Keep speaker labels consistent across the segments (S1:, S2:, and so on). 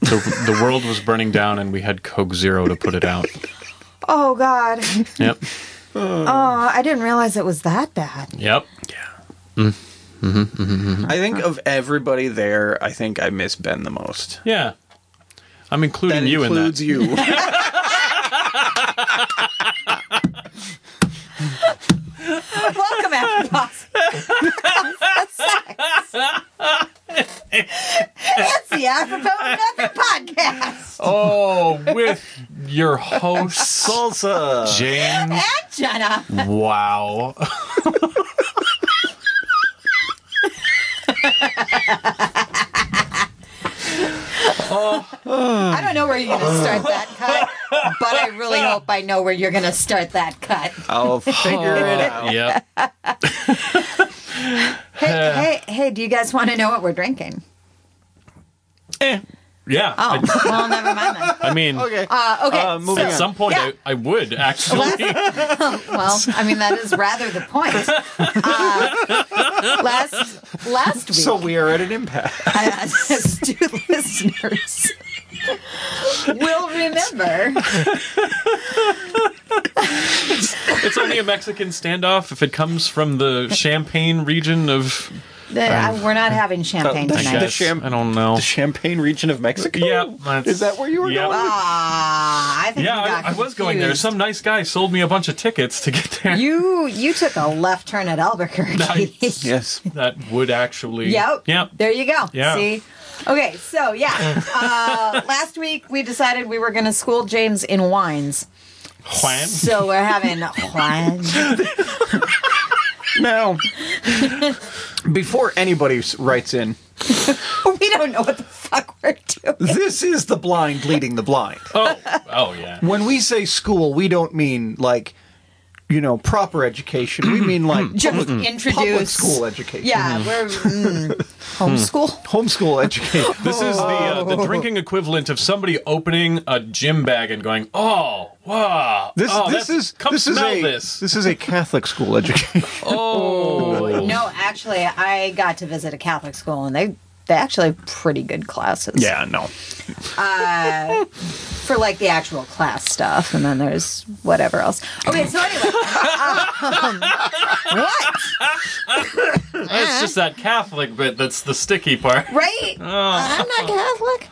S1: the world was burning down and we had Coke Zero to put it out.
S2: Oh God.
S1: Yep.
S2: Oh, I didn't realize it was that bad.
S1: Yep.
S3: I think of everybody there, I think I miss Ben the most.
S1: Yeah. I'm including
S3: That
S1: you in
S3: includes
S1: that.
S3: you.
S2: Welcome, after boss. it's the Afropop Nothing podcast.
S1: Oh, with your host
S3: Salsa.
S1: James.
S2: And Jenna.
S1: Wow.
S2: I don't know where you're going to start that cut, but I really hope I know where you're going to start that cut.
S1: Oh.
S3: I'll figure it out.
S1: Yep.
S2: Hey, hey, hey, do you guys want to know what we're drinking?
S1: Yeah.
S2: Oh, well, never mind then.
S1: I, I mean,
S3: Okay.
S2: Uh, okay.
S3: Uh, moving
S1: at
S2: so-
S1: some point
S2: Yeah.
S1: I, I would actually.
S2: well, I mean that is rather the point. Uh, last last week,
S3: So we are at an impact.
S2: I asked two listeners will remember.
S1: it's only a Mexican standoff if it comes from the Champagne region of.
S2: that uh, we're not having champagne
S3: The- the
S1: I,
S2: tonight.
S1: guess.
S3: Cham-
S1: I don't know.
S3: The Champagne region of Mexico?
S1: Yeah, that's-
S3: Is that where you were
S1: yeah.
S3: going?
S2: Ah, I think
S1: yeah,
S2: you got
S1: I, I was going there.
S2: confused.
S1: Some nice guy sold me a bunch of tickets to get there.
S2: you you took a left turn at Albuquerque.
S3: Yes.
S1: that would actually.
S2: Yep.
S1: Yep.
S2: There you go.
S1: Yeah.
S2: See? Okay, so yeah. Uh, last week we decided we were going to school James in wines.
S1: Juan.
S2: So we're having wines.
S3: Now, before anybody s- writes in,
S2: we don't know what the fuck we're doing.
S3: this is the blind leading the blind.
S1: Oh. Oh yeah.
S3: When we say school, we don't mean like, you know, proper education. We mean like
S2: Just
S3: public,
S2: introduce.
S3: public school education.
S2: Yeah, we're mm, homeschool.
S3: Homeschool education.
S1: This is the uh, the drinking equivalent of somebody opening a gym bag and going, "Oh, wow,
S3: This,
S1: oh,
S3: this
S1: that's-
S3: is
S1: come
S3: this is
S1: smell
S3: a
S1: this."
S3: this is a Catholic school education.
S1: Oh,
S2: No, actually, I got to visit a Catholic school, and they they actually have pretty good classes.
S3: no.
S2: for like the actual class stuff, and then there's whatever else. Okay, so anyway, um, what?
S1: it's just that Catholic bit that's the sticky part.
S2: Right? I'm not Catholic.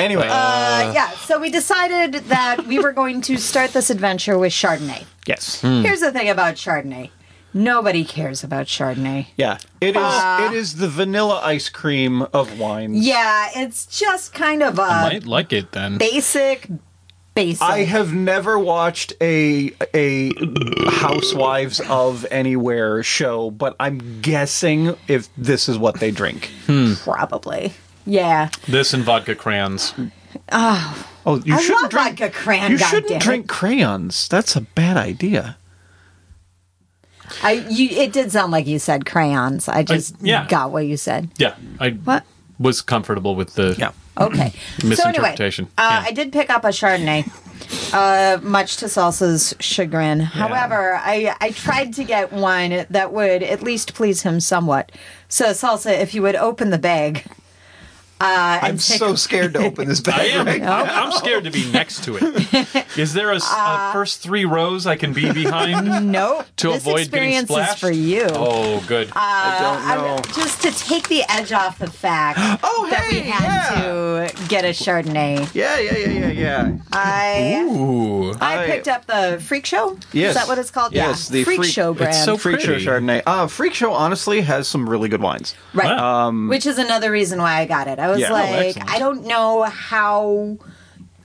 S3: Anyway,
S2: Uh, yeah. So we decided that we were going to start this adventure with Chardonnay.
S3: yes,
S1: hmm.
S2: Here's the thing about Chardonnay. Nobody cares about Chardonnay.
S3: yeah, it is
S1: Uh,
S3: it is the vanilla ice cream of wines.
S2: Yeah, it's just kind of a
S1: Might like it then.
S2: basic, basic.
S3: I have never watched a a Housewives of Anywhere show, but I'm guessing if this is what they drink.
S2: probably. Yeah.
S1: This and vodka crayons.
S3: Oh, you
S2: I
S3: shouldn't
S2: love
S3: drink.
S2: vodka crayon.
S3: you
S2: goddamn it.
S3: shouldn't drink crayons. That's a bad idea.
S2: I you it did sound like you said crayons. I just
S1: yeah.
S2: got what you said.
S1: Yeah, I
S2: What?
S1: was comfortable with the.
S2: Okay.
S1: Misinterpretation.
S2: So anyway, uh,
S1: Yeah.
S2: I did pick up a Chardonnay, uh, much to Salsa's chagrin. However, I I tried to get one that would at least please him somewhat. So Salsa, if you would open the bag. Uh,
S3: I'm
S2: and take-
S3: so scared to open this
S1: I
S3: bag.
S1: am. Uh, I'm scared to be next to it. Is there a, s-
S3: Uh,
S1: a first three rows I can be behind
S2: Nope.
S1: to
S2: this
S1: avoid getting
S2: experience is
S1: splashed?
S2: for you. Uh,
S1: Oh, good.
S3: I don't
S2: I'm- just to take the edge off the fact
S3: Oh,
S2: that
S3: hey,
S2: we had
S3: yeah.
S2: to get a Chardonnay.
S3: Yeah, yeah, yeah, yeah, yeah.
S2: I
S1: Ooh.
S2: I
S3: I-
S2: picked up the Freak Show.
S3: Yes.
S2: Is that what it's called?
S3: Yes,
S2: yeah.
S3: the
S2: Freak,
S3: Freak-
S2: Show
S3: it's
S2: brand.
S1: so
S3: Freak Show
S1: pretty.
S3: Chardonnay. Uh, Freak Show honestly has some really good wines.
S2: right. Um,
S1: Wow.
S2: Which is another reason why I got it. I was
S3: Um, Yeah. Oh,
S2: like,
S3: excellent.
S2: I don't know how.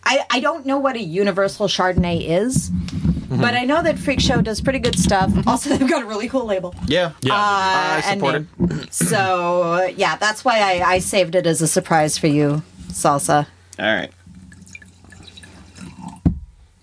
S2: I, I don't know what a universal Chardonnay is,
S3: Mm-hmm.
S2: but I know that Freak Show does pretty good stuff. Also, they've got a really cool label.
S3: Yeah.
S1: Yeah.
S2: Uh,
S3: Mm-hmm. I support
S2: and name. So, yeah, that's why I, I saved it as a surprise for you, Salsa.
S3: All right.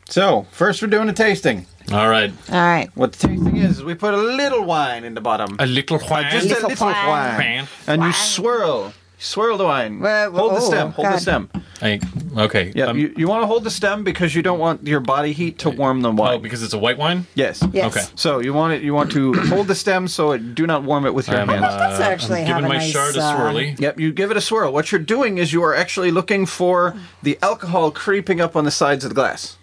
S3: So, first we're doing a tasting.
S1: All right.
S2: All right.
S3: What the tasting is, is we put a little wine in the bottom.
S1: A little wine.
S3: Just a
S2: Little
S3: little
S2: wine.
S3: wine.
S1: Wine.
S3: And you
S2: Wine.
S3: swirl. Swirl the wine.
S2: Well,
S3: hold the
S2: oh,
S3: stem. Hold the
S2: God.
S3: stem.
S1: I Okay.
S3: Yeah,
S1: Um,
S3: you, you want to hold the stem because you don't want your body heat to warm the wine.
S1: oh, because it's a white wine.
S3: yes.
S2: Yes.
S1: Okay.
S3: So you want it. You want to hold the stem so it do not warm it with your
S1: I'm,
S3: hands.
S1: uh,
S2: Let's actually
S1: I'm
S2: have
S1: giving
S2: a
S1: my
S2: nice,
S1: shard a
S2: uh,
S1: swirly.
S3: Yep, you give it a swirl. What you're doing is you are actually looking for the alcohol creeping up on the sides of the glass.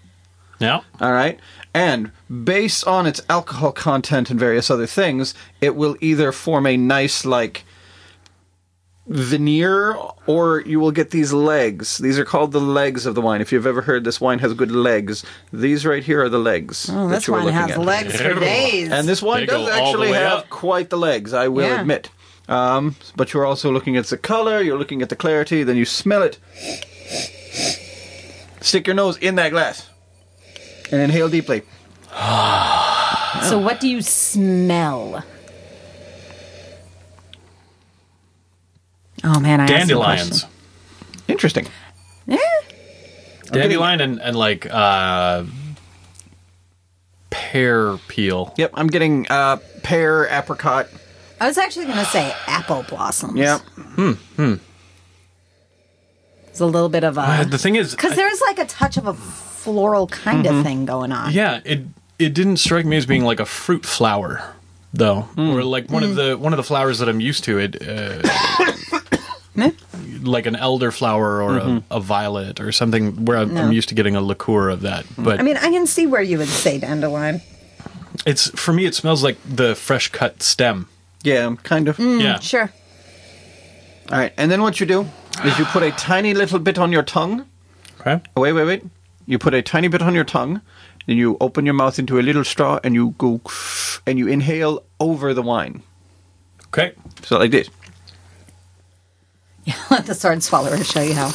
S1: Yeah.
S3: All right. And based on its alcohol content and various other things, it will either form a nice, like, veneer or you will get these legs. These are called the legs of the wine. If you've ever heard this wine has good legs, these right here are the legs.
S2: Oh,
S3: that
S2: this
S3: you are
S2: one
S3: looking
S2: has
S3: at.
S2: legs for
S1: Ew.
S2: days.
S3: And this
S1: They
S3: wine
S1: go
S3: does
S1: all the
S3: actually
S1: way
S3: have
S1: up.
S3: quite the legs, I will
S2: Yeah.
S3: admit. Um, but you're also looking at the color, you're looking at the clarity, then you smell it. Stick your nose in that glass and inhale deeply.
S1: Oh.
S4: So what do you smell?
S2: oh man, I asked the
S1: Dandelions.
S2: question.
S3: Interesting.
S1: Dandelion and, and like uh, pear peel.
S3: Yep, I'm getting uh, pear, apricot.
S2: I was actually going to say apple blossoms.
S3: Yep.
S2: It's a little bit of
S1: Uh,
S2: a
S1: the thing is,
S2: because
S1: I-
S2: there's like a touch of a floral kind of thing going on.
S1: yeah, it it didn't strike me as being like a fruit flower though,
S3: Hmm.
S1: or like one of
S2: Hmm.
S1: the one of the flowers that I'm used to. It uh, like an elderflower or
S3: Mm-hmm.
S1: a, a violet or something where I'm, I'm used to getting a liqueur of that.
S3: Hmm.
S1: But
S2: I mean, I can see where you would say dandelion.
S1: it's for me, it smells like the fresh cut stem.
S3: Yeah, kind of.
S1: yeah,
S2: Hmm. Mm, Sure.
S3: All right, and then what you do is you put a tiny little bit on your tongue.
S1: Okay.
S3: Oh, wait, wait, wait. You put a tiny bit on your tongue, then you open your mouth into a little straw, and you go, and you inhale over the wine.
S1: Okay.
S3: So like this.
S2: Let the sword swallower show you how.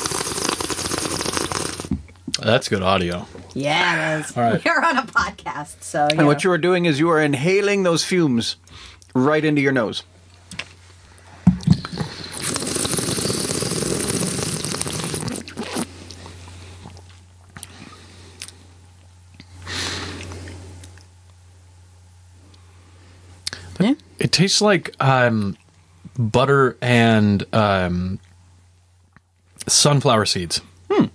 S1: That's good audio.
S2: Yeah, it is.
S1: All right.
S2: We're on a podcast, so yeah.
S3: And what you are doing is you are inhaling those fumes right into your nose.
S2: Yeah.
S1: It tastes like um, butter and um, sunflower seeds. Hmm.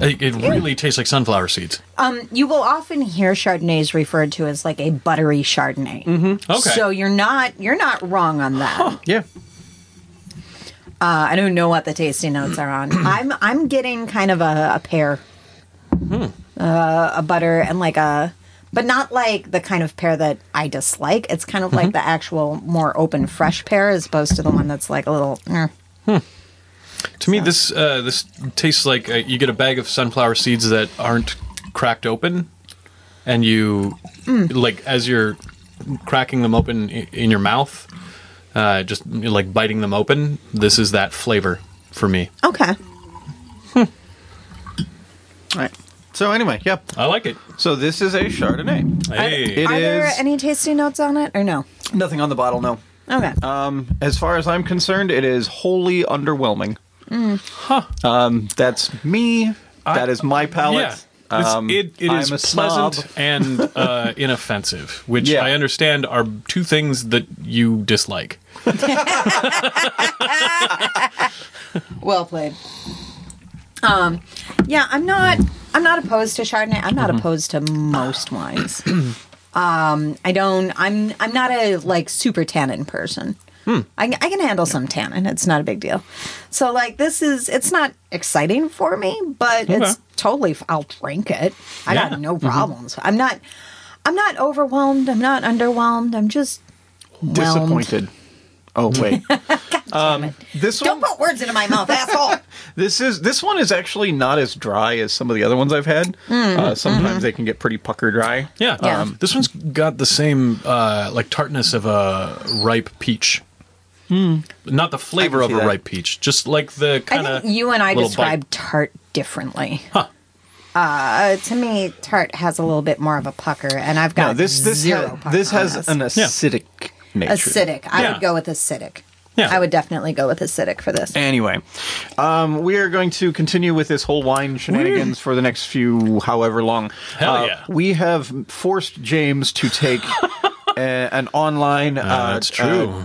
S1: It, it really tastes like sunflower seeds.
S2: Um, you will often hear chardonnays referred to as like a buttery chardonnay. Mm-hmm.
S1: Okay.
S2: So you're not you're not wrong on that.
S3: Yeah.
S2: Uh, I don't know what the tasty notes are on. I'm I'm getting kind of a, a pear, uh, a butter, and like a, but not like the kind of pear that I dislike. It's kind of like the actual more open, fresh pear, as opposed to the one that's like a little. eh.
S1: to me, this uh, this tastes like uh, you get a bag of sunflower seeds that aren't cracked open, and you like as you're cracking them open i- in your mouth, uh, just like biting them open. This is that flavor for me.
S2: Okay.
S3: All right. So anyway, yeah.
S1: I like it.
S3: So this is a Chardonnay.
S1: Hey.
S3: It
S2: are there
S3: is-
S2: any tasty notes on it or no?
S3: Nothing on the bottle, no.
S2: Okay.
S3: Um, as far as I'm concerned, it is wholly underwhelming.
S1: Mm,
S3: Huh. Um, that's me. that is my
S1: Yeah.
S3: palate.
S1: It's-
S3: Um,
S1: it it is
S3: I'm a snob.
S1: pleasant and uh, inoffensive, which
S3: Yeah.
S1: I understand are two things that you dislike.
S2: Well played. Um, yeah, I'm not. I'm not opposed to Chardonnay.
S1: Mm-hmm.
S2: I'm not opposed to most wines. um, I don't. I'm. I'm not a like super tannin person.
S1: Hmm.
S2: I, I can handle some tannin. It's not a big deal. So like this is. It's not exciting for me, but it's
S1: Okay.
S2: totally. f- I'll drink it. I
S1: Yeah. Mm-hmm.
S2: got no problems. I'm not. I'm not overwhelmed. I'm not underwhelmed. I'm just whelmed.
S3: Disappointed. Oh wait. um, this
S2: Don't
S3: one,
S2: put words into my mouth, asshole.
S3: this is this one is actually not as dry as some of the other ones I've had.
S1: Mm,
S3: Uh, sometimes
S1: mm-hmm.
S3: they can get pretty pucker dry.
S1: Yeah.
S2: Yeah.
S1: Um, this one's got the same uh, like tartness of a ripe peach. Not the flavor
S3: I
S1: of
S3: can
S1: a
S3: see that.
S1: ripe peach, just like the kind
S2: Hmm. I
S1: of.
S2: think you and I describe tart differently. Huh. Uh, to me, tart has a little bit more of a pucker, and I've got
S3: No, this this
S2: zero.
S3: ha-
S2: pucker
S3: this
S2: on
S3: has an acidic nature.
S2: acidic. I
S1: Yeah.
S2: would go with acidic.
S1: Yeah.
S2: I would definitely go with acidic for this.
S3: Anyway, um, we are going to continue with this whole wine shenanigans for the next few however long. Uh,
S1: Hell yeah.
S3: We have forced James to take a, an online. Uh,
S1: Uh, that's true.
S3: uh,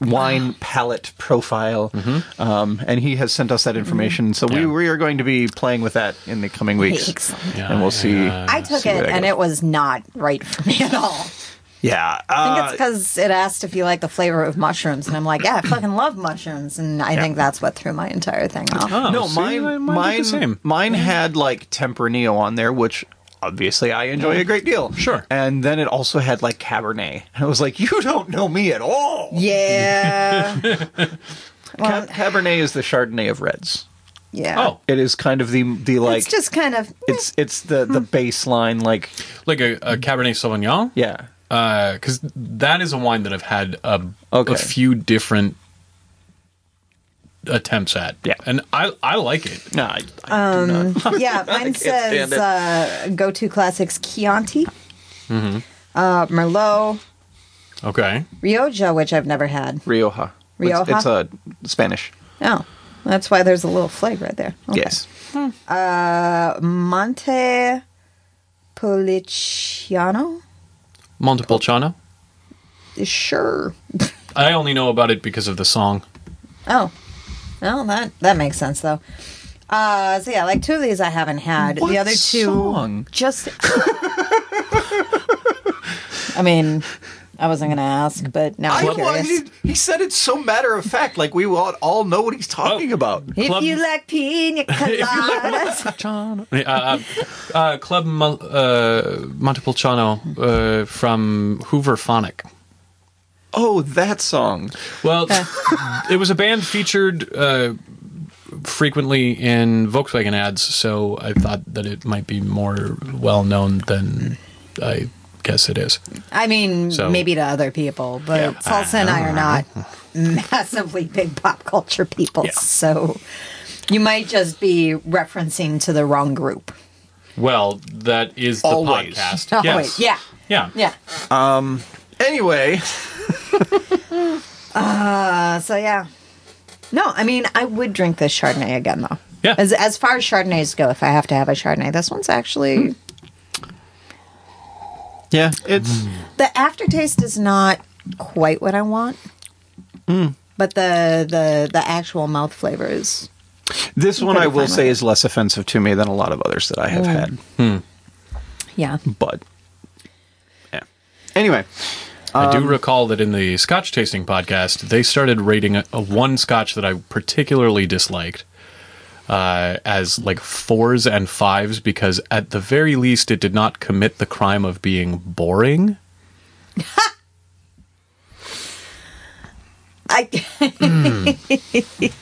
S3: wine palette profile, um, and he has sent us that information. So we,
S1: Mm-hmm. Yeah.
S3: we are going to be playing with that in the coming weeks,
S5: Excellent.
S1: Yeah,
S3: and we'll see.
S1: yeah.
S2: I took
S3: see where
S2: it
S3: that
S2: and
S3: goes.
S2: it was not right for me at all.
S3: Yeah,
S2: I think
S3: uh,
S2: it's because it asked if you like the flavor of mushrooms, and I'm like, yeah, I fucking love mushrooms, and I think that's what threw my entire thing off.
S1: Oh,
S3: no,
S1: see,
S3: mine,
S1: I-
S3: mine,
S1: mine did the same.
S3: mine had like Tempranillo on there, which obviously I enjoy a great deal.
S1: Sure.
S3: And then it also had like Cabernet. And I was like, you don't know me at all.
S2: Yeah.
S3: Cab-
S2: well,
S3: Cabernet is the Chardonnay of reds.
S2: yeah.
S1: Oh,
S3: It is kind of the the like
S2: it's just kind of
S3: it's it's the the baseline like
S1: like a, a Cabernet Sauvignon.
S3: yeah.
S1: because that is a wine that I've had a,
S3: Okay.
S1: a few different attempts at.
S3: Yeah.
S1: and I I like it.
S3: No, I, I do not.
S2: yeah. Mine
S3: can't stand
S2: says
S3: it. Mm-hmm.
S2: uh, go-to classics: Chianti, uh, Merlot,
S1: Okay,
S2: Rioja, which I've never had.
S3: Rioja. It's-
S2: Rioja?
S3: It's, uh, Spanish.
S2: Oh, that's why there's a little flag right there. Okay.
S3: Yes.
S2: Monte Policiano.
S1: Montepulciano.
S2: Sure.
S1: I only know about it because of the song.
S2: Oh, well, that that makes sense though. Uh, so yeah, like two of these I haven't had.
S3: What
S2: the other two,
S3: song?
S2: just. I mean, I wasn't gonna ask, but now I'm
S3: I
S2: curious.
S3: wanted, he said it so matter of fact, like we all, all know what he's talking about.
S2: if
S1: Club-
S2: you like pina coladas,
S1: Uh, uh, Club Mon- uh, Montepulciano uh, from Hoover Phonic.
S3: Oh, that song.
S1: Well, it was a band featured uh, frequently in Volkswagen ads, so I thought that it might be more well known than I guess it is.
S2: I mean,
S1: So-
S2: maybe to other people, but Salsa and I are not massively big pop culture people, so you might just be referencing to the wrong group.
S1: Well, that is the
S3: Always.
S1: podcast.
S2: Oh,
S1: yes.
S2: wait, yeah,
S1: Yeah.
S2: yeah.
S3: Anyway,
S2: Uh, so yeah. No, I mean I would drink this Chardonnay again though.
S1: Yeah.
S2: As as far as Chardonnays go, if I have to have a Chardonnay, this one's
S1: Hmm.
S2: actually
S3: yeah, it's
S2: the aftertaste is not quite what I want. But the the the actual mouth flavor is
S3: this one.
S2: couldn't
S3: I will
S2: find
S3: say
S2: one.
S3: is less offensive to me than a lot of others that I have had.
S2: yeah.
S3: But yeah. Anyway,
S1: I
S2: Um,
S1: do recall that in the Scotch tasting podcast, they started rating a, a one Scotch that I particularly disliked uh, as like fours and fives because at the very least it did not commit the crime of being boring.
S2: I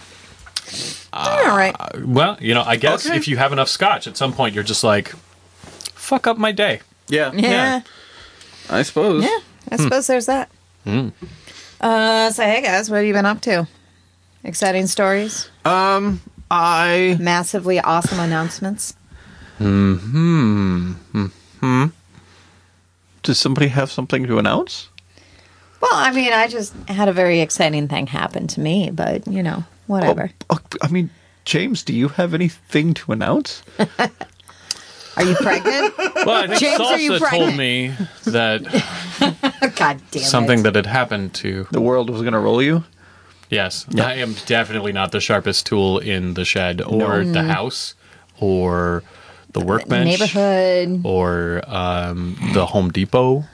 S2: All right.
S1: Well, you know, I guess
S3: Okay.
S1: if you have enough Scotch, at some point you're just like, fuck up my day.
S3: yeah,
S2: Yeah.
S3: I suppose.
S2: Yeah. I suppose there's that. Uh so hey guys, what have you been up to? Exciting stories?
S3: I
S2: Massively awesome announcements.
S3: does somebody have something to announce?
S2: Well, I mean, I just had a very exciting thing happen to me, but you know, whatever.
S3: Oh, oh, I mean, James, do you have anything to announce?
S2: Are you pregnant?
S1: Well, I think
S2: James, are you
S1: Salsa told
S2: pregnant?
S1: me that
S2: God damn
S1: something
S2: it.
S1: that had happened to
S3: The world was going to roll you.
S1: Yes, I am definitely not the sharpest tool in the shed or the
S2: Mm.
S1: house or the workbench
S2: neighborhood.
S1: or um, the Home Depot.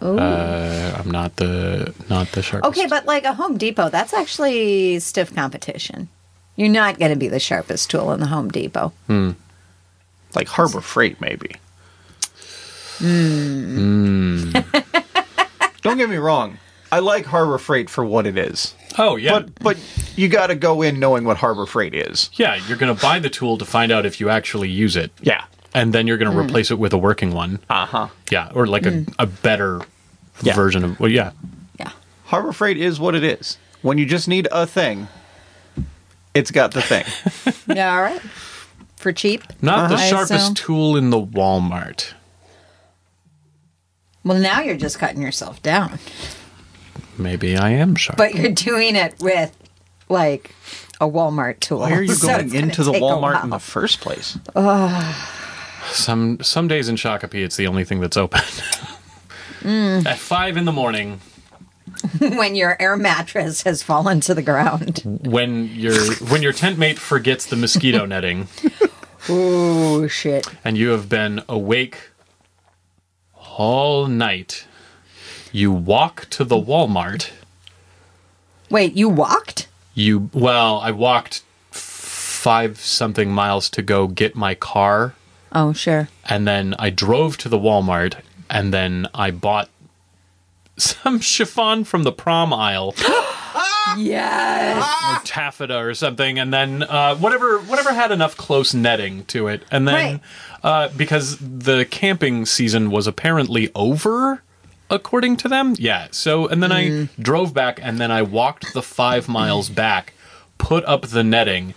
S1: Uh, I'm not the not the sharpest.
S2: Okay, but like a Home Depot, that's actually stiff competition. You're not going to be the sharpest tool in the Home Depot.
S3: Hmm. Like Harbor Freight, maybe. Hmm. Don't get me wrong. I like Harbor Freight for what it is.
S1: oh yeah,
S3: But but you got to go in knowing what Harbor Freight is.
S1: yeah. You're gonna buy the tool to find out if you actually use it.
S3: Yeah.
S1: and then you're gonna
S2: Mm.
S1: replace it with a working one.
S3: Uh huh.
S1: Yeah, or like a, a better
S3: Yeah.
S1: version of. Well, yeah,
S2: Yeah.
S3: Harbor Freight is what it is. When you just need a thing, it's got the thing.
S2: yeah. All right. For cheap?
S1: not the
S2: I
S1: sharpest
S2: assume.
S1: tool in the Walmart.
S2: Well, now you're just cutting yourself down,
S1: Maybe I am sharp.
S2: but you're doing it with like a Walmart tool.
S3: Why are you
S2: So
S3: going
S2: it's gonna
S3: into the
S2: take a
S3: Walmart
S2: while.
S3: in the first place?
S1: Some some days in Shakopee, it's the only thing that's open. At five in the morning,
S2: when your air mattress has fallen to the
S3: Hmm.
S2: ground.
S1: when your when your tent mate forgets the mosquito netting
S2: Ooh, Oh, shit.
S1: and you have been awake all night. You walk to the Walmart.
S2: Wait, you walked?
S1: You well, I walked f- five something miles to go get my car,
S2: Oh, sure.
S1: and then I drove to the Walmart, and then I bought some chiffon from the prom aisle.
S2: Yes.
S1: or
S3: Ah.
S1: taffeta or something, and then uh, whatever whatever had enough close netting to it, and then uh, because the camping season was apparently over, according to them, yeah. So and then
S3: Hmm.
S1: I drove back, and then I walked the five miles back, put up the netting,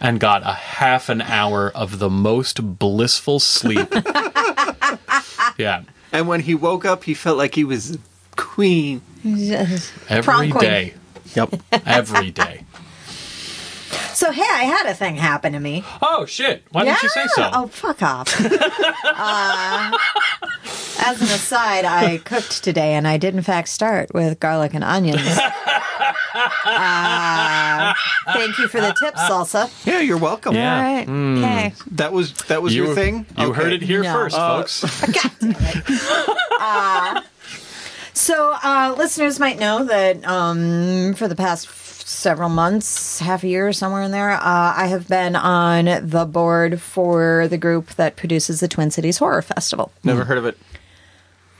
S1: and got a half an hour of the most blissful sleep. yeah,
S3: And when he woke up, he felt like he was queen.
S2: Prom
S1: every
S2: queen.
S1: day,
S3: Yep.
S1: every day.
S2: So, hey, I had a thing happen to me.
S1: Oh shit! Why didn't you say so?
S2: Oh, fuck off. Uh, as an aside, I cooked today and I did, in fact, start with garlic and onions. Uh, thank you for the tip, salsa.
S3: yeah, you're welcome.
S1: Yeah.
S2: All right.
S1: Hmm.
S2: Okay.
S3: That was that was
S1: You-
S3: your thing.
S1: You
S3: Okay.
S1: heard it here
S2: No.
S1: first,
S3: Uh,
S1: folks.
S2: Uh, So, uh, listeners might know that um, for the past f- several months, half a year, somewhere in there, uh, I have been on the board for the group that produces the Twin Cities Horror Festival.
S3: Never heard of it.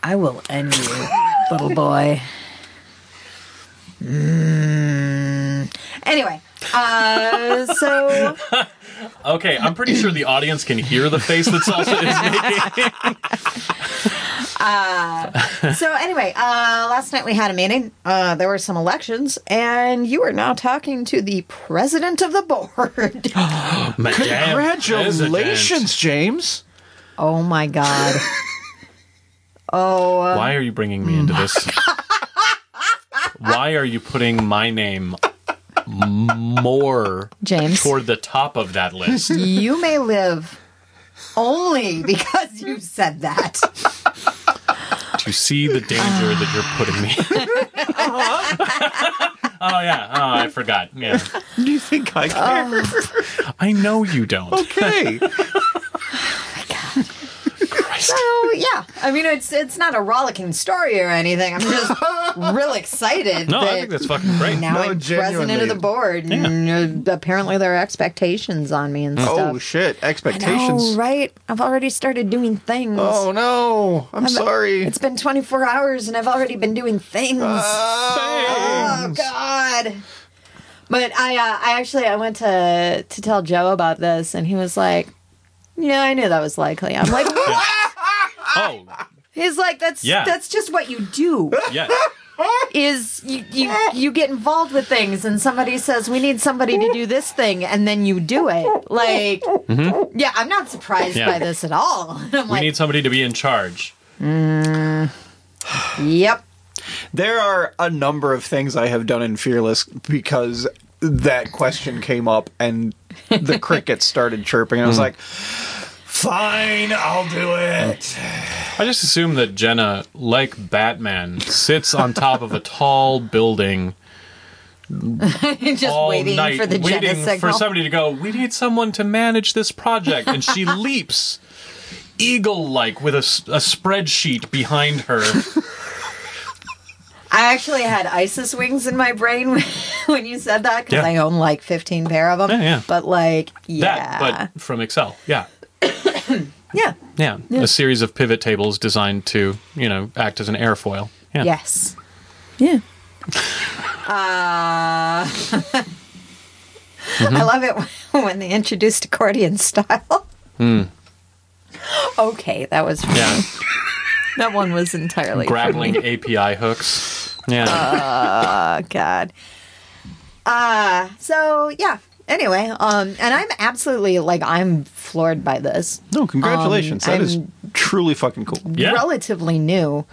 S2: I will end you, little boy. Mm. Anyway, uh, so
S1: Okay, I'm pretty sure the audience can hear the face that Salsa is making.
S2: so anyway, uh, last night we had a meeting. Uh, there were some elections, and you are now talking to the president of the board.
S3: Congratulations, James.
S2: oh my god! oh,
S1: Why are you bringing me into this? Why are you putting my name more
S2: James.
S1: toward the top of that list?
S2: you may live only because you said that.
S1: to see the danger that you're putting me. oh yeah. Oh, I forgot. Yeah.
S3: Do you think I care?
S1: I know you don't.
S3: okay.
S1: Christ.
S2: So yeah, I mean it's it's not a rollicking story or anything. I'm just real excited.
S1: No,
S2: that
S1: I think that's fucking great.
S2: now
S3: No,
S2: I'm president
S3: genuinely.
S2: of the board, and uh, apparently there are expectations on me and stuff.
S3: Oh shit! Expectations.
S2: no, right? I've already started doing things.
S3: Oh no! I'm, sorry.
S2: It's been 24 hours and I've already been doing things. Oh God. But I, uh, I actually, I went to to tell Joe about this, and he was like, "Yeah, I knew that was likely." I'm like,
S1: Oh,
S2: he's like, "That's
S1: Yeah.
S2: that's just what you do."
S1: yeah.
S2: is you, you you get involved with things and somebody says we need somebody to do this thing and then you do it like yeah i'm not surprised
S1: Mm-hmm. Yeah.
S2: by this at all And i'm
S1: We
S2: like
S1: need somebody to be in charge.
S2: yep
S3: There are a number of things I have done in Fearless because that question came up and the crickets started chirping. And I was like, fine, I'll do it.
S1: I just assume that Jenna, like Batman, sits on top of a tall building
S2: just
S1: all
S2: waiting
S1: night,
S2: for the
S1: waiting
S2: Jenna
S1: for
S2: signal
S1: somebody to go. We need someone to manage this project, and she leaps, eagle-like, with a, s- a spreadsheet behind her.
S2: i actually had isis wings in my brain when you said that because
S1: Yeah.
S2: i own like 15 pair of them
S1: Yeah, yeah.
S2: but like yeah
S1: That, but from Excel. Yeah.
S2: yeah
S1: yeah, A series of pivot tables designed to, you know, act as an airfoil. Yeah.
S2: yes
S6: Yeah.
S2: Uh,
S3: Mm-hmm.
S2: I love it when they introduced accordion style.
S3: Hmm.
S2: Okay, that was
S1: Yeah.
S2: that one was entirely
S1: Grappling API hooks. Yeah.
S2: Oh God. Uh so yeah. Anyway, um, and I'm absolutely like I'm floored by this.
S3: No, congratulations.
S2: Um,
S3: That is
S2: I'm-
S3: truly fucking cool.
S1: Yeah.
S2: Relatively new,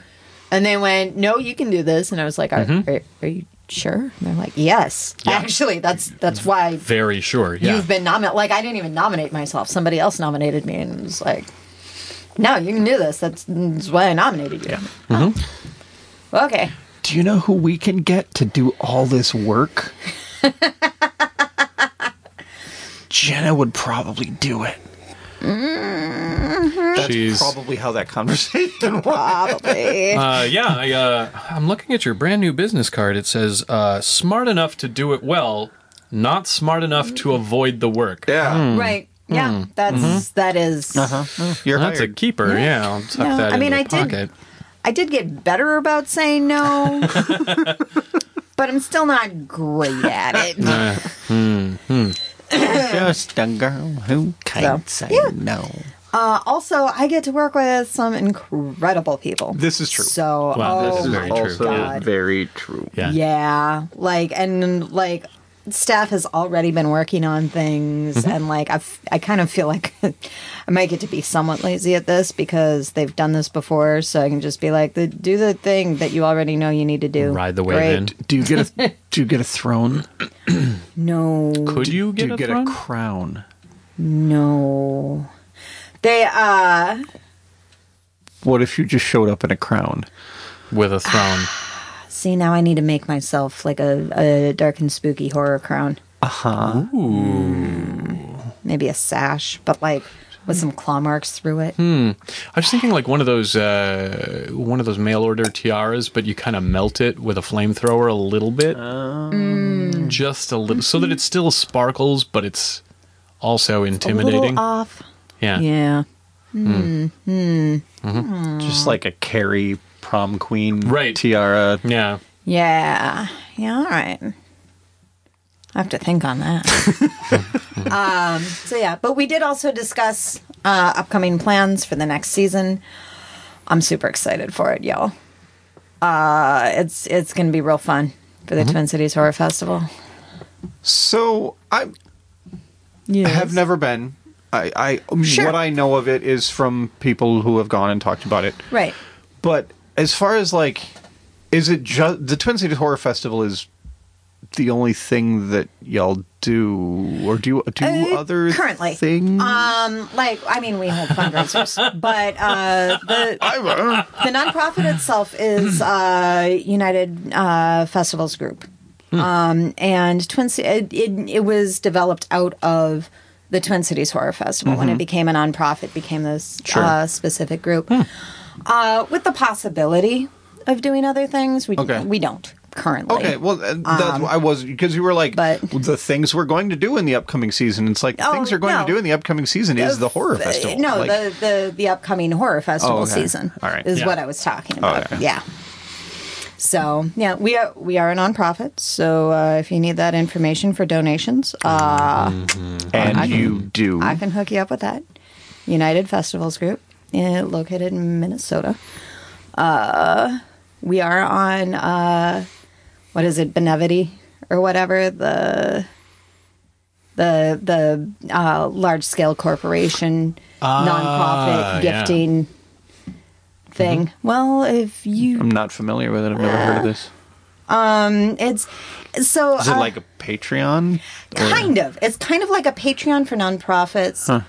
S2: and they went, "No, you can do this," and I was like, "Are, are, are you sure?" And they're like, "Yes,
S1: Mm-hmm. Yeah.
S2: actually, that's that's why
S1: Very sure. Yeah.
S2: you've been nominated. Like I didn't even nominate myself; somebody else nominated me, and was like,
S1: Mm-hmm.
S2: "No, you can do this. That's, that's why I nominated you." Oh. Okay.
S1: Do
S3: Do you know who we can get to do all this work? Jenna would probably do it. That's
S1: She's-
S3: probably how that conversation went.
S2: Probably.
S1: Uh, yeah, I, uh, I'm looking at your brand new business card. It says, uh, smart enough to do it well, not smart enough
S2: Mm.
S1: to avoid the work.
S3: Yeah,
S2: right. Yeah.
S1: hmm.
S2: That's
S1: Mm-hmm.
S2: that is-
S3: you're
S1: That's a
S3: hired.
S1: keeper. Yeah, I'll tuck
S2: No,
S1: that
S2: I mean,
S1: into
S2: I
S1: the
S2: did-
S1: pocket.
S2: I did get better about saying no. but I'm still not great at it.
S3: just a girl who can't say no.
S2: Uh, also, I get to work with some incredible people.
S3: This is true.
S2: So,
S1: Wow, this
S2: oh
S1: is
S2: my
S1: very true.
S3: also
S2: God.
S3: very true.
S1: Yeah.
S2: Yeah, like and like staff has already been working on things
S1: Mm-hmm.
S2: and like I f- I kind of feel like I might get to be somewhat lazy at this because they've done this before so I can just be like the, do the thing that you already know you need to do.
S1: Ride the wave
S2: Great.
S1: in.
S3: Do you get a do you get a throne?
S2: No.
S1: Could you
S3: do
S1: get,
S3: you
S1: a,
S3: get
S1: throne?
S3: a crown?
S2: No. They uh
S3: What if you just showed up in a crown?
S1: with a throne?
S2: see now I need to make myself like a, a dark and spooky horror crown. Uh-huh. Maybe a sash, but like with some claw marks through it.
S1: Hmm. I was thinking like one of those uh, one of those mail order tiaras, but you kind of melt it with a flamethrower a little bit,
S2: Oh.
S1: just a little, so that it still sparkles, but it's also
S2: A
S1: intimidating.
S2: little off.
S1: yeah.
S2: Yeah.
S3: Just like a Carrie prom queen
S1: Right.
S3: tiara.
S1: yeah,
S2: Yeah. Yeah. All right. I have to think on that. um, so yeah, but we did also discuss uh, upcoming plans for the next season. I'm super excited for it, y'all. Uh, it's it's gonna be real fun for
S1: Mm-hmm.
S2: the Twin Cities Horror Festival.
S3: So I
S2: Yeah.
S3: have never been. I, I
S2: Sure.
S3: what I know of it is from people who have gone and talked about it.
S2: Right.
S3: But as far as like, is it just the Twin Cities Horror Festival is the only thing that y'all do, or do you do
S2: Uh,
S3: other
S2: currently.
S3: things?
S2: Um, like I mean, we hold fundraisers, but uh, the
S3: I-
S2: the nonprofit itself is uh, United uh, Festivals Group,
S3: Hmm.
S2: um, and Twin Ci- it, it, it was developed out of the Twin Cities Horror Festival
S3: Mm-hmm.
S2: when it became a nonprofit, became this uh, specific group,
S3: Hmm.
S2: uh, with the possibility of doing other things. We
S3: Okay.
S2: we don't currently.
S3: Okay, well, uh, that's why I was because you were like
S2: Um, but-
S3: the things we're going to do in the upcoming season. It's like
S2: Oh,
S3: things are going
S2: no.
S3: to do in the upcoming season is the horror
S2: Uh,
S3: festival.
S2: No,
S3: Like, Oh,
S2: the, the the upcoming horror festival
S3: okay.
S2: season.
S3: All right. Oh,
S2: is
S1: Yeah.
S2: what I was talking about.
S3: Okay.
S2: Yeah. So yeah, we are we are a nonprofit. So uh, if you need that information for donations, uh,
S3: and you do.
S2: I can hook you up with that. United Festivals Group, eh, located in Minnesota. Uh, we are on uh, what is it, Benevity or whatever the the the uh, large scale corporation
S3: Ah,
S2: nonprofit
S1: yeah.
S2: gifting thing.
S3: Mm-hmm.
S2: Well, if you,
S3: I'm not familiar with it. I've never heard of this.
S2: it's so
S3: Is it
S2: uh,
S3: like a Patreon? Or-
S2: kind of it's kind of like a patreon for nonprofits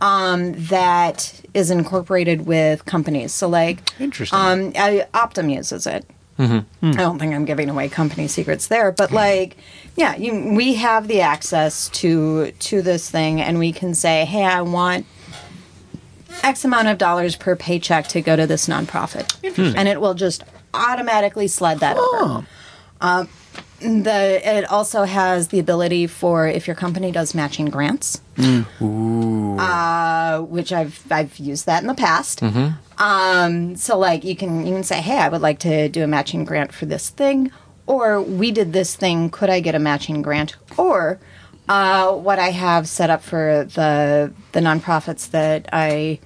S2: um, that is incorporated with companies so like
S3: Interesting.
S2: um, I, optum uses it i don't think i'm giving away company secrets there but like yeah you, we have the access to to this thing and we can say hey i want X amount of dollars per paycheck to go to this nonprofit, and it will just automatically slide that over. Um, the it also has the ability for if your company does matching grants, Uh, which I've I've used that in the past. Um, so like you can you can say, hey, I would like to do a matching grant for this thing, or we did this thing. Could I get a matching grant? Or uh, what I have set up for the the nonprofits that I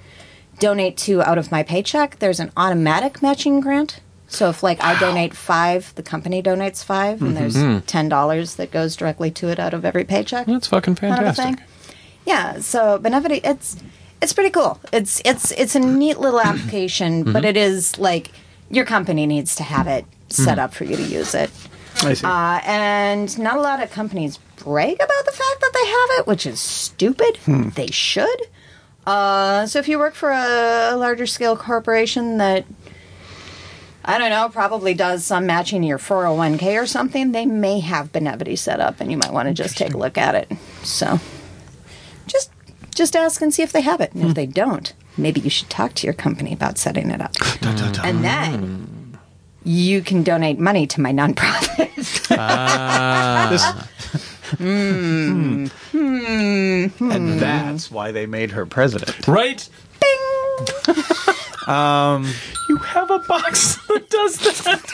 S2: donate to out of my paycheck, there's an automatic matching grant. So if like I donate five, the company donates five, and there's ten dollars that goes directly to it out of every paycheck
S1: that's fucking
S2: kind of a
S1: fantastic.
S2: thing. Yeah, so Benevity, it's it's pretty cool. It's it's it's a neat little application, but it is like your company needs to have it set up for you to use it.
S3: I see.
S2: Uh, and not a lot of companies brag about the fact that they have it, which is stupid. They should. Uh, so if you work for a larger scale corporation that I don't know, probably does some matching to your 401k or something. They may have Benevity set up and you might want to just take a look at it. So just just ask and see if they have it. And if they don't, maybe you should talk to your company about setting it up. and then you can donate money to my nonprofit.
S3: and that's why they made her president.
S1: Right? Bing! um, you have a box that does that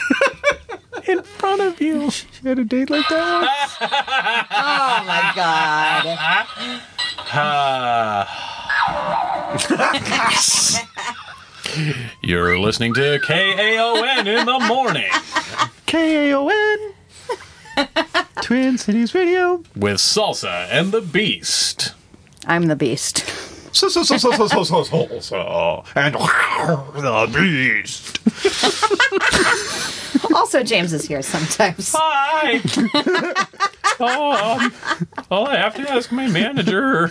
S1: in front of you.
S3: She had a date like that.
S2: oh my god.
S1: You're listening to KAON in the morning
S3: K A O N. Twin Cities Radio.
S1: with Salsa and the Beast.
S2: I'm the beast.
S3: So so so so so so so so so and the beast.
S2: Also James is here sometimes.
S1: Hi. oh, um, well, I have to ask my manager.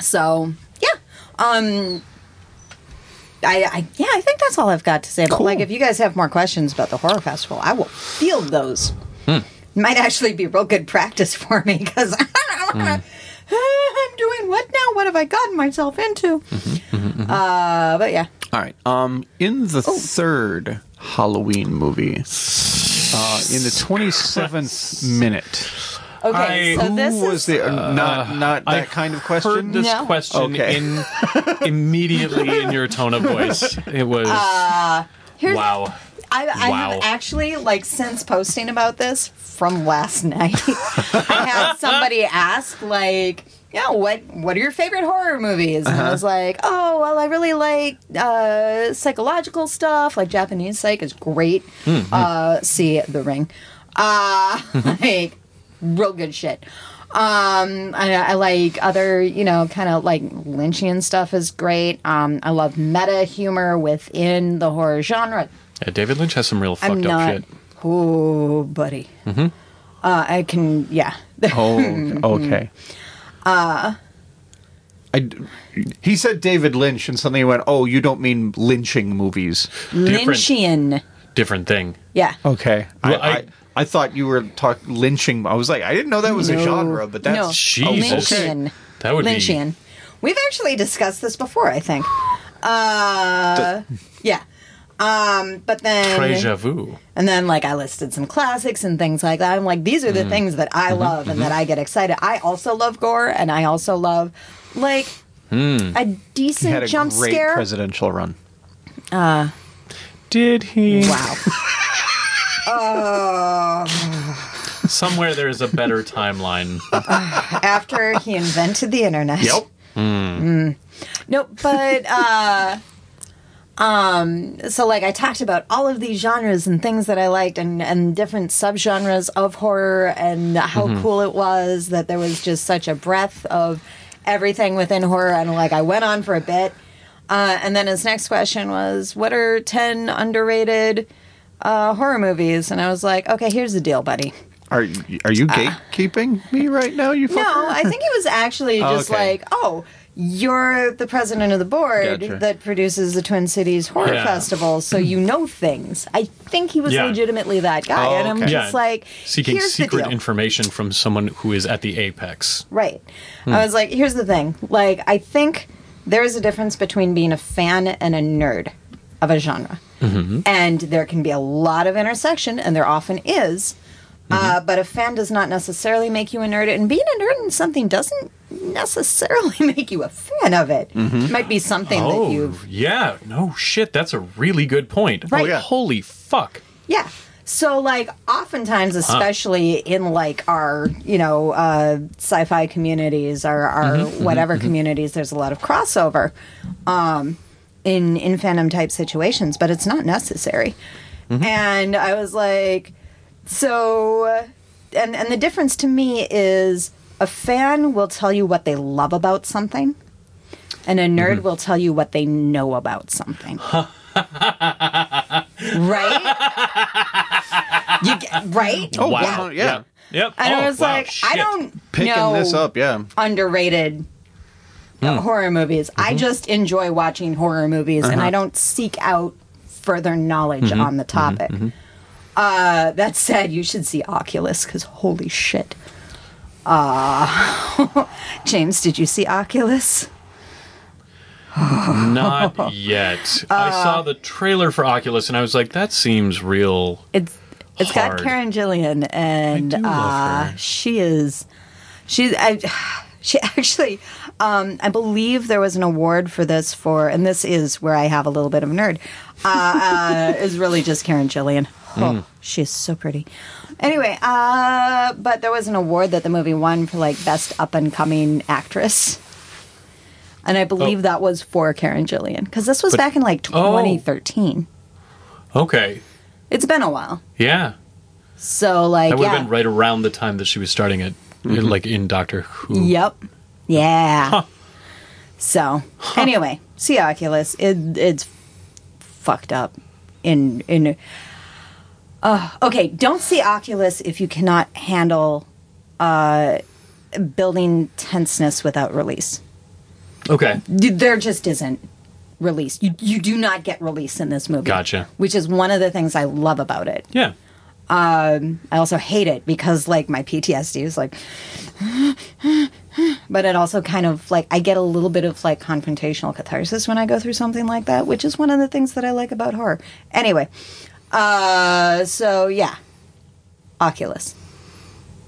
S2: So yeah, um, I, I yeah, I think that's all I've got to say. But like, if you guys have more questions about the horror festival, I will field those.
S3: Hmm.
S2: Might actually be real good practice for me because
S3: Hmm.
S2: I'm doing what now? What have I gotten myself into?
S3: Mm-hmm.
S2: Uh, but yeah,
S3: All right. Um, in the
S2: Oh.
S3: third Halloween movie, uh, in the twenty seventh minute,
S1: I-
S2: okay. so this
S3: who was
S2: is
S3: the uh, not not that
S1: Uh, I
S3: kind of
S1: Heard
S3: question?
S1: this
S2: No.
S1: question
S3: Okay.
S1: in immediately in your tone of voice. It was
S2: Uh, here's,
S1: wow.
S2: I, I
S1: Wow.
S2: have actually like since posting about this from last night. I had somebody ask like, "Yeah, what what are your favorite horror movies?" And I was like, "Oh, well, I really like uh, psychological stuff. Like Japanese psych is great. Uh, see The Ring. Uh, like real good shit." Um, I, I like other, you know, kind of like Lynchian stuff is great. Um, I love meta humor within the horror genre.
S1: Yeah, David Lynch has some real fucked
S2: I'm
S1: up
S2: not.
S1: shit. Mm-hmm.
S2: Oh, buddy. Uh, I can. Yeah.
S3: Oh, okay. Uh, he said David Lynch, and suddenly he went, "Oh, you don't mean lynching movies?"
S1: Different.
S2: Lynchian.
S1: Different thing.
S2: Yeah.
S3: Okay,
S1: Well, I-
S3: I, I, I thought you were talking lynching. I was like, I didn't know that was a genre, but that's
S2: no.
S1: Jesus.
S2: Lynchian.
S1: That would be-
S2: Lynchian. We've actually discussed this before, I think. Uh, yeah. Um, but then
S1: Deja vu.
S2: And then, like, I listed some classics and things like that. I'm like, these are the
S1: Mm.
S2: things that
S1: Mm-hmm.
S2: I love and that I get excited. I also love gore, and I also love, like,
S1: Hmm.
S2: a
S3: He
S2: decent
S3: had a
S2: jump
S3: great
S2: scare.
S3: presidential run.
S1: Did he?
S2: wow.
S1: Somewhere there is a better timeline.
S2: After he invented the internet. Nope, but uh um so like I talked about all of these genres and things that I liked and and different subgenres of horror and how cool it was that there was just such a breadth of everything within horror and like I went on for a bit. Uh, and then his next question was, "What are ten underrated uh, horror movies?" And I was like, "Okay, here's the deal, buddy.
S3: Are are you gatekeeping me right now? You fucker?
S2: Uh, No, I think it was actually just
S3: okay.
S2: like, oh, you're the president of the board
S3: Gotcha.
S2: that produces the Twin Cities Horror
S1: Yeah.
S2: Festival, so you know things. I think he was
S1: Yeah.
S2: legitimately that guy,
S3: Oh,
S2: and I'm
S3: okay.
S1: Yeah.
S2: just like,
S1: Seeking
S2: here's the
S1: secret
S2: deal.
S1: information from someone who is at the apex.
S2: Right. I was like, here's the thing. Like, I think there is a difference between being a fan and a nerd of a genre. And there can be a lot of intersection, and there often is. Uh, but a fan does not necessarily make you a nerd. And being a nerd in something doesn't necessarily make you a fan of it. It might be something that
S1: Oh,
S2: you've.
S1: yeah. No shit. That's a really good point.
S2: Right. Oh, yeah.
S1: Holy fuck.
S2: Yeah. So, like, oftentimes, especially in like our, you know, uh, sci-fi communities or our whatever communities, there's a lot of crossover um, in in fandom type situations, but it's not necessary.
S1: Mm-hmm.
S2: And I was like, so, and and the difference to me is a fan will tell you what they love about something, and a
S1: Mm-hmm.
S2: nerd will tell you what they know about something. right? you get, right?
S3: Oh,
S1: wow.
S3: wow, yeah.
S1: Yep.
S2: And
S1: oh,
S2: I was
S1: wow,
S2: like, I
S1: shit.
S2: don't
S3: picking
S2: know
S3: this up. Yeah,
S2: underrated
S7: uh, horror movies. I just enjoy watching horror movies, and I don't seek out further knowledge on the topic. Uh, that said, you should see Oculus because holy shit. Uh, James, did you see Oculus?
S1: Not yet.
S2: Uh,
S1: I saw the trailer for Oculus and I was like, that seems real.
S2: It's it's
S1: Hard.
S2: got Karen Gillian, and
S1: I do love
S2: uh,
S1: her.
S2: she is she's I, she actually um, I believe there was an award for this for, and this is where I have a little bit of a nerd. Uh, uh, is really just Karen Gillian.
S1: Hmm.
S2: Oh, she is so pretty. Anyway, uh, but there was an award that the movie won for like best up and coming actress. And I believe
S1: Oh.
S2: that was for Karen Gillian because this was
S1: But-
S2: back in like
S1: Oh.
S2: 2013.
S1: Okay.
S2: It's been a while.
S1: Yeah.
S2: So like
S1: That would have
S2: yeah.
S1: been right around the time that she was starting it, like in Doctor Who.
S2: Yep. Yeah.
S1: Huh.
S2: So anyway, see Oculus. It it's fucked up. In in. Uh, okay, don't see Oculus if you cannot handle uh, building tenseness without release.
S1: Okay.
S2: D- There just isn't release. You you do not get release in this movie.
S1: Gotcha.
S2: Which is one of the things I love about it.
S1: Yeah.
S2: Um, I also hate it because like my PTSD is like, but it also kind of like I get a little bit of like confrontational catharsis when I go through something like that, which is one of the things that I like about horror. Anyway, uh, so yeah, Oculus,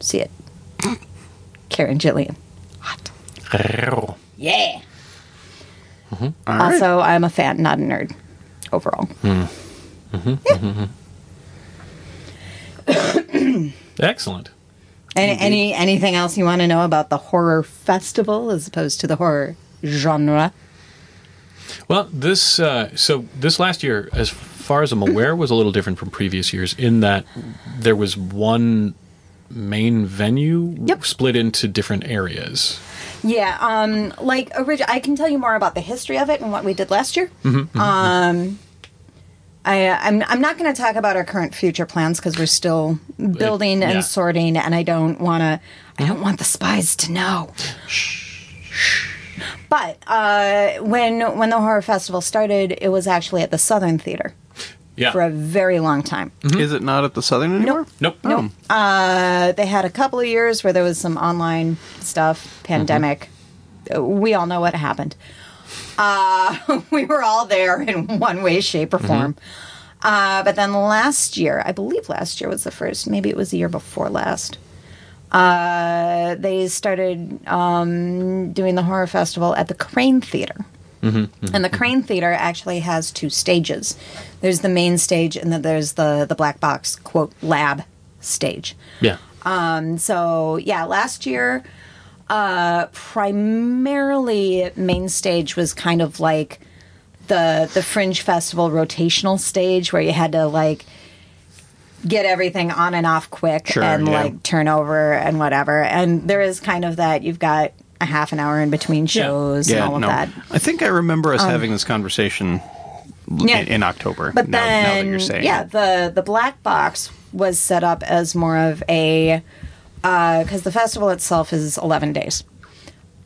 S2: see it, Karen Gillian, hot, yeah. Also, I'm a fan, not a nerd, overall.
S1: Excellent.
S2: Any, any anything else you want to know about the horror festival as opposed to the horror genre?
S1: Well, this uh, so this last year, as far as I'm aware, was a little different from previous years in that there was one main venue
S2: Yep.
S1: split into different areas.
S2: Yeah, um, like orig- I can tell you more about the history of it and what we did last year. Um, I, I'm I'm not going to talk about our current future plans because we're still building
S1: yeah.
S2: and sorting, and I don't want to. I don't want the spies to know. But uh, when when the horror festival started, it was actually at the Southern Theater
S1: Yeah.
S2: for a very long time.
S1: Mm-hmm.
S3: Is it not at the Southern anymore?
S1: Nope.
S2: Oh.
S3: No.
S2: Uh, they had a couple of years where there was some online stuff, pandemic. Uh, We all know what happened. Uh, we were all there in one way, shape, or form. Uh, but then last year, I believe last year was the first, maybe it was the year before last, uh, they started um, doing the horror festival at the Crane Theater. And
S3: Mm-hmm.
S2: the Crane Theater actually has two stages. There's the main stage, and then there's the the black box quote lab stage.
S1: Yeah.
S2: Um, so yeah, last year, uh, primarily main stage was kind of like the the fringe festival rotational stage where you had to like get everything on and off quick
S3: Sure,
S2: and
S3: yeah.
S2: like turn over and whatever. And there is kind of that you've got a half an hour in between shows and all of that. Um,
S3: I think I remember us having this conversation l-
S2: Yeah.
S3: in, in October.
S2: But
S3: now,
S2: then,
S3: now that you're saying,
S2: yeah,
S3: it.
S2: the the black box was set up as more of a because the festival itself is eleven days.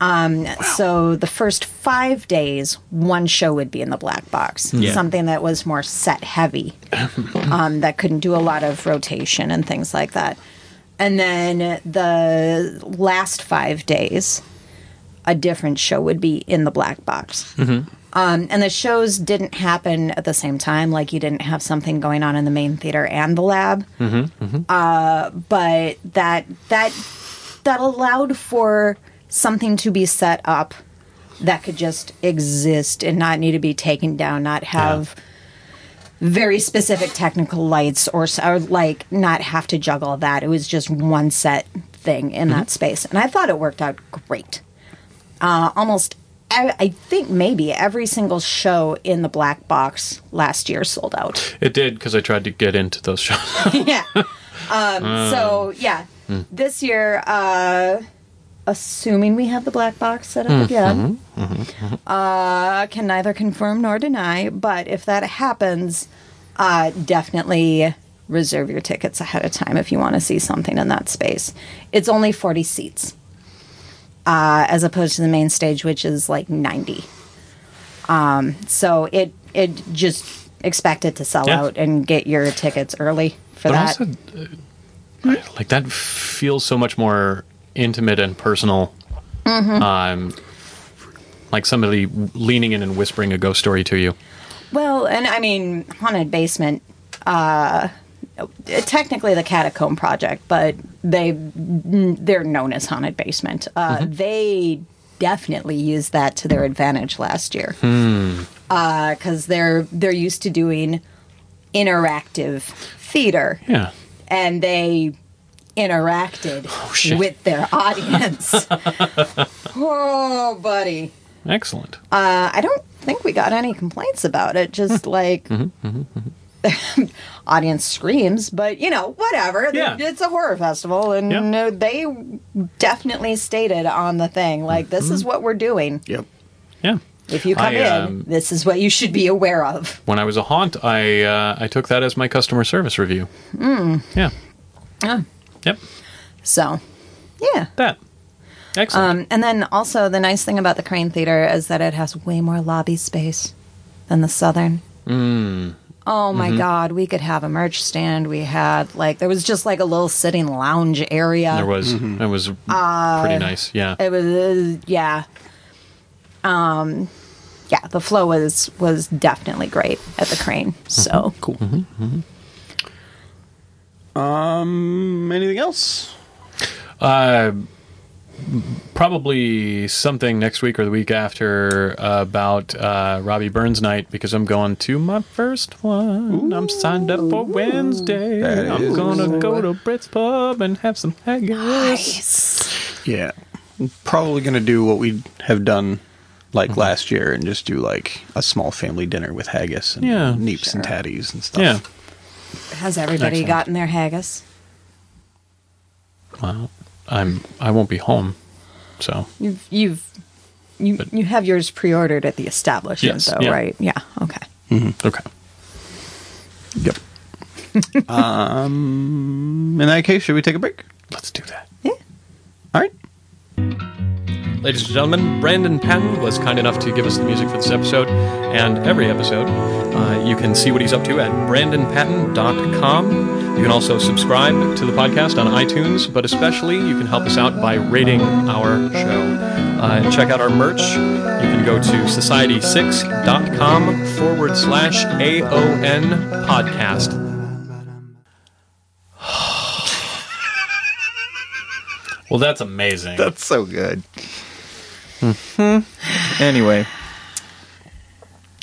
S2: Um, So the first five days, one show would be in the black box,
S3: Hmm. Yeah.
S2: something that was more set heavy, um, that couldn't do a lot of rotation and things like that. And then the last five days, a different show would be in the black box. Um, and the shows didn't happen at the same time. Like you didn't have something going on in the main theater and the lab. Uh, but that that that allowed for something to be set up that could just exist and not need to be taken down, not have very specific technical lights or, s- or like not have to juggle that. It was just one set thing in that space. And I thought it worked out great. Uh, almost, I, I think maybe every single show in the black box last year sold out
S1: It did because I tried to get into those shows.
S2: yeah. Um, So yeah, this year, uh, assuming we have the black box set up again, uh, can neither confirm nor deny. But if that happens, uh, definitely reserve your tickets ahead of time if you want to see something in that space. It's only forty seats. uh, as opposed to the main stage, which is like 90. Um, so it it just expect it to sell
S1: Yeah.
S2: out and get your tickets early for
S1: but
S2: that.
S1: also uh, like that feels so much more intimate and personal
S2: Mm-hmm.
S1: um like somebody leaning in and whispering a ghost story to you
S2: Well, and I mean, Haunted Basement, uh, technically the Catacomb Project, but they they're known as Haunted Basement. Uh,
S1: Mm-hmm.
S2: They definitely used that to their advantage last year
S1: Hmm.
S2: because they're they're used to doing interactive theater
S1: yeah
S2: and they interacted
S1: Oh, shit.
S2: with their audience. oh, buddy.
S1: excellent
S2: Uh, I don't think we got any complaints about it.
S1: Hmm.
S2: Just like
S1: Mm-hmm.
S2: audience screams, but you know, whatever.
S1: Yeah.
S2: It's a horror festival, and
S1: Yeah.
S2: uh, they definitely stated on the thing like, "This is what we're doing.
S3: Yep.
S1: yeah
S2: If you come
S1: Mm-hmm. I,
S2: in,
S1: um,
S2: this is what you should be aware of."
S1: when i was a haunt i uh, i took that as my customer service review
S2: Hmm.
S1: yeah yep
S2: So, yeah.
S1: that excellent
S2: Um, and then also the nice thing about the Crane Theater is that it has way more lobby space than the Southern.
S1: Hmm.
S2: Oh my
S1: Mm-hmm.
S2: God, we could have a merch stand. We had like there was just like a little sitting lounge area.
S1: there was
S3: Mm-hmm.
S1: it was pretty nice yeah
S2: It was uh, yeah, um, yeah. The flow was was definitely great at the Crane.
S1: Mm-hmm.
S2: So
S3: Cool. Um.
S1: Mm,
S3: Anything else?
S1: Uh, probably something next week or the week after about uh, Robbie Burns night because I'm going to my first one. I'm signed up for Wednesday.
S3: That
S1: I'm
S3: is-
S1: gonna go to Brett's Pub and have some haggis.
S3: Yeah. Probably gonna do what we have done like
S1: Mm-hmm.
S3: last year and just do like a small family dinner with haggis and
S1: Yeah.
S3: neeps and tatties and stuff.
S1: Yeah.
S2: has everybody
S1: Excellent.
S2: gotten their haggis?
S1: Well, I'm. I won't be home. So
S2: You've you've you you have yours pre-ordered at the establishment
S1: Yes,
S2: though,
S1: yeah.
S2: right? Yeah. Okay.
S1: okay.
S3: Yep. um. In that case, should we take a break?
S1: Let's do that.
S3: All right.
S1: Ladies and gentlemen, Brandon Patton was kind enough to give us the music for this episode and every episode. Uh, you can see what he's up to at brandonpatton.com. You can also subscribe to the podcast on iTunes, but especially you can help us out by rating our show. Uh, and check out our merch. You can go to society6.com forward slash AON podcast. Well, that's amazing.
S3: That's so good. Mm-hmm. Anyway,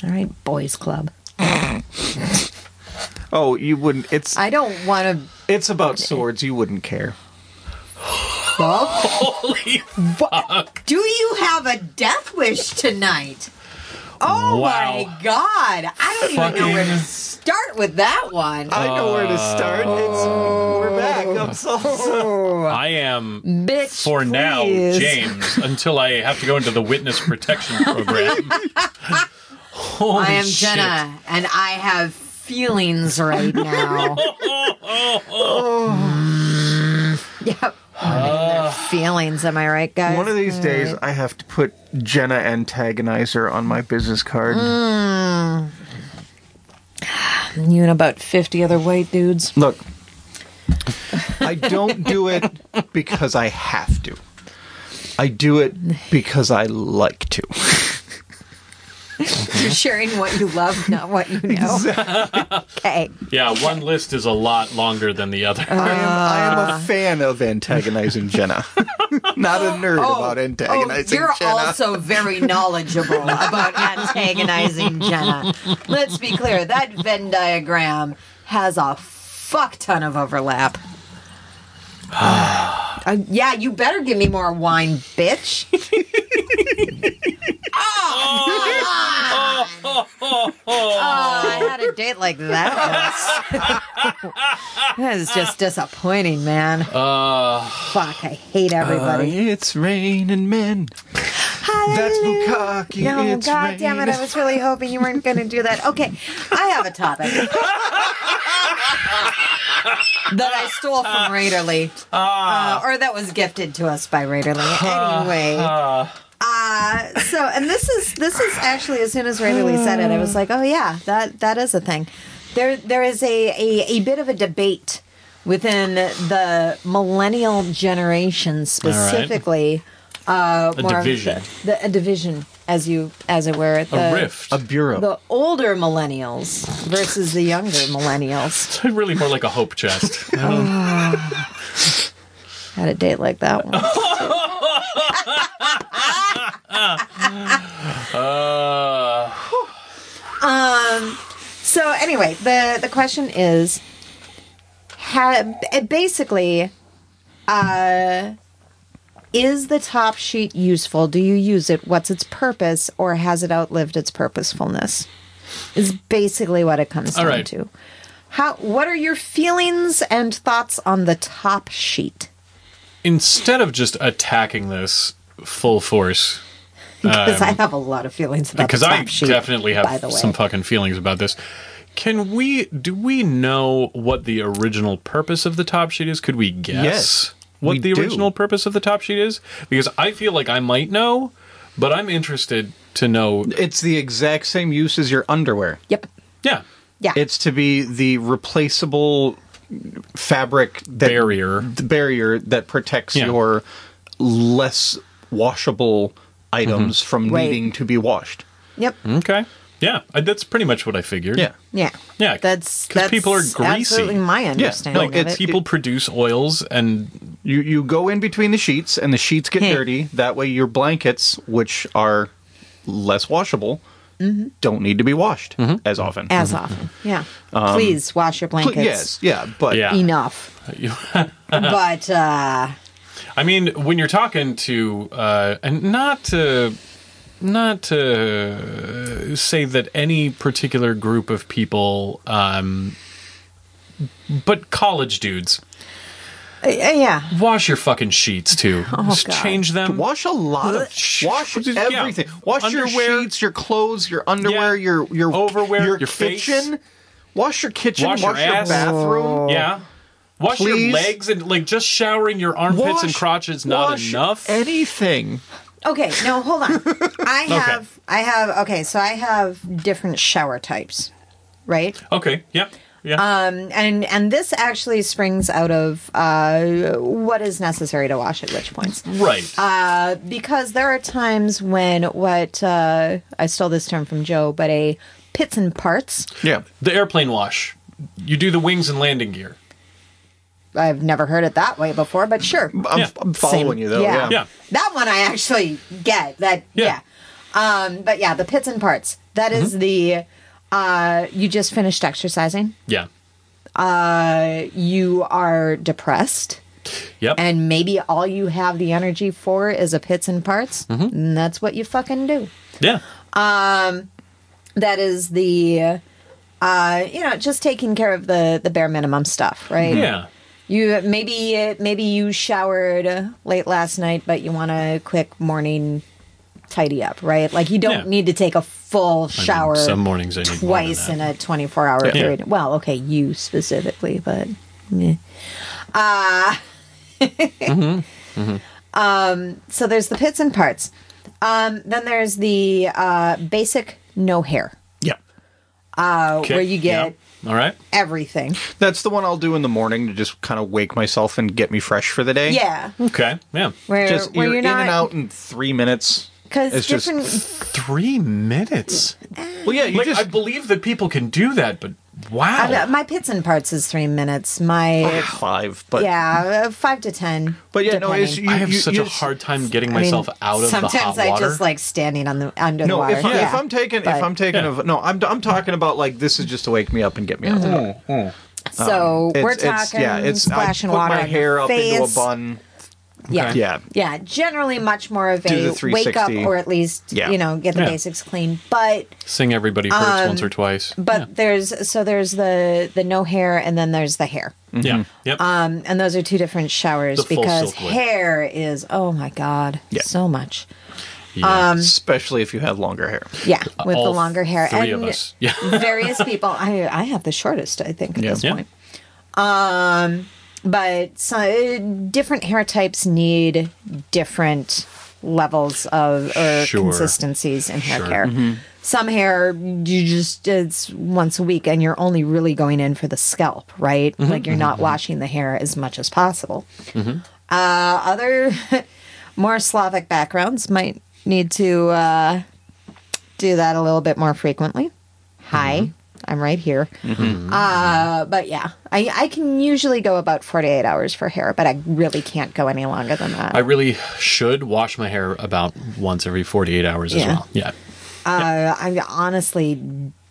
S2: All right, boys club.
S3: oh, you wouldn't. It's
S8: I don't want to.
S3: it's about swords. You wouldn't care.
S1: Holy
S8: Do you have a death wish tonight? Oh
S1: Wow.
S8: my god! I don't even know where to
S1: Fucking-
S8: start with that one.
S3: I
S1: Uh,
S3: know where to start. It's we're back. I'm so
S1: I am
S8: Bitch,
S1: for now
S8: please.
S1: James until I have to go into the witness protection program. Holy
S8: I am
S1: shit.
S8: Jenna, and I have feelings right now. yep.
S1: Uh,
S8: feelings, am I right, guys?
S3: One of these days, I have to put Jenna Antagonizer on my business card.
S8: you and about 50 other white dudes.
S3: Look, I don't do it because I have to. I do it because I like to.
S8: You're sharing what you love, not what you know.
S2: Okay.
S1: Yeah, one list is a lot longer than the other.
S8: Uh,
S3: I, am, I am a fan of antagonizing Jenna, not a nerd about antagonizing
S8: you're
S3: Jenna.
S8: also very knowledgeable about antagonizing Jenna. Let's be clear, that Venn diagram has a fuck ton of overlap. Uh, yeah, you better give me more wine, bitch. oh, come on. Oh, I had out a date like that was. that is just disappointing, man. Fuck, I hate everybody.
S3: it's raining men. That's Bukaki.
S8: no,
S3: it's
S8: God damn it!
S3: raining.
S8: I was really hoping you weren't going to do that. Okay, I have a topic that I stole
S1: Ah.
S8: from Raiderly, uh, or that was gifted to us by Raiderly.
S1: Ah,
S8: Anyway, uh, so and this is this is actually as soon as Raiderly said it, I was like, oh yeah, that that is a thing. There there is a a, a bit of a debate within the millennial generation specifically. Uh,
S1: A
S8: more of
S1: division.
S8: the- the, a division, as you as it were, the,
S1: A rift.
S3: A bureau.
S8: the older millennials versus the younger millennials.
S1: really more like a hope chest.
S8: Had a date like that one.
S1: uh,
S8: Um, So anyway, the the question is, ha, basically, uh, is the top sheet useful? Do you use it? What's its purpose, or has it outlived its purposefulness? Is basically what it comes
S1: All
S8: down
S1: right.
S8: to. How? What are your feelings and thoughts on the top sheet?
S1: instead of just attacking this full force,
S8: Because I have a lot of feelings about the
S1: Um, because
S8: top
S1: I
S8: sheet.
S1: definitely
S8: by
S1: have
S8: the way.
S1: some fucking feelings about this. Can we? Do we know what the original purpose of the top sheet is? Could we guess
S3: Yes,
S1: what
S3: we
S1: the
S3: do.
S1: original purpose of the top sheet is? Because I feel like I might know, but I'm interested to know.
S3: it's the exact same use as your underwear.
S8: Yep.
S1: Yeah,
S8: Yeah.
S3: It's to be the replaceable fabric that
S1: barrier.
S3: the barrier that protects
S1: Yeah.
S3: your less washable items
S1: Mm-hmm.
S3: from
S8: Right.
S3: needing to be washed.
S8: yep.
S1: Okay. Yeah, I, that's pretty much what I figured.
S3: Yeah.
S8: Yeah.
S1: Yeah,
S8: That's
S1: 'cause
S8: that's
S1: people are greasy.
S8: Absolutely, my understanding
S3: no,
S8: of
S3: it's
S8: it.
S1: People produce oils and
S3: You you go in between the sheets and the sheets get
S8: Hmm.
S3: dirty. That way your blankets, which are less washable, don't need to be washed
S1: Mm-hmm.
S3: as often.
S8: Mm-hmm. as often. Yeah.
S1: Um,
S8: Please wash your
S3: Cl-
S8: blankets.
S3: yes, yeah, but
S1: Yeah.
S8: Enough. but uh,
S1: I mean, when you're talking to, uh, and not to, not to say that any particular group of people, um, but college dudes,
S8: uh, yeah.
S1: wash your fucking sheets too. Just
S8: Oh, God.
S1: change them.
S3: wash a lot of
S1: Sh-
S3: wash
S1: yeah.
S3: everything. Wash
S1: Underwear.
S3: your sheets, your clothes, your underwear,
S1: Yeah.
S3: your your
S1: Overwear,
S3: your,
S1: your face.
S3: kitchen. Wash your kitchen.
S1: Wash
S3: Wash,
S1: your
S3: your,
S1: ass.
S3: bathroom.
S1: Yeah. Wash your
S3: Please.
S1: legs and like just showering your armpits and
S3: Wash-
S1: crotch is not
S3: wash
S1: enough.
S3: Anything.
S8: Okay. No, hold on. I have. I have. Okay. So I have different shower types, right?
S1: okay. Yeah. Yeah.
S8: Um, and and this actually springs out of uh, what is necessary to wash at which points.
S1: right.
S8: Uh, because there are times when what uh, I stole this term from Joe, but a pits and parts.
S3: Yeah.
S1: the airplane wash. You do the wings and landing gear.
S8: I've never heard it that way before, but sure.
S3: I'm,
S1: Yeah.
S3: I'm following
S8: Same.
S3: you though. Yeah.
S1: Yeah.
S8: That one I actually get. That
S1: Yeah.
S8: yeah. Um, but yeah, the pits and parts. That is the uh you just finished exercising.
S1: Yeah.
S8: Uh you are depressed
S1: Yep.
S8: and maybe all you have the energy for is a pits and parts. And that's what you fucking do.
S1: yeah.
S8: That is the uh you know, just taking care of the the bare minimum stuff, right?
S1: Yeah.
S8: You maybe maybe you showered late last night, but you want a quick morning tidy up, right? Like you don't
S1: Yeah.
S8: need to take a full shower
S1: some mornings I need more than
S8: twice
S1: that.
S8: in a twenty four hour
S1: Yeah.
S8: period. Well, okay, you specifically, but meh. uh,
S3: Mm-hmm.
S8: um, so there's the pits and parts. Um, then there's the uh, basic no hair,
S1: Yeah.
S8: uh,
S1: Okay.
S8: where you get
S1: Yeah. All right.
S8: everything.
S3: That's the one I'll do in the morning to just kind of wake myself and get me fresh for the day.
S8: Yeah,
S1: Okay. Yeah.
S8: where,
S3: Just
S8: where
S3: you're,
S8: you're,
S3: in
S8: not
S3: and out in three minutes.
S8: because
S3: It's just-
S8: different.
S1: Three minutes.
S3: Well, yeah, you
S1: Like
S3: just
S1: I believe that people can do that, but wow.
S8: Uh, my pits and parts is three minutes. My
S3: five, but
S8: yeah, uh, five to ten.
S3: but yeah, no, it's,
S8: depending.
S3: you,
S1: I have
S3: you-
S1: such
S3: you
S1: a
S3: just-
S1: hard time getting
S8: I mean,
S1: myself out of the
S8: sometimes
S1: hot
S8: I
S1: water.
S8: just like standing on the under the
S3: No,
S8: water.
S3: if, I,
S8: yeah.
S3: if I'm taking
S8: But-
S3: if I'm taking
S1: Yeah.
S3: a no, I'm I'm talking about like this is just to wake me up and get me out. of bed.
S1: Hmm.
S8: so we're
S3: It's-
S8: Mm-hmm. talking
S3: Um, it's- yeah, it's I
S8: splash and
S3: put
S8: water
S3: my
S8: on your
S3: hair up into a
S8: face.
S3: bun.
S8: Yeah.
S1: Okay.
S9: Yeah.
S8: Yeah, generally much more of
S9: Do
S8: a
S9: the
S8: wake up
S9: 360.
S8: or at least
S9: Yeah.
S8: you know get the
S1: Yeah.
S8: basics clean. But
S1: Sing everybody hurts once or twice.
S8: Um, but there's so there's the the no hair and then there's the hair.
S3: Mm.
S1: yeah, yep.
S8: Um, and those are two different showers
S1: The full
S8: because
S1: silk wig.
S8: hair is oh my god
S9: Yeah.
S8: so much.
S1: Yeah.
S9: Especially if you had longer hair.
S8: Yeah, um, with the
S1: All
S8: longer hair
S1: three
S8: and
S1: of us. Yeah.
S8: various people. I I have the shortest I think at
S9: Yeah.
S8: this
S1: Yeah.
S8: point. Um, But so, uh, different hair types need different levels of or
S1: Sure.
S8: consistencies in hair
S1: Sure. Mm-hmm.
S8: care. Some hair you just it's once a week and you're only really going in for the scalp, right?
S1: Mm-hmm.
S8: Like you're not washing the hair as much as possible. Uh, other more Slavic backgrounds might need to uh, do that a little bit more frequently. Hi, I'm right here. Uh, but yeah, I, I can usually go about 48 hours for hair, but I really can't go any longer than that.
S1: I really should wash my hair about once every 48 hours as
S8: Yeah.
S1: well. Yeah.
S8: uh, I honestly,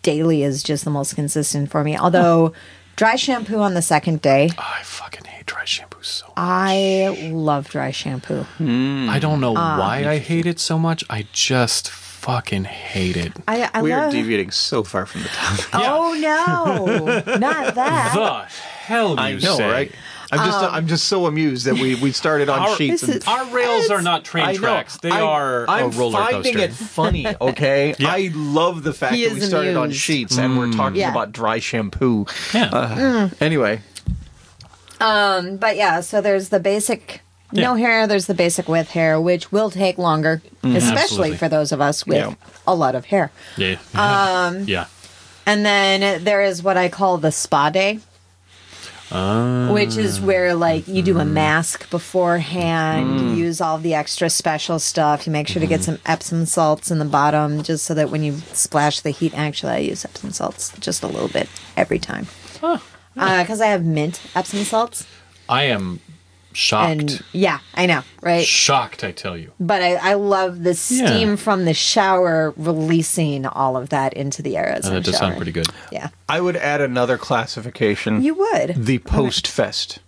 S8: daily is just the most consistent for me. Although, dry shampoo on the second day,
S1: I fucking hate dry shampoo so much.
S8: I love dry shampoo.
S1: I don't know
S8: Ah.
S1: why I hate it so much. I just fucking hate it.
S8: I, I
S9: We are
S8: love.
S9: deviating so far from the topic.
S8: Oh no, not that.
S1: The hell you
S9: I know,
S1: say.
S9: right? I'm just I'm just so amused that we, we started on
S1: Our-
S9: sheets.
S8: Um, This
S9: And,
S8: is-
S1: Our rails are not train
S9: I know.
S1: tracks. They
S9: I'm-
S1: are
S9: I'm
S1: a roller
S9: finding
S1: coaster.
S9: it funny. Okay,
S1: Yeah. Mm.
S9: I love the fact
S8: He
S9: that we
S8: is
S9: started on
S8: amused.
S9: sheets and we're talking
S8: Yeah.
S9: about dry shampoo.
S1: Yeah.
S9: Uh, Anyway,
S8: Um, but yeah, so there's the basic no hair, there's the basic with hair, which will take longer, especially
S1: Absolutely.
S8: for those of us with
S9: Yeah.
S8: a lot of hair.
S1: yeah. Um, yeah.
S8: And then there is what I call the spa day. which is where like you do a mask beforehand, you use all the extra special stuff, you make sure to get some Epsom salts in the bottom just so that when you splash the heat actually I use Epsom salts just a little bit every time. Because I have mint Epsom salts,
S1: I am shocked.
S8: and yeah, I know, right?
S1: shocked, I tell you.
S8: But I, I love the
S1: Yeah.
S8: steam from the shower releasing all of that into the air as
S1: And
S8: I'm
S1: Oh, that does
S8: showering.
S1: sound pretty good.
S8: Yeah,
S9: I would add another classification:
S8: you would.
S9: the post fest,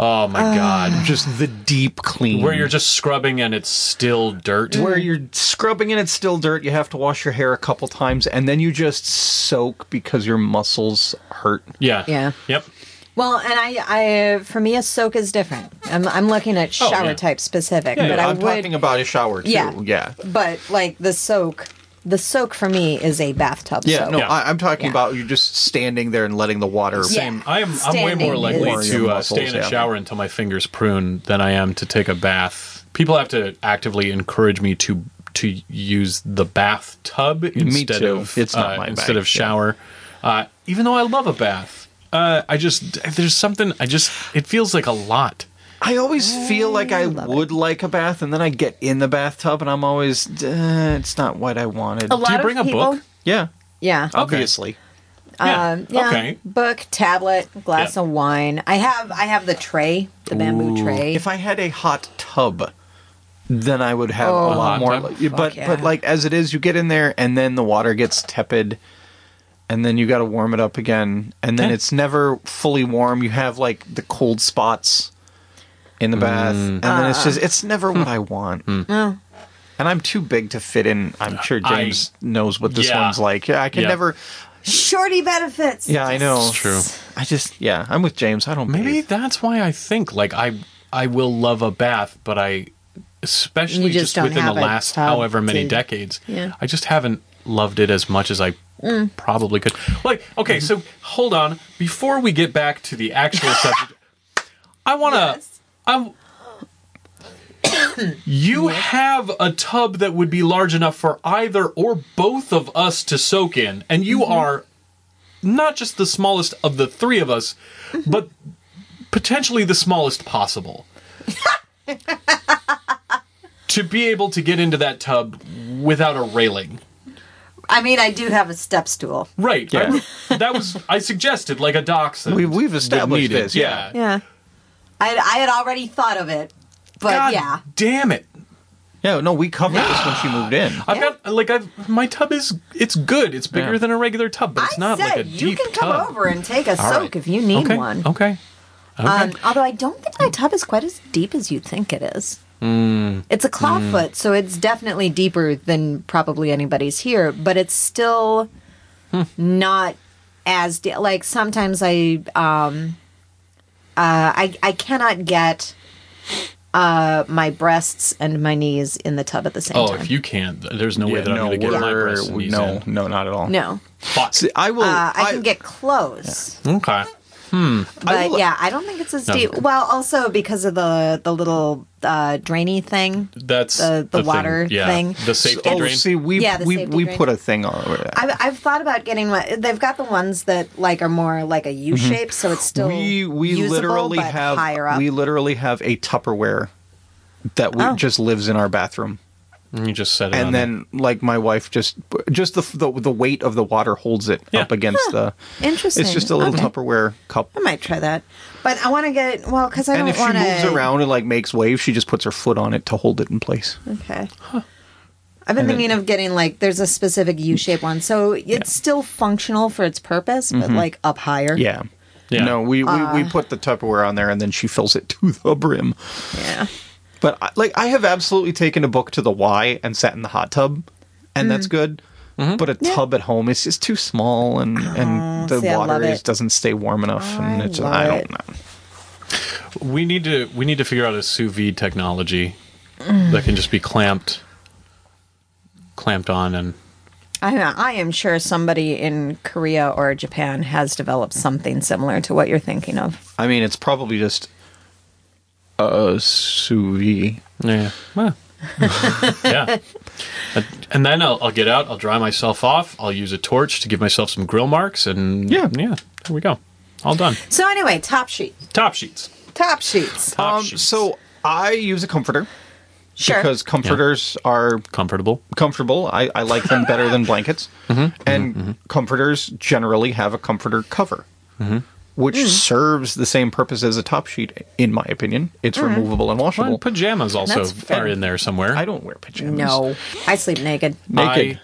S1: Oh my god.
S8: Um,
S9: just the deep clean,
S1: Where you're just scrubbing and it's still dirt.
S9: where you're scrubbing and it's still dirt. You have to wash your hair a couple times, and then you just soak because your muscles hurt.
S1: Yeah.
S8: Yeah.
S1: Yep.
S8: Well, and I, I, for me, a soak is different. I'm, I'm looking at
S1: Oh,
S8: shower
S1: yeah.
S8: type specific,
S1: Yeah,
S8: but
S1: yeah,
S8: I
S9: I'm
S8: would.
S9: talking about a shower too.
S8: Yeah.
S9: yeah.
S8: but like the soak, the soak for me is a bathtub
S9: Yeah,
S8: soak.
S9: no,
S1: Yeah.
S9: I, I'm talking
S8: Yeah.
S9: about you just standing there and letting the water.
S8: Yeah.
S1: Same. I am. I'm way more
S8: Standing
S1: likely
S9: is-
S1: to uh, stay in a
S9: Yeah.
S1: shower until my fingers prune than I am to take a bath. People have to actively encourage me to to use the bathtub instead
S9: too.
S1: of
S9: It's not
S1: uh,
S9: my
S1: instead
S9: bag,
S1: of shower. Uh, even though I love a bath, uh, I just there's something. I just it feels like a lot.
S9: I always feel like I would like a bath, and then I get in the bathtub, and I'm always, "Uh, it's not what I wanted.
S8: A lot
S1: Do you
S8: of
S1: bring a
S8: people,
S1: book? Oh,
S9: Yeah,
S8: Yeah.
S9: obviously.
S1: Yeah.
S8: Um, yeah.
S1: Okay.
S8: Book, tablet, glass
S1: Yeah.
S8: of wine. I have I have the tray, the bamboo tray.
S9: If I had a hot tub, then I would have
S8: Oh,
S9: a
S1: Hot
S9: lot more.
S1: tub?
S9: li- But
S8: Fuck yeah.
S9: but like as it is, you get in there, and then the water gets tepid, and then you got to warm it up again, and then
S1: Yeah.
S9: it's never fully warm. You have like the cold spots in the bath,
S1: Mm.
S9: and then
S1: Ah.
S9: it's just it's never
S1: Hmm.
S9: what I want. And I'm too big to fit in. I'm sure
S1: I-
S9: James knows what this
S1: Yeah.
S9: one's like. Yeah, I can
S1: Yeah.
S9: never.
S8: Shorty benefits.
S9: Yeah, I know.
S1: It's true.
S9: I just yeah, I'm with James. I don't
S1: Maybe
S9: bathe.
S1: that's why I think like I I will love a bath, but I especially
S8: You just
S1: just,
S8: don't
S1: within the
S8: have a
S1: last
S8: tub
S1: however many
S8: to-
S1: decades,
S8: Yeah. Mm.
S1: I just haven't loved it as much as I probably could. Like, okay, so hold on. Before we get back to the actual subject, I want to. I'm. You have a tub that would be large enough for either or both of us to soak in, and you
S8: Mm-hmm.
S1: are not just the smallest of the three of us,
S8: Mm-hmm.
S1: but potentially the smallest possible. to be able to get into that tub without a railing.
S8: I mean, I do have a step stool.
S1: Right. I
S9: Yeah.
S1: re- that was I suggested like a dachshund.
S9: We've, we've
S1: that
S9: established
S1: needed.
S9: this. Yeah.
S8: Yeah. I I had already thought of it, but
S1: God
S8: yeah.
S1: damn it.
S9: Yeah, no, we covered this when she moved in.
S1: I've got like I've my tub is it's good. It's bigger
S9: Yeah.
S1: than a regular tub, but it's
S8: I
S1: not
S8: said
S1: like a
S8: you
S1: deep
S8: can come
S1: tub.
S8: over and take a soak
S1: right.
S8: if you need
S1: okay.
S8: one.
S1: Okay.
S8: Um, although I don't think my tub is quite as deep as you think it is. It's a clawfoot, so it's definitely deeper than probably anybody's here, but it's still not as de- like sometimes I um uh I I cannot get uh my breasts and my knees in the tub at the same
S1: Oh,
S8: time.
S1: if you can't, th- there's no way
S9: Yeah,
S1: that I'm
S9: no,
S1: going to get my
S9: we're-
S1: breasts and knees
S9: no,
S1: in. uh,
S9: no, not at all.
S8: no.
S1: But-
S9: See, I will.
S8: Uh, I
S9: I-
S8: can get close.
S1: okay.
S9: I
S8: But
S9: will-
S8: yeah, I don't think it's as
S1: No.
S8: deep. Well, also because of the the little uh, drainy thing.
S1: That's
S8: The- the
S1: thing.
S8: water
S1: Yeah.
S8: thing.
S1: The safety
S9: oh,
S1: drain.
S9: see, we
S8: Yeah, the
S9: we,
S8: safety
S9: we
S8: drain.
S9: put a thing all over that.
S8: I've, I've thought about getting one. They've got the ones that like are more like a U shape, so it's still
S9: Mm-hmm. we we
S8: usable,
S9: literally
S8: but
S9: have
S8: higher up.
S9: we literally have a Tupperware that we,
S8: Oh.
S9: just lives in our bathroom.
S1: And you just set it on
S9: and
S1: there.
S9: then like my wife just just the the, the weight of the water holds it
S1: Yeah.
S9: up against the
S8: Interesting.
S9: it's just a little
S8: Okay.
S9: tupperware cup
S8: I might try that, but I want to get well because I
S9: and
S8: don't
S9: if she
S8: want to.
S9: moves around and like makes waves she just puts her foot on it to hold it in place
S8: Okay. I've been thinking of getting like there's a specific
S9: Mm-hmm.
S8: U shape one, so it's still functional for its purpose, but like up higher.
S9: Mm-hmm. yeah
S1: Yeah.
S9: no we, we we
S8: Uh.
S9: put the tupperware on there and then she fills it to the brim
S8: Yeah.
S9: but I, like i have absolutely taken a book to the y and sat in the hot tub and that's
S8: Mm.
S9: good
S1: Mm-hmm.
S9: But a tub at home is just too small, and, and the
S8: Oh, see, I love
S9: water is,
S8: it. Oh,
S9: doesn't stay warm enough, and
S8: I
S9: it's
S8: love
S9: I don't
S8: it.
S9: know.
S1: we need to we need to figure out a sous vide technology that can just be clamped clamped on and
S8: I, I am sure somebody in Korea or Japan has developed something similar to what you're thinking of.
S9: I mean, it's probably just a sous vide.
S1: yeah Well. yeah And- and then I'll, I'll get out i'll dry myself off i'll use a torch to give myself some grill marks and
S9: Yeah.
S1: yeah there we go all done
S8: So anyway, top sheet,
S1: top sheets
S8: top sheets.
S1: top
S9: Um,
S1: sheets.
S9: so I use a comforter
S8: Sure.
S9: because comforters are
S1: comfortable
S9: comfortable. I, I like them better than blankets,
S1: Mm-hmm.
S9: and comforters generally have a comforter cover,
S1: Mm-hmm.
S9: which
S8: Mm.
S9: serves the same purpose as a top sheet, in my opinion.
S8: Mm.
S9: It's removable and washable.
S1: well, pajamas also
S8: That's fair.
S1: are in there somewhere
S9: I don't wear pajamas.
S8: no, I sleep naked.
S9: naked.
S1: I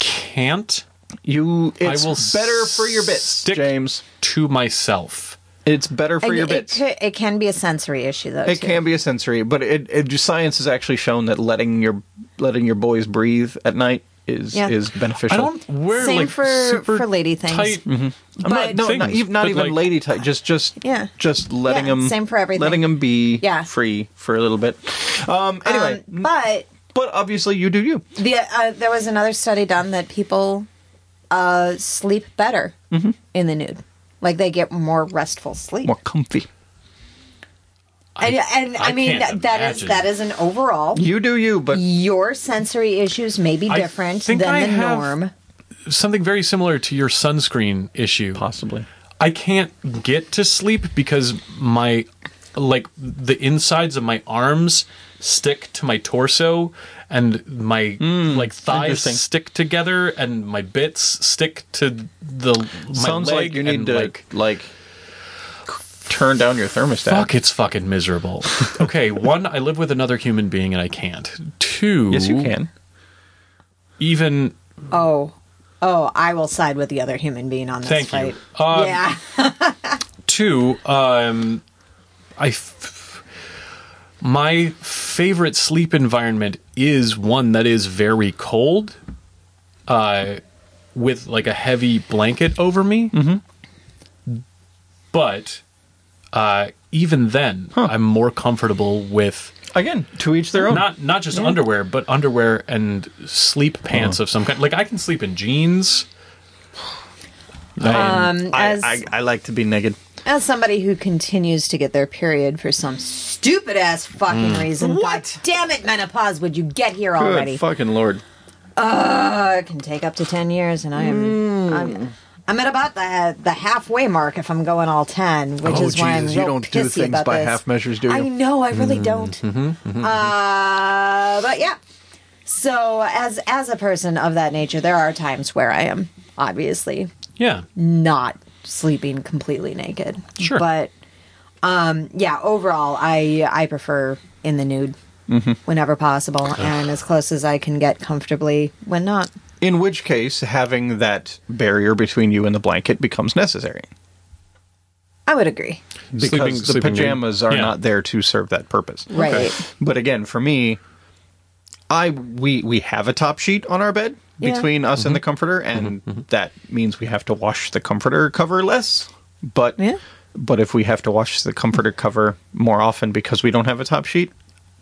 S1: can't
S9: you. It's
S1: will
S9: better for your bits,
S1: stick-
S9: James.
S1: to myself
S9: It's better for
S8: And
S9: your
S8: it,
S9: bits.
S8: could- it can be a sensory issue though.
S9: It
S8: too.
S9: can be a sensory, but it, it just- science has actually shown that letting your letting your boys breathe at night is
S8: Yeah.
S9: is beneficial.
S1: I don't wear
S8: Same
S1: like
S8: for-
S1: super
S8: for lady things.
S1: tight-
S9: I'm not,
S8: but-
S9: no, not,
S1: things,
S9: even, not
S1: but,
S9: even
S1: like-
S9: lady type. Just just
S8: Yeah.
S9: just letting
S8: Yeah,
S9: them
S8: same for everything.
S9: Letting them be
S8: Yeah.
S9: free for a little bit. Um. Anyway,
S8: Um, but
S9: but obviously you do you.
S8: the uh, there was another study done that people uh, sleep better in the nude, like they get more restful sleep.
S9: Mm-hmm. More comfy.
S8: and and
S1: I
S8: I, mean
S1: can't
S8: that is
S1: imagine.
S8: that is an overall.
S9: You do you, but
S8: Your sensory issues may be
S1: I
S8: different
S1: think
S8: than
S1: I
S8: the
S1: have-
S8: norm.
S1: something very similar to your sunscreen issue.
S9: possibly.
S1: I can't get to sleep because my like the insides of my arms stick to my torso and my like thighs
S9: Hmm, interesting.
S1: stick together and my bits stick to the my
S9: Sounds
S1: leg
S9: like you
S1: and,
S9: need to
S1: like
S9: like, turn down your thermostat.
S1: fuck it's fucking miserable. okay, one I live with another human being and I can't. Two
S9: Yes, you can.
S1: Even
S8: Oh, oh, I will side with the other human being on this
S1: Thank you.
S8: fight.
S1: Um,
S8: yeah,
S1: two um i f- my favorite sleep environment is one that is very cold uh with like a heavy blanket over me but uh even then i'm more comfortable with
S9: Again, to each
S3: Oh.
S9: their own.
S1: not not just underwear but underwear and sleep pants of some kind like i can sleep in jeans
S8: um,
S9: I,
S8: as
S9: I, I like to be naked.
S8: as somebody who continues to get their period for some stupid ass fucking reason,
S9: Mm. What?
S8: God damn it, menopause! Would you get here already?
S9: Good fucking lord.
S8: Uh, it can take up to ten years, and I'm
S9: Mm.
S8: I'm, I'm at about the the halfway mark if I'm going all ten, which
S9: Oh,
S8: is why I'm
S9: Jesus,
S8: real
S9: you don't do
S8: pissy
S9: things
S8: about
S9: by
S8: this.
S9: half measures, do you? Mm-hmm,
S8: I know, I really don't. Uh, but yeah. So as as a person of that nature, there are times where I am obviously
S1: yeah
S8: not sleeping completely naked.
S1: Sure.
S8: But um, yeah, overall, I I prefer in the nude
S1: Mm-hmm.
S8: whenever possible and as close as I can get comfortably when not.
S9: In which case, having that barrier between you and the blanket becomes necessary.
S8: I would agree.
S3: because
S1: Sleeping-
S3: the
S1: sleeping
S3: pajamas
S1: room.
S3: are
S1: Yeah.
S3: not there to serve that purpose.
S8: Right.
S3: But again, for me, I we we have a top sheet on our bed
S8: Yeah. Mm-hmm.
S3: between us and the comforter, and that means we have to wash the comforter cover less. But
S8: Yeah.
S3: but if we have to wash the comforter cover more often because we don't have a top sheet,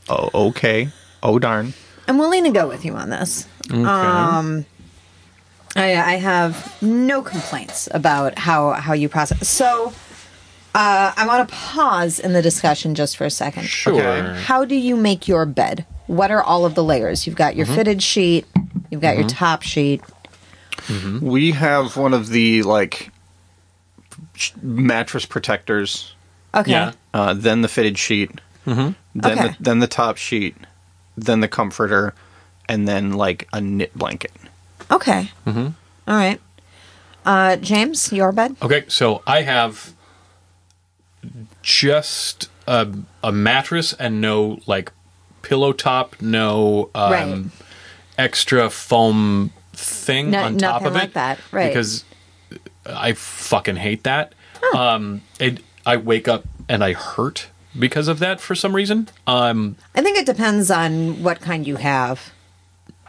S3: oh okay, oh darn.
S8: I'm willing to go with you on this. Um, I, I have no complaints about how, how you process. So uh, I want to pause in the discussion just for a second.
S1: Sure.
S3: Okay.
S8: How do you make your bed? What are all of the layers? You've got your
S3: Mm-hmm.
S8: fitted sheet, you've got your top sheet.
S3: We have one of the like sh- mattress protectors,
S8: Okay.
S1: Yeah.
S3: uh, then the fitted sheet, Mm-hmm. then
S8: Okay.
S3: the, then the top sheet, then the comforter, and then like a knit blanket.
S8: Okay. Mm-hmm. right. Uh, James, your bed?
S1: Okay, so I have just a, a mattress and no like pillow top, no um,
S8: Right.
S1: extra foam thing
S8: No-
S1: on top
S8: nothing
S1: of it.
S8: like that, right.
S1: Because I fucking hate that. Um, it, I wake up and I hurt because of that for some reason. Um,
S8: I think it depends on what kind you have.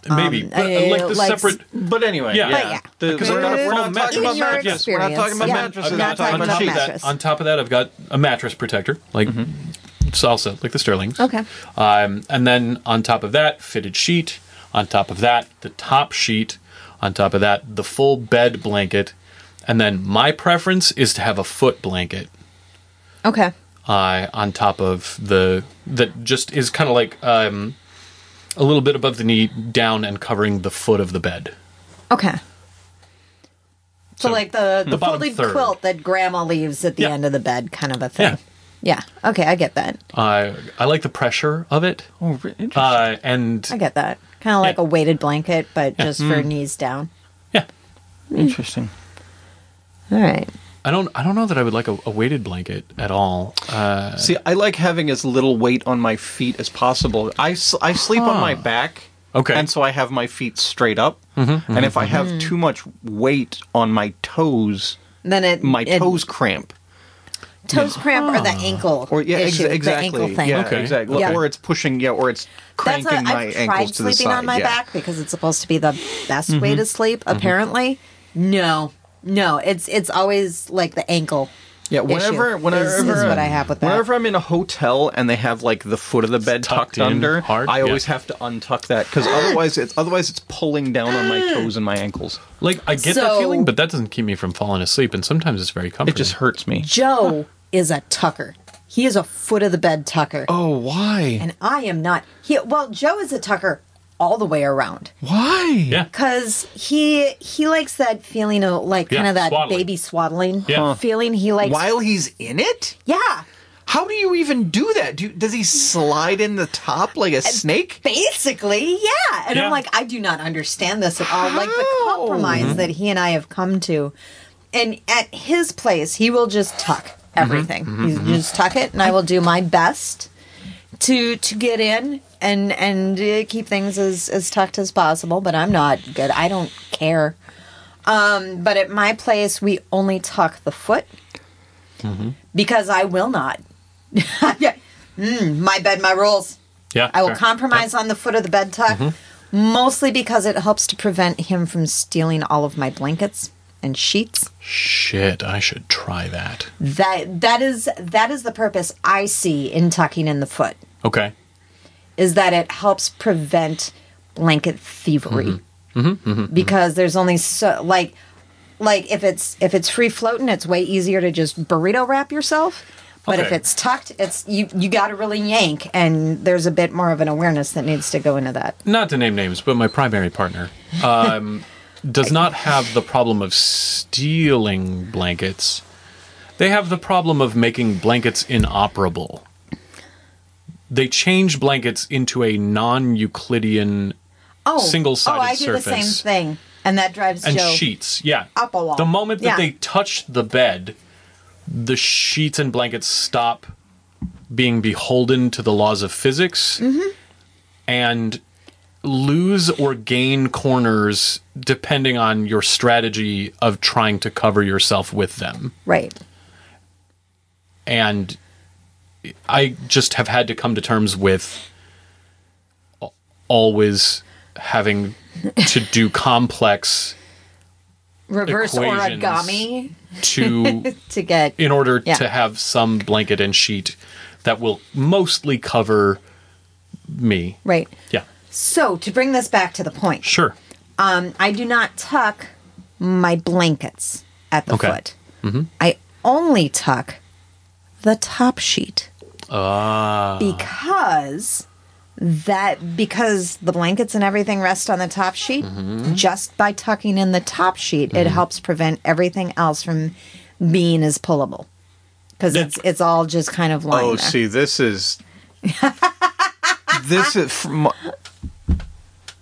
S1: maybe but, uh,
S8: I-
S1: like the
S8: Um, uh, like-
S1: separate.
S3: But anyway,
S1: Yeah.
S3: yeah.
S1: But
S8: yeah.
S3: The-
S1: Because
S3: we're,
S1: I've
S3: not,
S1: got a
S3: we're
S1: full
S3: not talking
S1: mattress.
S3: about
S1: In your
S3: mattresses. We're not talking about
S8: experience, yeah.
S3: mattresses.
S8: I'm
S3: We're
S1: I've
S3: not
S1: got-
S3: talking
S1: on,
S3: about
S1: top of
S8: mattress.
S1: that, on top of that, I've got a mattress protector, like Mm-hmm. salsa, like the Sterlings.
S8: Okay.
S1: Um, and then on top of that, fitted sheet. On top of that, the top sheet. On top of that, the full bed blanket. And then my preference is to have a foot blanket
S8: Okay.
S1: uh, on top of the that just is kind of like um, a little bit above the knee, down and covering the foot of the bed.
S8: Okay. So,
S1: So,
S8: like the, the,
S1: bottom
S8: folded
S1: third.
S8: quilt that grandma leaves at the
S1: Yeah.
S8: end of the bed kind of a thing. Yeah. Okay, I get that.
S1: Uh, I like the pressure of it,
S3: Oh, re- interesting.
S1: uh, and
S8: I get that. Kind of like
S1: Yeah.
S8: a weighted blanket, but just for knees down.
S1: yeah,
S3: interesting.
S8: All right.
S1: I don't I don't know that I would like a, a weighted blanket at all. Uh,
S3: See, I like having as little weight on my feet as possible. I, s- I sleep on my back.
S1: Okay.
S3: And so I have my feet straight up. And if I have
S8: Mm-hmm.
S3: too much weight on my toes,
S8: Then it
S3: my
S8: it-
S3: toes cramp.
S8: toes cramp or the ankle
S3: Ah. Or yeah, ex-
S8: issue,
S3: exactly.
S8: the ankle thing.
S3: Yeah,
S1: Okay.
S3: exactly.
S1: Yeah.
S3: Or it's pushing. Yeah, or it's
S8: That's
S3: cranking
S8: what
S3: my
S8: I've
S3: ankles
S8: tried
S3: to the
S8: sleeping
S3: side.
S8: on my
S3: yeah.
S8: back because it's supposed to be the best way to sleep. Apparently, no, no, it's it's always like the ankle.
S3: Yeah,
S8: issue
S3: whenever, whenever,
S8: is, is what I have with that.
S3: Whenever I'm in a hotel and they have like the foot of the bed
S1: tucked
S3: tucked,
S1: in
S3: under,
S1: hard,
S3: I
S1: yeah.
S3: always have to untuck that because otherwise, it's otherwise it's pulling down on my toes and my ankles.
S1: like I get that
S8: So-
S1: feeling, but that doesn't keep me from falling asleep. And sometimes it's very comforting.
S3: It just hurts me.
S8: Joe is a tucker. He is a foot of the bed tucker,
S3: Oh, why?
S8: and I am not. He well, Joe is a tucker all the way around
S3: Why?
S1: Yeah.
S8: because he he likes that feeling of like
S1: Yeah,
S8: kind of that
S1: swaddling.
S8: baby swaddling
S1: Yeah. Huh.
S8: feeling. He likes
S3: While he's in it,
S8: yeah.
S3: how do you even do that? Do, does he slide in the top like a snake?
S8: Basically, yeah. And
S1: Yeah.
S8: I'm like, I do not understand this at all. Like the
S3: How? Mm-hmm.
S8: compromise that he and I have come to. And at his place, he will just tuck
S3: Mm-hmm.
S8: everything. He's just tuck it, and I will do my best to to get in and and uh, keep things as as tucked as possible. But I'm not good. I don't care. Um, but at my place, we only tuck the foot
S3: Mm-hmm.
S8: because I will not. yeah. Mm, my bed, my rules.
S1: yeah.
S8: I will
S1: fair.
S8: compromise on the foot of the bed tuck, mostly because it helps to prevent him from stealing all of my blankets and sheets.
S1: Shit, I should try that.
S8: That that is that is the purpose I see in tucking in the foot
S1: Okay.
S8: is that it helps prevent blanket thievery because there's only so like like if it's if it's free floating it's way easier to just burrito wrap yourself but if
S1: Okay.
S8: it's tucked it's you you got to really yank and there's a bit more of an awareness that needs to go into that
S1: Not to name names, but my primary partner um, does not have the problem of stealing blankets. They have the problem of making blankets inoperable. They change blankets into a non-Euclidean
S8: Oh,
S1: single-sided
S8: oh, I do the
S1: surface.
S8: same thing, and that drives
S1: and
S8: Joe.
S1: sheets. Yeah,
S8: Up a wall.
S1: The moment that
S8: Yeah.
S1: they touch the bed, the sheets and blankets stop being beholden to the laws of physics
S8: Mm-hmm.
S1: and lose or gain corners depending on your strategy of trying to cover yourself with them.
S8: right?
S1: and I just have had to come to terms with al- always having to do complex
S8: Reverse
S1: Equations.
S8: origami
S1: to
S8: to get
S1: in order
S8: Yeah.
S1: to have some blanket and sheet that will mostly cover me.
S8: right.
S1: Yeah,
S8: So to bring this back to the point,
S1: sure.
S8: um, I do not tuck my blankets at the
S1: Okay. Mm-hmm.
S8: foot. I only tuck the top sheet
S1: Ah,
S8: because that because the blankets and everything rest on the top sheet. Just by tucking in the top sheet, it helps prevent everything else from being as pullable because it's it's all just kind of lying
S9: Oh,
S8: there.
S9: see, this is this is from,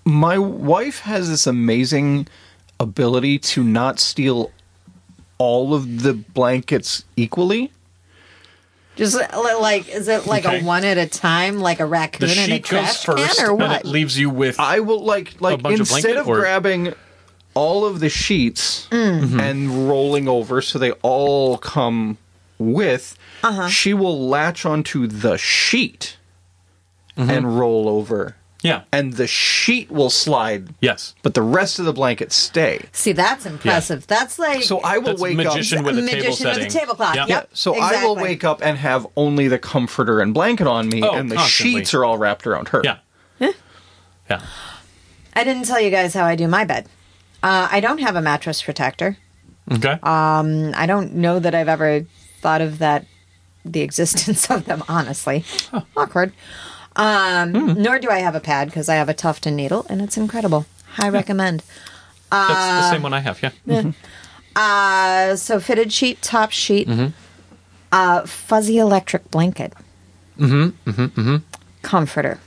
S9: my wife has this amazing ability to not steal all of the blankets equally.
S8: Just uh, li- like, is it like
S1: Okay.
S8: a one at a time, like a
S1: the
S8: raccoon in a
S1: sheet goes
S8: trash can,
S1: first,
S8: or
S1: and
S8: what?
S1: it leaves you with.
S9: I will like like
S1: bunch of
S9: instead
S1: blanket
S9: of,
S1: or- Mm-hmm.
S9: grabbing all of the sheets and rolling over so they all come with, she will latch onto the sheet
S1: Mm-hmm.
S9: and roll over.
S1: yeah.
S9: And the sheet will slide
S1: Yes.
S9: but the rest of the blankets stay.
S8: See, that's impressive. That's like
S9: So I will
S1: That's
S9: wake
S1: magician
S9: up.
S1: with a
S8: Magician
S1: table
S8: with a
S1: setting.
S8: tablecloth,
S1: Yeah.
S8: yep.
S9: So I will
S8: Exactly.
S9: wake up and have only the comforter and blanket on me,
S1: Oh,
S9: and the
S1: constantly.
S9: sheets are all wrapped around her.
S1: Yeah. Yeah.
S8: I didn't tell you guys how I do my bed. Uh, I don't have a mattress protector.
S1: Okay.
S8: Mm, I don't know that I've ever thought of that, the existence of them. Honestly, awkward. Um, Nor do I have a pad because I have a tuft and needle, and it's incredible. I recommend.
S1: That's the same one I have. Yeah.
S8: Uh, so fitted sheet, top sheet, uh, fuzzy electric blanket, mm-hmm, mm-hmm, mm-hmm. comforter.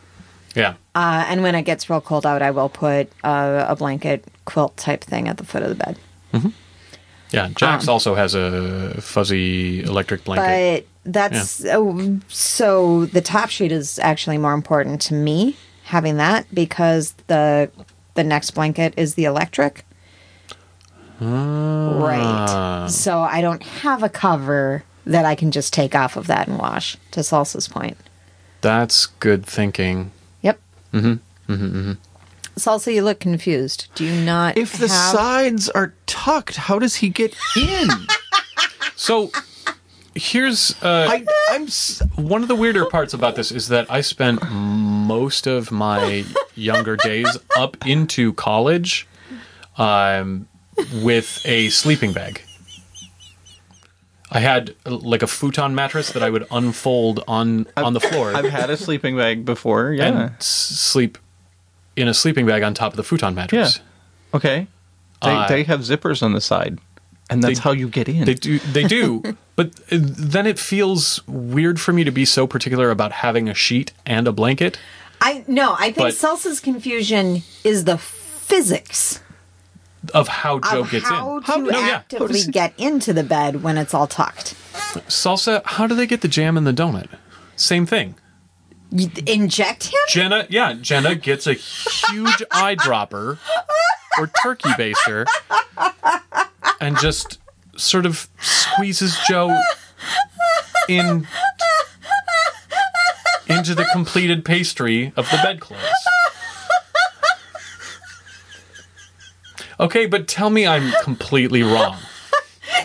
S1: Yeah.
S8: Uh, and when it gets real cold out, I will put uh, a blanket quilt type thing at the foot of the bed.
S1: Yeah. Jax also has a fuzzy electric blanket.
S8: Um. But that's oh, so the top sheet is actually more important to me having that because the the next blanket is the electric. Ah. Right. So I don't have a cover that I can just take off of that and wash. To Salsa's point.
S1: That's good thinking.
S8: Yep. Mm-hmm. Mm-hmm. Salsa, you look confused. Do you not?
S9: If the
S8: have-
S9: sides are tucked, how does he get in?
S1: So here's uh,
S9: I, I'm. s-
S1: one of the weirder parts about this is that I spent most of my younger days up into college um, with a sleeping bag. I had uh, like a futon mattress that I would unfold on on the floor
S9: I've had a sleeping bag before.
S1: and
S9: Yeah.
S1: s- sleep in a sleeping bag on top of the futon mattress.
S9: Yeah. Okay. They,
S1: Uh,
S9: they have zippers on the side, and that's
S1: they-
S9: how you get in.
S1: They do. They do. but uh, then it feels weird for me to be so particular about having a sheet and a blanket.
S8: I no. I think
S1: But-
S8: Salsa's confusion is the physics.
S1: of how Joe
S8: of
S1: gets
S8: how
S1: in.
S8: to
S1: no, yeah.
S9: How
S8: actively
S9: does he-
S8: get into the bed when it's all tucked.
S1: Salsa, how do they get the jam and the donut? Same thing.
S8: You inject him?
S1: Jenna, yeah, Jenna gets a huge eyedropper or turkey baster and just sort of squeezes Joe in into the completed pastry of the bedclothes. Okay, but tell me I'm completely wrong.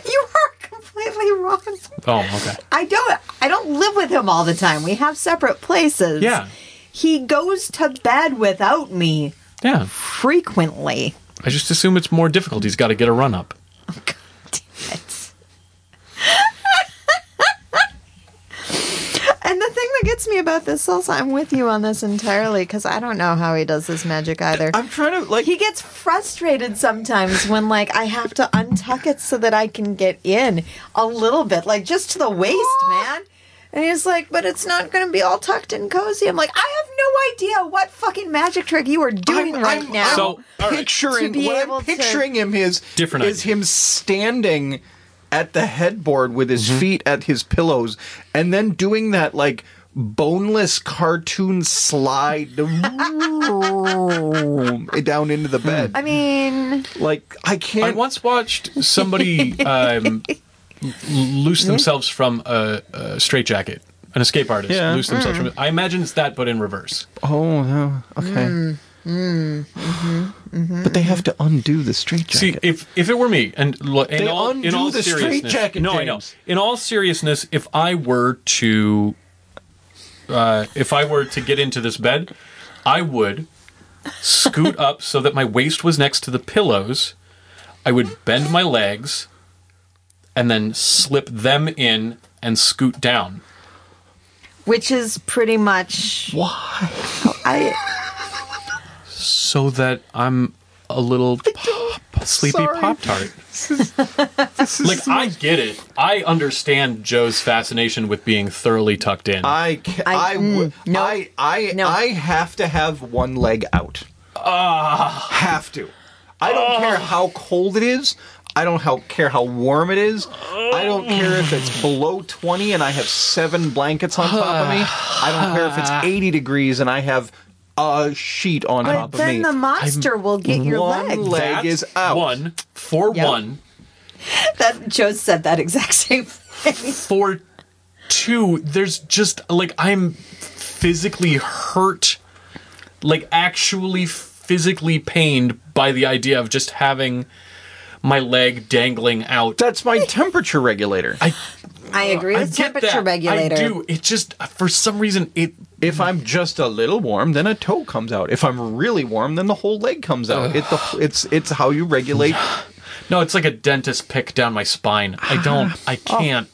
S8: You are completely wrong.
S1: Oh, okay.
S8: I don't. I don't live with him all the time. We have separate places.
S1: Yeah.
S8: He goes to bed without me
S1: Yeah.
S8: frequently.
S1: I just assume it's more difficult. He's got to get a run up.
S8: God damn it. And the thing that gets me about this, Salsa, I'm with you on this entirely because I don't know how he does this magic either.
S9: I'm trying to like.
S8: he gets frustrated sometimes when like I have to untuck it so that I can get in a little bit, like just to the waist, man. And he's like, but it's not going to be all tucked and cozy. I'm like, I have no idea what fucking magic trick you are doing
S9: I'm-
S8: right
S9: I'm-
S8: now.
S1: So- all right.
S8: To
S9: picturing
S8: be
S9: what
S8: able
S9: I'm
S8: to-
S9: picturing him is
S1: Different
S9: is
S1: idea.
S9: him standing at the headboard with his
S1: Mm-hmm.
S9: feet at his pillows and then doing that like boneless cartoon slide down into the bed.
S8: I mean,
S9: like I
S1: I
S9: can't
S1: once watched somebody um, loose themselves from a, a straitjacket, an escape artist.
S9: Yeah.
S1: Loose themselves from. I imagine it's that, but in reverse.
S9: Oh no. Okay.
S8: Mm, mm-hmm,
S9: but they have to undo the straitjacket.
S1: See, if if it were me, and lo- in
S9: They
S1: all, in
S9: undo
S1: all
S9: the
S1: seriousness,
S9: straitjacket,
S1: no, I know.
S9: James.
S1: In all seriousness, if I were to, uh, if I were to get into this bed, I would scoot up so that my waist was next to the pillows. I would bend my legs, and then slip them in and scoot down.
S8: which is pretty much why I
S1: so that I'm a little pop, sleepy
S9: Sorry.
S1: pop tart. like I get it. I understand Joe's fascination with being thoroughly tucked in.
S9: I, ca- I, w-
S8: mm, no.
S9: I, I,
S8: No.
S9: I have to have one leg out. have to. I don't care how cold it is. I don't how, care how warm it is. I don't care if it's below 20 and I have seven blankets on top of me. I don't care if it's 80 degrees and I have a sheet on
S8: but
S9: top of me.
S8: then the monster will get your
S9: One
S8: leg.
S9: leg. is out.
S1: One for
S8: Yep.
S1: one
S8: That Joe said that exact same thing.
S1: for two. There's just like I'm physically hurt, like actually physically pained by the idea of just having my leg dangling out
S9: That's my temperature regulator.
S8: I agree
S1: I
S8: with
S1: get
S8: temperature
S1: that.
S8: regulator.
S1: I do. It just for some reason it.
S9: if I'm just a little warm, then a toe comes out. If I'm really warm, then the whole leg comes out. It, the, it's it's how you regulate
S1: No, it's like a dentist pick down my spine.
S9: Ah.
S1: I don't. I
S9: Oh.
S1: can't.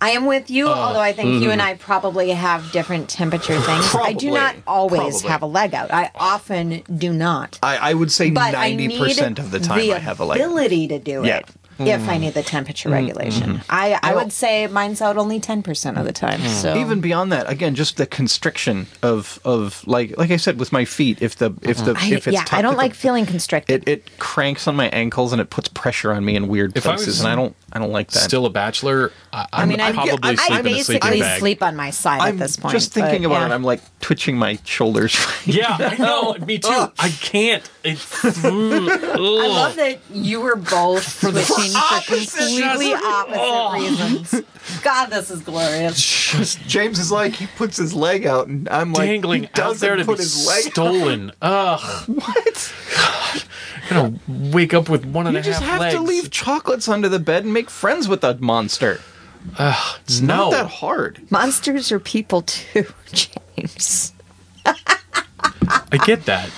S8: I am with you, although I think you and I probably have different temperature things. I do not
S9: Mm-hmm. Probably.
S8: always
S9: Probably.
S8: have a leg out. I often do not.
S9: I, I would say
S8: But I
S9: ninety
S8: need
S9: percent of the time I have a leg.
S8: ability to do
S9: Yeah.
S8: it.
S9: Mm-hmm.
S8: If I need the temperature regulation, I, I would say mine's out only ten percent of the time. So
S9: Hmm. Even beyond that, again, just the constriction of of like like I said with my feet. If the if the
S8: Mm-hmm. I,
S9: if it's
S8: yeah, I
S9: tucked
S8: don't
S9: at
S8: like
S9: the,
S8: feeling constricted.
S9: it. It cranks on my ankles and it puts pressure on me in weird
S1: If I
S9: places,
S1: was
S9: and I don't I don't like that.
S1: Still a bachelor. I, I'm
S8: I mean, I,
S1: probably sleep
S8: I,
S1: in a sleeping
S8: basically
S1: bag.
S8: sleep on my side
S9: I'm
S8: at this point.
S9: just thinking
S8: but,
S9: about it.
S8: yeah.
S9: I'm like twitching my shoulders.
S1: Yeah, I know. Me too. I can't. It's,
S8: I love that you were both switching for completely opposite
S9: Oh.
S8: reasons. God, this is glorious.
S9: James is like he puts his leg out, and I'm like
S1: dangling
S9: he
S1: out
S9: doesn't
S1: there to
S9: put
S1: be
S9: his leg.
S1: stolen. Ugh,
S9: What?
S1: I'm gonna wake up with one and a
S9: You
S1: half
S9: just have
S1: legs.
S9: to leave chocolates under the bed and make friends with that monster.
S1: It's no.
S9: Not that hard.
S8: Monsters are people too, James.
S1: I get that.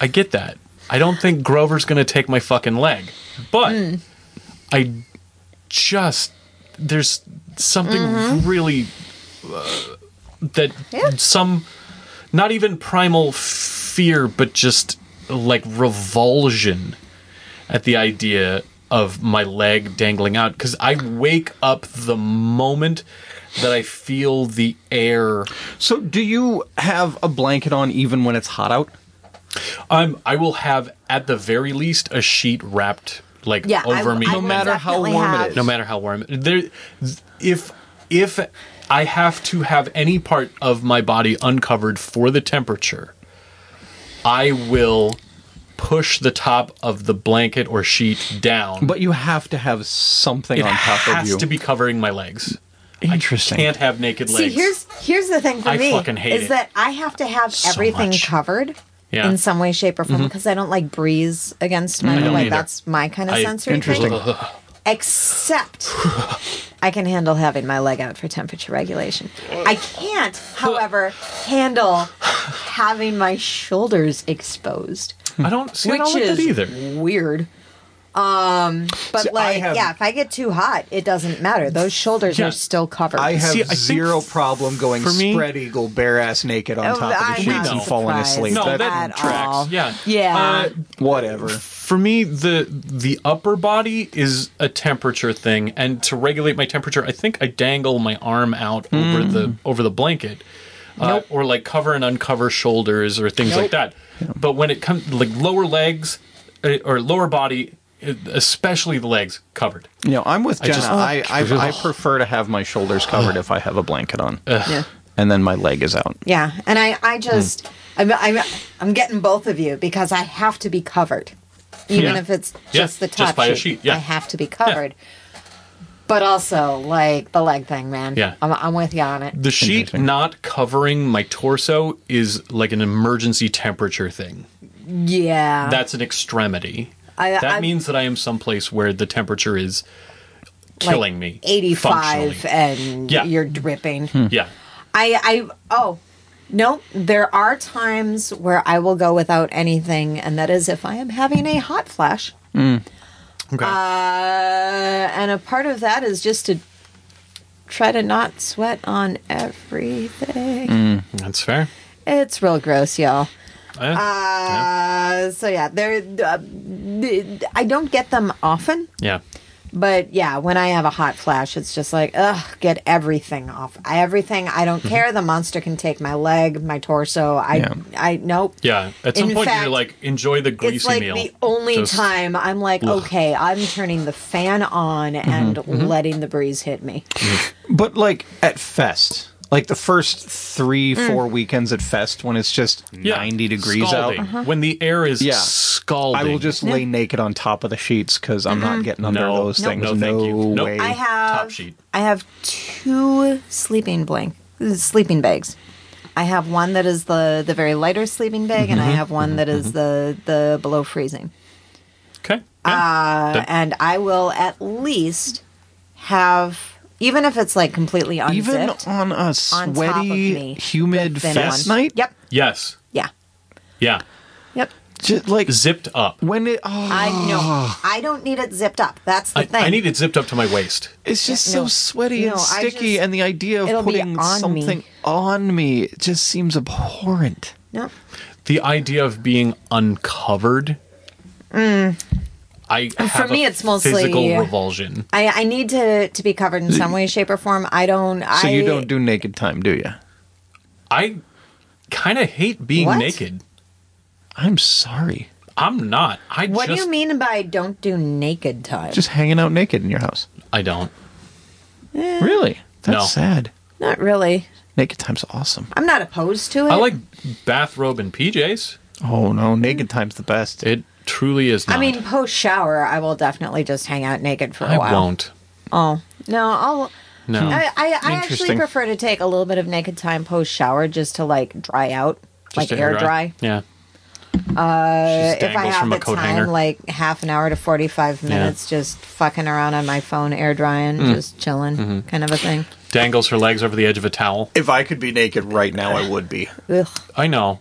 S1: I get that. I don't think Grover's going to take my fucking leg. But I just there's something really uh, that
S8: Yeah.
S1: some not even primal fear but just like revulsion at the idea of my leg dangling out cuz I wake up the moment that I feel the air
S9: So, do you have a blanket on even when it's hot out?
S1: I'm. I will have at the very least a sheet wrapped like
S8: Yeah, I-
S1: over me,
S8: I
S1: no
S8: will
S1: matter
S9: how
S8: definitely
S9: warm it
S8: have-
S9: is.
S1: no matter how warm. There, if if I have to have any part of my body uncovered for the temperature, I will push the top of the blanket or sheet down.
S9: But you have to have something
S1: it
S9: on top
S1: has
S9: of you.
S1: to be covering my legs.
S9: Interesting.
S1: Can't have naked legs.
S8: See, here's here's the thing for
S1: I
S8: me
S1: fucking hate
S8: is
S1: it
S8: that I have to have
S1: so
S8: everything
S1: much.
S8: covered
S1: Yeah. Mm-hmm. Mm,
S8: in some way, shape, or form because I don't like breeze against my
S1: don't
S8: like
S1: either.
S8: that's my kind of
S1: I-
S8: sensory
S9: Interesting.
S8: thing. Except I can handle having my leg out for temperature regulation. I can't, however, handle having my shoulders exposed,
S1: I don't see. I
S8: which
S1: don't like
S8: is
S1: that either.
S8: weird. Um, but
S9: See, I
S8: like,
S9: have-
S8: yeah, if I get too hot, it doesn't matter. Those shoulders
S1: Yeah.
S8: are still covered.
S9: I have
S1: See, I think
S9: zero problem going
S1: for me-
S9: spread eagle, bare ass naked on
S8: Oh,
S9: top of the
S8: I'm
S9: sheets and
S1: not
S9: falling
S8: surprised.
S9: asleep.
S1: No,
S9: That-
S1: that,
S8: at
S1: tracks.
S8: all.
S1: Yeah.
S8: Yeah.
S1: Uh,
S9: whatever.
S1: for me the the upper body is a temperature thing and to regulate my temperature i think i dangle my arm out over the over the blanket uh, or like cover and uncover shoulders or things like that but when it comes like lower legs uh, or lower body uh, especially the legs covered
S9: You know, I'm with Jenna.
S1: just- Uh.
S9: I, I, I prefer to have my shoulders covered if I have a blanket on,
S8: yeah.
S9: and then my leg is out.
S8: Yeah, and I, I just,
S1: Hmm.
S8: I'm, I'm, I'm getting both of you because I have to be covered, even
S1: Yeah.
S8: if it's
S1: Yeah,
S8: just the
S1: just
S8: top
S1: by a
S8: sheet.
S1: sheet, yeah.
S8: I have to be covered. But also, like the leg thing, man.
S1: Yeah.
S8: I'm, I'm with you on it.
S1: The sheet
S3: Interesting.
S1: not covering my torso is like an emergency temperature thing.
S8: Yeah.
S1: That's an extremity.
S8: I-
S1: that
S8: I-
S1: means that I am someplace where the temperature is killing me.
S8: 85
S1: functionally.
S8: and
S1: Yeah. Hmm.
S8: you're dripping.
S1: Yeah.
S8: I I oh no, there are times where I will go without anything, and that is if I am having a hot flash.
S1: Okay.
S8: Uh, and a part of that is just to try to not sweat on everything.
S1: That's fair.
S8: It's real gross, y'all.
S1: Yeah. Yeah.
S8: Uh, so yeah, there. Uh, I don't get them often.
S1: yeah.
S8: But yeah, when I have a hot flash, it's just like, ugh, get everything off. I- Everything. I don't care. The monster can take my leg, my torso. I,
S3: Yeah.
S8: I, nope.
S1: Yeah. At some
S8: In
S1: point,
S8: fact,
S1: you're like, enjoy the greasy
S8: It's like
S1: meal.
S8: the only
S1: Just-
S8: time I'm like, okay, I'm turning the fan on and letting the breeze hit me.
S9: But like at Fest, like the first three,
S8: Mm.
S9: four weekends at Fest when it's just
S1: Yeah.
S9: 90 degrees
S1: Scalding.
S8: Uh-huh.
S9: out,
S1: When the air is
S9: Yeah.
S1: scalding.
S9: I will just lay naked on top of the sheets because I'm not getting under
S1: No.
S9: those
S1: Nope.
S9: things.
S1: No,
S9: No,
S1: thank you. Nope.
S9: way.
S8: Mm-hmm. I have.
S1: Top sheet.
S8: I have two sleeping blank sleeping bags. I have one that is the the very lighter sleeping bag, and I have one that is the the below freezing.
S1: Okay. Yeah.
S8: Uh,
S1: That-
S8: and I will at least have, even if it's like completely unzipped,
S9: Even on a
S8: top of
S9: sweaty,
S8: me,
S9: humid
S8: thin
S9: Fest
S8: one.
S9: night,
S8: Yep.
S1: yes.
S8: Yeah.
S1: Yeah.
S8: Yep.
S9: just like
S1: Zipped up.
S9: when it, oh,
S8: I no. I don't need it zipped up. That's the
S1: I,
S8: thing.
S1: I need it zipped up to my waist.
S9: it's just
S8: no.
S9: so sweaty and
S8: No, I
S9: sticky,
S8: just-
S9: and the idea
S8: it'll
S9: of
S8: be
S9: putting
S8: on me.
S9: something on me it just seems abhorrent.
S8: No.
S1: The idea of being uncovered. I have
S8: Mm. For me,
S1: a
S8: it's mostly-
S1: physical revulsion.
S8: I, I need to to be covered in some way, shape, or form. I don't.
S9: So
S8: I,
S9: you don't do naked time, do you?
S1: I kind of hate being
S8: What?
S1: naked.
S9: I'm sorry.
S1: I'm not. I
S8: What
S1: just,
S8: do you mean by don't do naked time?
S9: Just hanging out naked in your house.
S1: I don't.
S9: Really? That's
S1: No.
S9: sad.
S8: Not really.
S9: Naked time's awesome.
S8: I'm not opposed to it.
S1: I like bathrobe and PJs.
S9: Oh no, naked time's the best.
S1: It truly is not.
S8: I mean, post shower, I will definitely just hang out naked for a
S1: I
S8: while.
S1: won't.
S8: Oh no, I'll.
S1: No.
S8: I, I, I actually
S9: Interesting.
S8: prefer to take a little bit of naked time post shower just to like dry out,
S1: Just
S8: like
S1: to
S8: air dry.
S1: Yeah.
S8: Uh,
S1: Just
S8: if I
S1: dangles
S8: have
S1: from a
S8: the
S1: coat
S8: time,
S1: hanger.
S8: like half an hour to forty-five minutes, just fucking around on my phone, air drying,
S1: Mm.
S8: just chilling,
S1: Mm-hmm.
S8: kind of a thing.
S1: Dangles her legs over the edge of a towel.
S9: If I could be naked right now, I would be.
S8: Ugh.
S1: I know.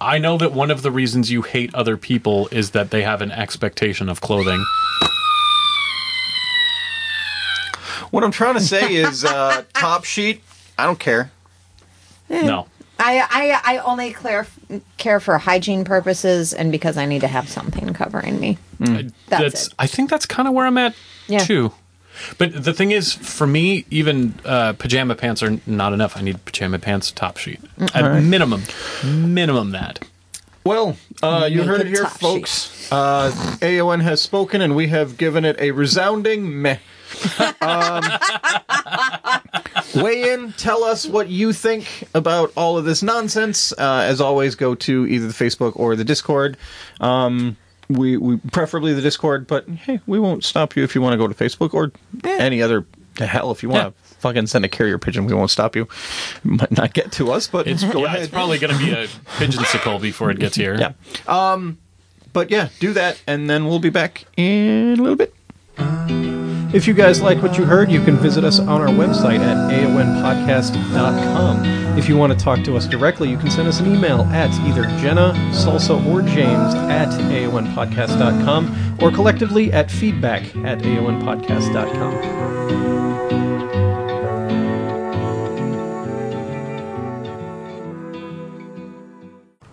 S1: I know that one of the reasons you hate other people is that they have an expectation of clothing.
S9: What I'm trying to say is, uh, top sheet. I don't care.
S8: Eh.
S1: no.
S8: I, I I only clear, care for hygiene purposes and because I need to have something covering me. That's it.
S1: I think Uh, that's kind of where I'm at
S8: Yeah.
S1: too. But the thing is, for me, even uh, pajama pants are not enough. I need pajama pants, top sheet, at minimum, minimum that.
S9: Well, uh, you
S8: Naked
S9: heard it here,
S8: top sheet.
S9: folks. Uh, AON has spoken, and we have given it a resounding meh. um, weigh in, tell us what you think about all of this nonsense. Uh, as always, go to either the Facebook or the Discord. Um, we, we preferably the Discord, but hey, we won't stop you if you want to go to Facebook or any other to hell if you want to fucking send a carrier pigeon. We won't stop you. Might not get to us, but
S1: It's,
S9: go
S1: yeah,
S9: ahead.
S1: it's probably going to be a pigeon sickle before it gets here.
S9: Yeah. Um, but yeah, do that, and then we'll be back in a little bit. If you guys like what you heard, you can visit us on our website at aonpodcast.com. If you want to talk to us directly, you can send us an email at either Jenna, Salsa, or James at aonpodcast.com or collectively at feedback at aonpodcast.com.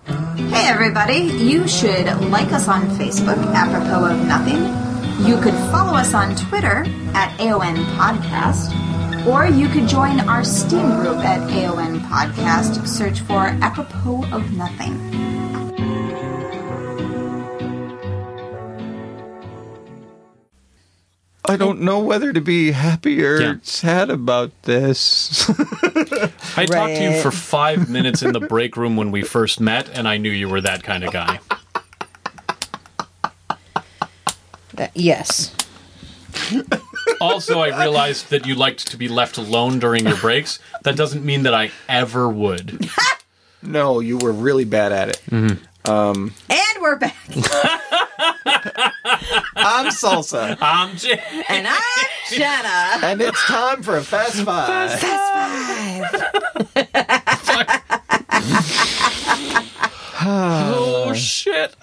S8: Hey everybody, you should like us on Facebook, apropos of nothing. You could follow us on Twitter at AON Podcast, or you could join our Steam group at AON Podcast. Search for apropos of nothing.
S9: I don't know whether to be happy or
S1: Yeah.
S9: sad about this.
S1: I talked to you
S8: Right.
S1: for five minutes in the break room when we first met, and I knew you were that kind of guy.
S2: uh,
S8: yes.
S1: also, I realized that you liked to be left alone during your breaks. That doesn't mean that I ever would.
S3: No, you were really bad at it.
S8: And we're back.
S3: I'm Salsa,
S1: I'm Jay.
S8: And I'm Jenna.
S3: and it's time for a Fast Five.
S1: Oh shit!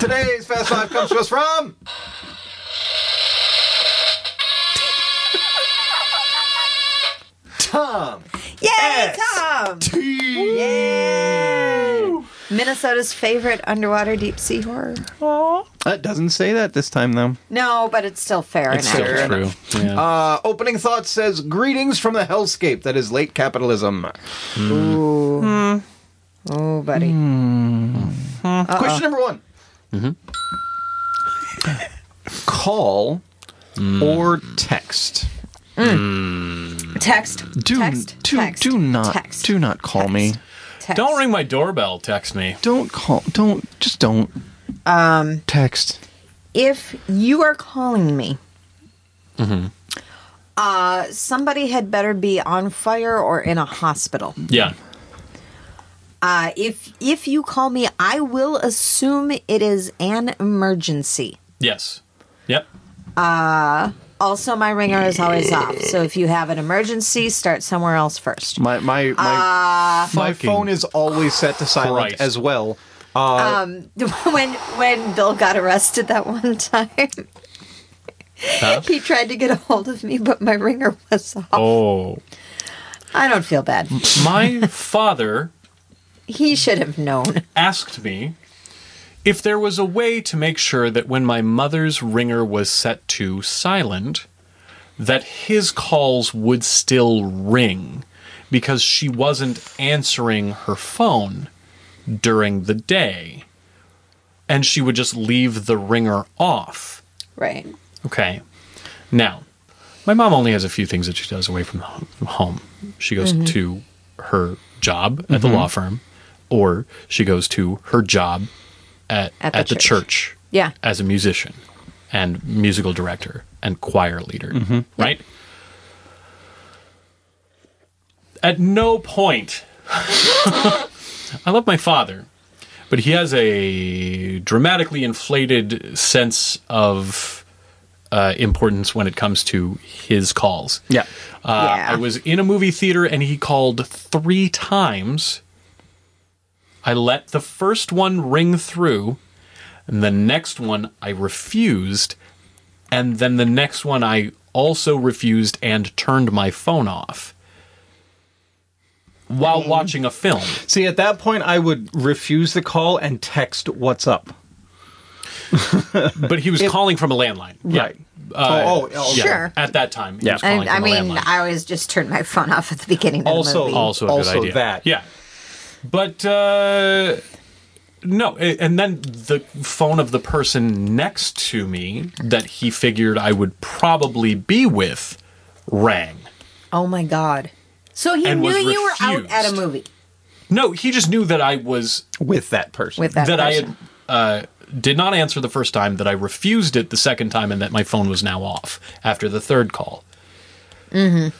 S3: Today's Fast Five comes to us from. Tom.
S8: Yay,
S3: Yes.
S8: Tom!
S3: T.
S8: Minnesota's favorite underwater deep sea horror.
S9: That doesn't say that this time though.
S8: No, but it's still fair
S1: It's
S8: enough.
S1: still true. Yeah.
S3: Uh, opening thought says greetings from the hellscape that is late capitalism.
S8: Ooh. Oh, buddy.
S1: Hmm.
S3: Question number one.
S8: Mm-hmm.
S3: Call
S8: Mm.
S3: or text.
S8: Text.
S9: Do
S8: text.
S9: do
S8: text,
S9: do not
S8: Text.
S9: do not call me.
S8: text.
S1: don't ring my doorbell. Text me.
S9: Don't call. Don't just don't. Um. Text.
S8: If you are calling me,
S1: Mm-hmm.
S8: uh, somebody had better be on fire or in a hospital.
S1: Yeah.
S8: Uh, if if you call me, I will assume it is an emergency.
S1: Yes. Yep.
S8: Also, my ringer is always off. So if you have an emergency, start somewhere else first.
S9: My my my.
S3: My
S9: Fucking
S3: phone is always set to silent
S1: Christ.
S3: as well.
S8: when when Bill got arrested that one time, he tried to get a hold of me, but my ringer was off.
S1: Oh.
S8: I don't feel bad.
S1: My father
S8: He should have known.
S1: asked me if there was a way to make sure that when my mother's ringer was set to silent, that his calls would still ring because she wasn't answering her phone during the day. And she would just leave the ringer off.
S2: Right.
S1: Okay. Now, my mom only has a few things that she does away from ho- home. She goes to her job at the law firm, or she goes to her job at,
S8: At
S1: at,
S8: the
S1: the,
S8: church.
S1: church.
S8: Yeah.
S1: As a musician and musical director and choir leader, right? At no point, I love my father, but he has a dramatically inflated sense of uh, importance when it comes to his calls.
S9: Yeah.
S1: Uh,
S8: Yeah.
S1: I was in a movie theater and he called three times. I let the first one ring through, and the next one I refused, and then the next one I also refused and turned my phone off while
S8: Mm-hmm.
S1: watching a film.
S3: See, at that point, I would refuse the call and text what's up.
S1: But he was calling from a landline. Yeah.
S3: Right.
S1: Uh,
S3: oh, oh, oh,
S1: Yeah,
S8: Sure.
S1: At that time. he
S9: Yeah.
S1: was calling
S8: I,
S1: from
S8: I
S1: a
S8: mean,
S1: landline.
S8: I always just turned my phone off at the beginning of the
S3: Also-
S8: movie.
S1: also a
S3: Also
S1: good idea.
S3: that.
S1: Yeah. But uh, no, a- and then the phone of the person next to me that he figured I would probably be with rang.
S8: oh my god! So he
S1: And
S8: knew
S1: was
S8: you were out
S1: refused.
S8: at a movie
S1: No, he just knew that I was
S3: With that person.
S8: with that.
S1: that I
S8: person.
S1: had uh, did not answer the first time, that I refused it the second time, and that my phone was now off after the third call.
S8: Mm-hmm.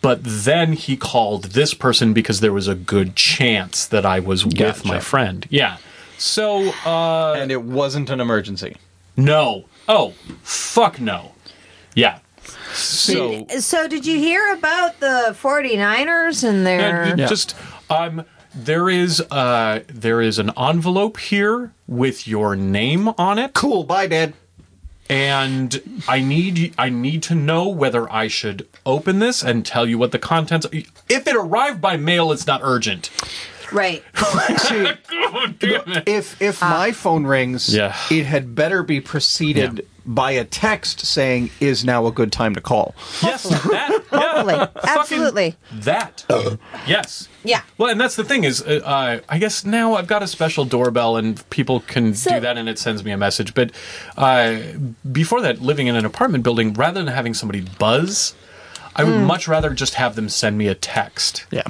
S1: But then he called this person because there was a good chance that I was with
S3: Gotcha.
S1: my friend. Yeah. So uh,
S3: and it wasn't an emergency.
S1: no. Oh fuck no. Yeah. So
S8: So did you hear about the 49ers and their?
S1: And you Just um, there is uh, there is an envelope here with your name on it.
S3: Cool. Bye, Dad.
S1: and I need I need to know whether I should open this and tell you what the contents. If it arrived by mail, it's not urgent.
S8: Right.
S3: See, if if my phone rings,
S1: Yeah.
S3: it had better be preceded
S1: Yeah.
S3: by a text saying "is now a good time to call."
S1: Yes, that yeah,
S8: Totally.
S1: fucking
S8: Absolutely.
S1: that. yes.
S8: Yeah.
S1: Well, and that's the thing is, uh, uh, I guess now I've got a special doorbell and people can do that and it sends me a message. But uh, before that, living in an apartment building, rather than having somebody buzz, I would much rather just have them send me a text.
S9: Yeah.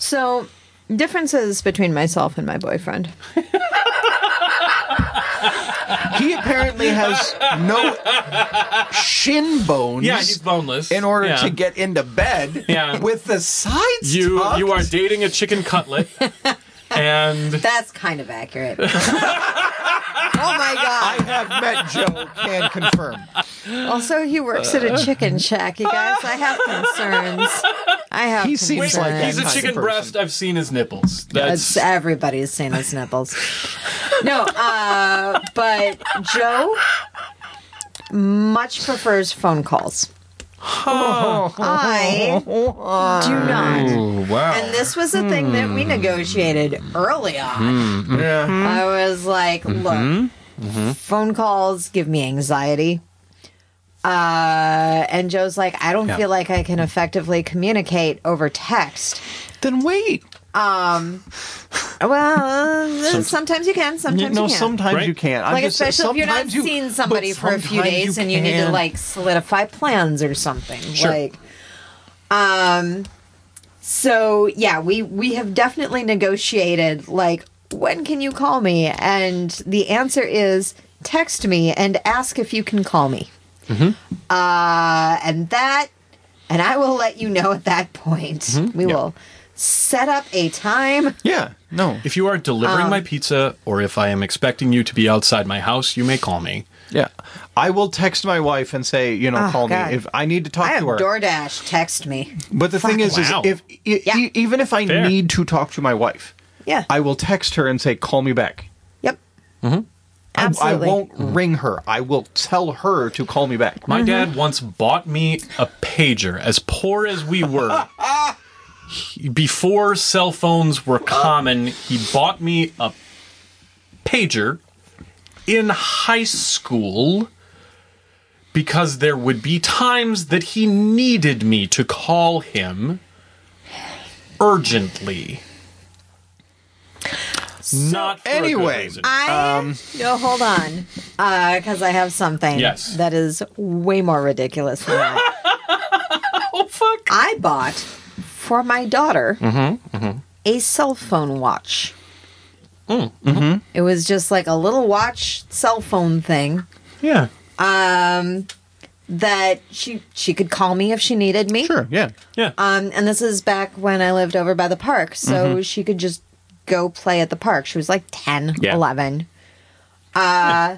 S8: So, differences between myself and my boyfriend.
S3: He apparently has no shin bones.
S1: Yeah, he's boneless.
S3: in order
S1: Yeah.
S3: to get into bed
S1: Yeah.
S3: with the sides
S1: you,
S3: tucked.
S1: you are dating a chicken cutlet, and
S8: That's kind of accurate. oh my
S3: I
S8: god!
S3: have met Joe. Can confirm.
S8: Also, he works at a chicken shack. You guys, I have concerns. I have.
S3: He seems
S8: concerns.
S3: like
S1: he's a
S3: kind of
S1: chicken
S3: person.
S1: breast. I've seen his nipples. That's
S8: That's everybody's seen his nipples. No, uh, but Joe much prefers phone calls. I do not.
S1: wow.
S8: And this was a thing that we negotiated early on.
S3: Yeah.
S8: I was like, look, phone calls give me anxiety. Uh, and Joe's like, I don't feel like I can effectively communicate over text.
S3: Then wait.
S8: Well, uh, sometimes you can. Sometimes
S3: You know,
S8: you can.
S3: sometimes
S1: Right?
S3: you can't. I'm
S8: like
S3: just-
S8: especially if you're not
S3: sometimes you-
S8: seeing somebody
S3: but
S8: for a few
S3: sometimes
S8: days and you need to
S3: can.
S8: like solidify plans or something
S1: Sure.
S8: like um so yeah we we have definitely negotiated like when can you call me and the answer is text me and ask if you can call me
S3: Mm-hmm.
S8: uh and that and i will let you know at that point
S3: Mm-hmm.
S8: we will set up a time
S3: Yeah. No.
S1: If you are delivering my pizza, or if I am expecting you to be outside my house, you may call me.
S3: Yeah. I will text my wife and say, you know,
S8: Oh,
S3: call
S8: God.
S3: me if I need to talk
S8: i am
S3: to her.
S8: doordash text me
S3: but the thing is,
S1: Wow.
S3: is if e-
S8: Yeah.
S3: e- even if I
S1: Fair.
S3: need to talk to my wife,
S8: yeah
S3: I will text her and say, call me back.
S8: yep
S3: I-
S8: Absolutely. Mm-hmm.
S3: I, won't ring her. I will tell her to call me back.
S1: My dad once bought me a pager, as poor as we were. he- Before cell phones were common, he bought me a pager in high school because there would be times that he needed me to call him urgently. Not for a good
S3: anyway,
S1: reason.
S8: I
S3: um,
S8: no, hold on, because I have something.
S1: Yes.
S8: that is way more ridiculous than that.
S1: oh fuck!
S8: I bought for my daughter
S3: Mm-hmm,
S8: a cell phone watch.
S3: Mm, mm-hmm.
S8: It was just like a little watch cell phone thing Um,
S1: Yeah.
S8: that she she could call me if she needed me.
S3: Sure. Yeah.
S1: Yeah.
S8: Um, and this is back when I lived over by the park, so she could just go play at the park. She was like 10,
S1: Yeah.
S8: 11. Uh,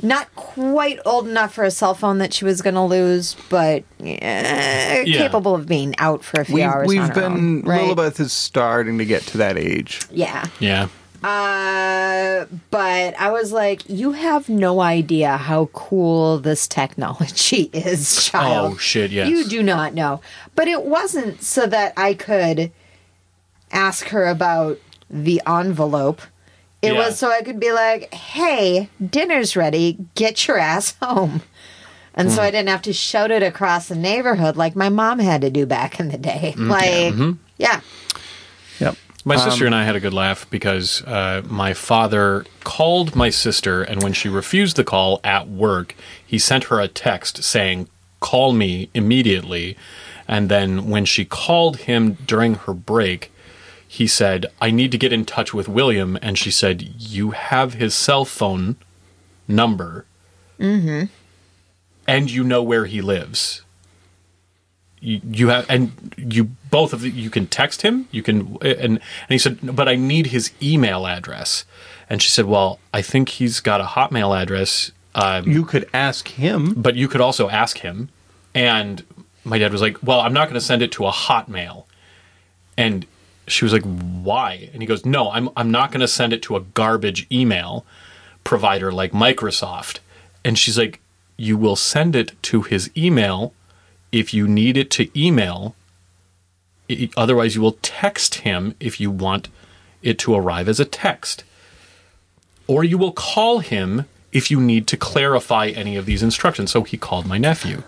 S8: not quite old enough for a cell phone that she was going to lose, but eh, capable of being out for a few
S3: We've,
S8: hours. on
S3: we've
S8: her
S3: been,
S8: own, right?
S3: Lilibeth is starting to get to that age.
S8: Yeah.
S1: yeah.
S8: Uh, but I was like, you have no idea how cool this technology is, child.
S1: Oh shit! Yes.
S8: You do not know. But it wasn't so that I could ask her about the envelope. It
S1: Yeah.
S8: was so I could be like, hey, dinner's ready. Get your ass home. And
S1: Hmm.
S8: so I didn't have to shout it across the neighborhood like my mom had to do back in the day.
S1: Mm,
S8: Like,
S1: mm-hmm.
S8: yeah.
S3: Yep.
S1: My sister and I had a good laugh because uh, my father called my sister, and when she refused the call at work, he sent her a text saying, Call me immediately. And then when she called him during her break, he said, I need to get in touch with William. And she said, You have his cell phone number. And you know where he lives you, you have and you both of the, you can text him you can and and he said but i need his email address and she said well i think he's got a hotmail address um,
S3: You could ask him.
S1: but you could also ask him and my dad was like well i'm not going to send it to a hotmail and she was like why and he goes no i'm, I'm not going to send it to a garbage email provider like microsoft and she's like you will send it to his email if you need it to email. I- Otherwise, you will text him if you want it to arrive as a text. Or you will call him if you need to clarify any of these instructions. So he called my nephew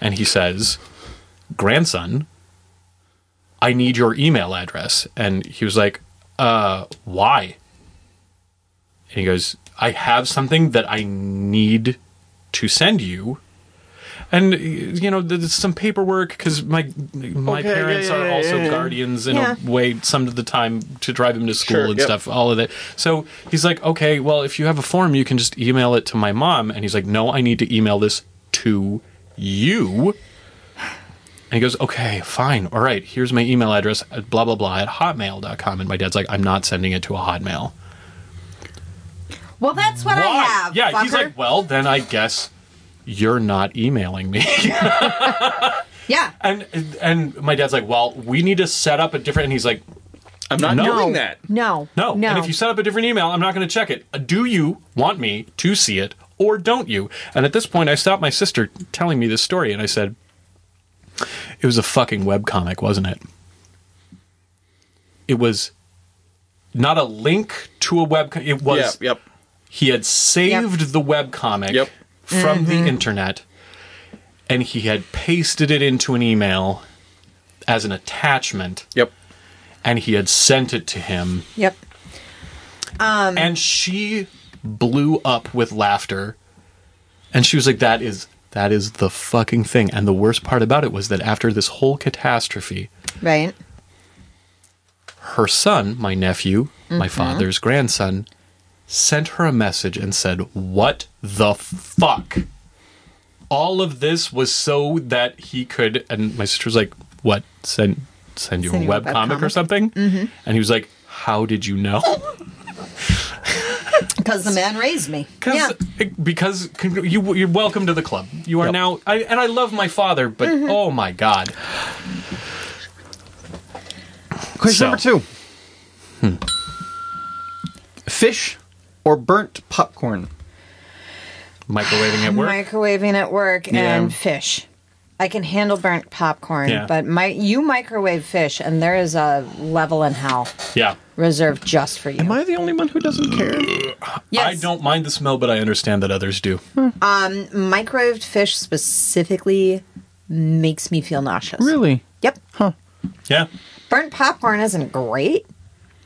S1: and he says, Grandson, I need your email address. And he was like, Uh, why? And he goes, I have something that I need to send you and y- you know there's some paperwork because my my
S9: Okay, yeah,
S1: parents
S9: yeah,
S1: are
S9: yeah,
S1: also
S9: yeah, yeah.
S1: guardians in
S8: Yeah.
S1: a way some of the time to drive him to school
S9: Sure,
S1: and
S9: yep.
S1: stuff all of that so he's like okay well if you have a form you can just email it to my mom and he's like no i need to email this to you and he goes, okay, fine. All right, here's my email address, at blah, blah, blah, at hotmail.com. And my dad's like, I'm not sending it to a hotmail.
S8: Well, that's what I have.
S1: yeah, he's
S8: fucker.
S1: like, well, then I guess you're not emailing me.
S8: yeah.
S1: and and my dad's like, well, we need to set up a different. And he's like,
S9: I'm not
S1: No.
S9: doing that.
S8: No.
S1: no.
S8: No.
S1: And if you set up a different email, I'm not going to check it. Do you want me to see it or don't you? And at this point, I stopped my sister telling me this story, and I said, it was a fucking webcomic, wasn't it? It was not a link to a webcomic. It was
S9: Yep, yep.
S1: he had saved the webcomic
S9: Yep.
S1: from the internet and he had pasted it into an email as an attachment
S9: Yep.
S1: and he had sent it to him
S8: yep.
S1: and she blew up with laughter and she was like that is that is the fucking thing and the worst part about it was that after this whole catastrophe
S8: Right.
S1: her son, my nephew,
S8: Mm-hmm.
S1: my father's grandson, sent her a message and said, What the fuck? All of this was so that he could. And my sister was like, What? Send, send you
S8: Send
S1: a
S8: you a
S1: webcomic comic or
S8: webcomic?
S1: something? Mm-hmm. And he was like, How did you know?
S8: Because the man raised me. Yeah.
S1: Because because con- you, you're welcome to the club. You are now. I, and I love my father, but
S8: Mm-hmm.
S1: oh my God.
S3: Question
S1: So.
S3: number two.
S9: Hmm. Fish or burnt popcorn?
S1: Microwaving at work.
S8: Microwaving at work and fish. I can handle burnt popcorn,
S1: Yeah.
S8: but my you microwave fish, and there is a level in hell
S1: yeah.
S8: reserved just for you.
S3: Am I the only one who doesn't care?
S1: I don't mind the smell, but I understand that others do.
S8: microwaved fish specifically makes me feel nauseous.
S3: Really?
S8: Yep.
S1: Yeah.
S8: Burnt popcorn isn't great,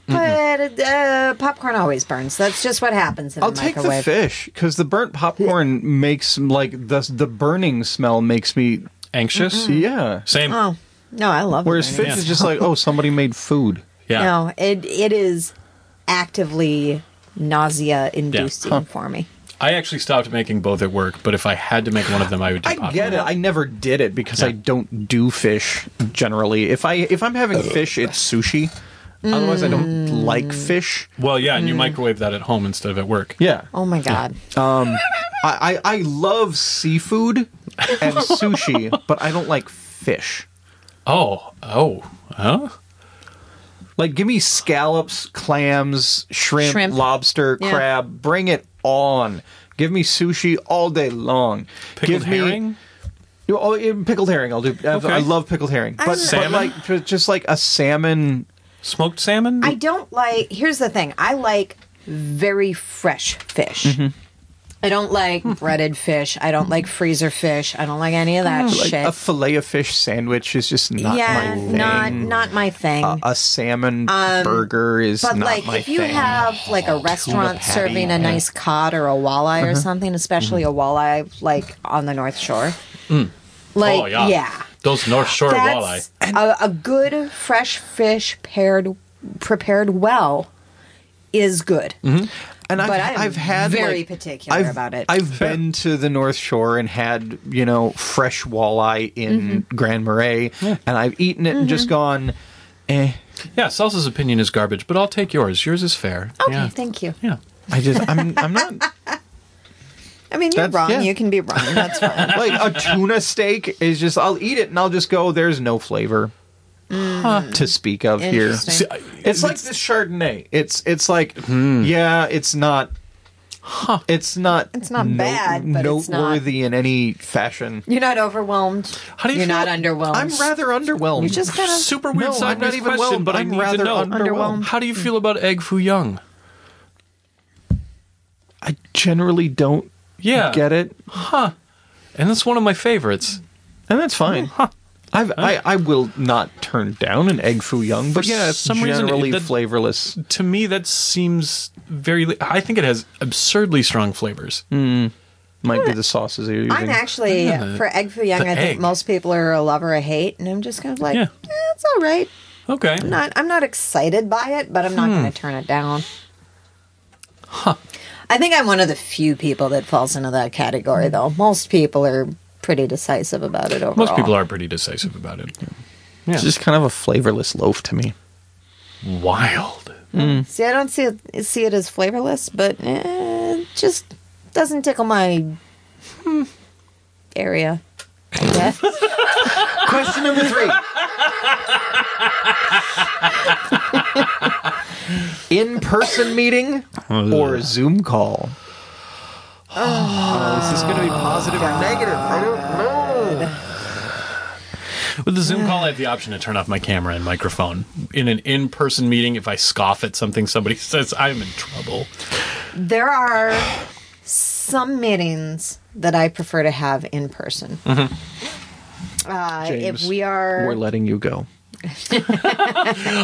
S8: but uh, popcorn always burns. That's just what happens in
S9: I'll
S8: a
S9: take
S8: microwave.
S9: the fish because the burnt popcorn makes like the the burning smell makes me
S1: Anxious.
S9: yeah.
S1: Same.
S8: Oh no, I love.
S9: Whereas
S8: burning.
S9: fish is just like oh somebody made food.
S1: Yeah.
S8: No, it it is actively nausea inducing for me.
S1: I actually stopped making both at work, but if I had to make one of them, I would do
S9: I
S1: popcorn.
S9: get it. I never did it because I don't do fish generally. If I if I'm having fish, it's sushi. Otherwise, I don't like fish.
S1: Well, yeah, and you
S8: Hmm.
S1: microwave that at home instead of at work.
S9: Yeah, Um,
S8: Oh my god.
S9: I, I I love seafood and sushi, but I don't like fish.
S1: Oh, oh, huh?
S9: Like, give me scallops, clams, shrimp,
S8: Shrimp.
S9: lobster,
S8: Yeah.
S9: crab. Bring it on. Give me sushi all day long.
S1: Pickled
S9: give
S1: herring?
S9: Me, oh, yeah, pickled herring. I'll do. I-
S1: Okay.
S9: I love pickled herring. But,
S1: Salmon?
S9: but like, just like a salmon.
S1: Smoked salmon?
S8: I don't like. Here's the thing. I like very fresh fish.
S9: Mm-hmm.
S8: I don't like
S9: Hmm.
S8: breaded fish. I don't like freezer fish. I don't like any of that
S9: Like
S8: shit.
S9: a fillet of fish sandwich is just not
S8: yeah,
S9: my thing.
S8: not not my thing.
S9: a salmon burger is
S8: but
S9: not
S8: like,
S9: my
S8: if you
S9: thing.
S8: have like a restaurant
S1: patty,
S8: serving a nice cod or a walleye
S9: Uh-huh.
S8: or something, especially
S9: Mm-hmm.
S8: a walleye like on the North Shore,
S9: Mm.
S8: like
S1: oh, yeah.
S8: yeah,
S1: Those North Shore walleye.
S8: That's a, a good fresh fish paired prepared well is good.
S9: and Mm-hmm. I've,
S8: but I'm
S9: I've had
S8: very
S9: like-
S8: particular
S9: I've-
S8: about it.
S9: I've been to the North Shore and had you know fresh walleye in
S8: Mm-hmm.
S9: Grand Marais, and I've eaten it and just gone, eh.
S1: Yeah, Salsa's opinion is garbage, but I'll take yours. Yours is fair.
S8: okay,
S1: yeah.
S8: thank you.
S1: yeah.
S9: I just I'm I'm not
S8: I mean, you're
S9: That's-
S8: wrong.
S9: yeah.
S8: You can be wrong. That's fine.
S9: like a tuna steak is just I'll eat it and I'll just go. There's no flavor. To speak of here,
S8: Mm. Interesting.
S1: See, I-
S9: it's like this Chardonnay. It's it's like yeah, it's not. It's not.
S8: It's not bad, but it's not-
S9: noteworthy in any fashion.
S8: You're not overwhelmed.
S1: How do you
S8: You're
S1: feel-
S8: not underwhelmed.
S9: I'm rather underwhelmed.
S8: You just kind of
S1: super weird
S9: No,
S1: side
S9: I'm not
S1: note
S9: even
S1: question,
S9: well,
S1: but I
S9: I'm
S1: need to
S9: rather
S1: know.
S9: underwhelmed.
S1: How do you feel about egg foo young?
S9: I generally don't
S1: Yeah.
S9: get it,
S1: And that's one of my favorites.
S9: and that's fine. I've, I I will not turn down an egg foo young, but
S1: For
S9: yeah, it's
S1: some reason,
S9: generally
S1: that-
S9: flavorless.
S1: To me, that seems very. I think it has absurdly strong flavors.
S9: Might be the sauces that you're using.
S8: I'm actually
S1: Yeah, the-
S8: for egg foo young.
S1: the
S8: I think
S1: egg.
S8: most people are a lover or hate, and I'm just kind of like,
S1: Yeah.
S8: eh, it's all right.
S1: Okay.
S8: I'm not I'm not excited by it, but I'm not
S1: Hmm.
S8: going to turn it down. I think I'm one of the few people that falls into that category, though. Most people are pretty decisive about it overall.
S1: Most people are pretty decisive about it. Yeah.
S3: It's just kind of a flavorless loaf to me.
S1: wild.
S8: See, I don't see it, see it as flavorless, but eh, it just doesn't tickle my hmm, area. I guess.
S9: Question number three. In person meeting or Zoom call? Oh, is this going to be positive or negative? I don't know.
S1: With the Zoom call, I have the option to turn off my camera and microphone. In an in-person meeting, if I scoff at something somebody says, I'm in trouble.
S8: there are some meetings that I prefer to have in person.
S1: Mm-hmm.
S8: Uh, if
S9: James,
S8: we are,
S3: We're letting you go.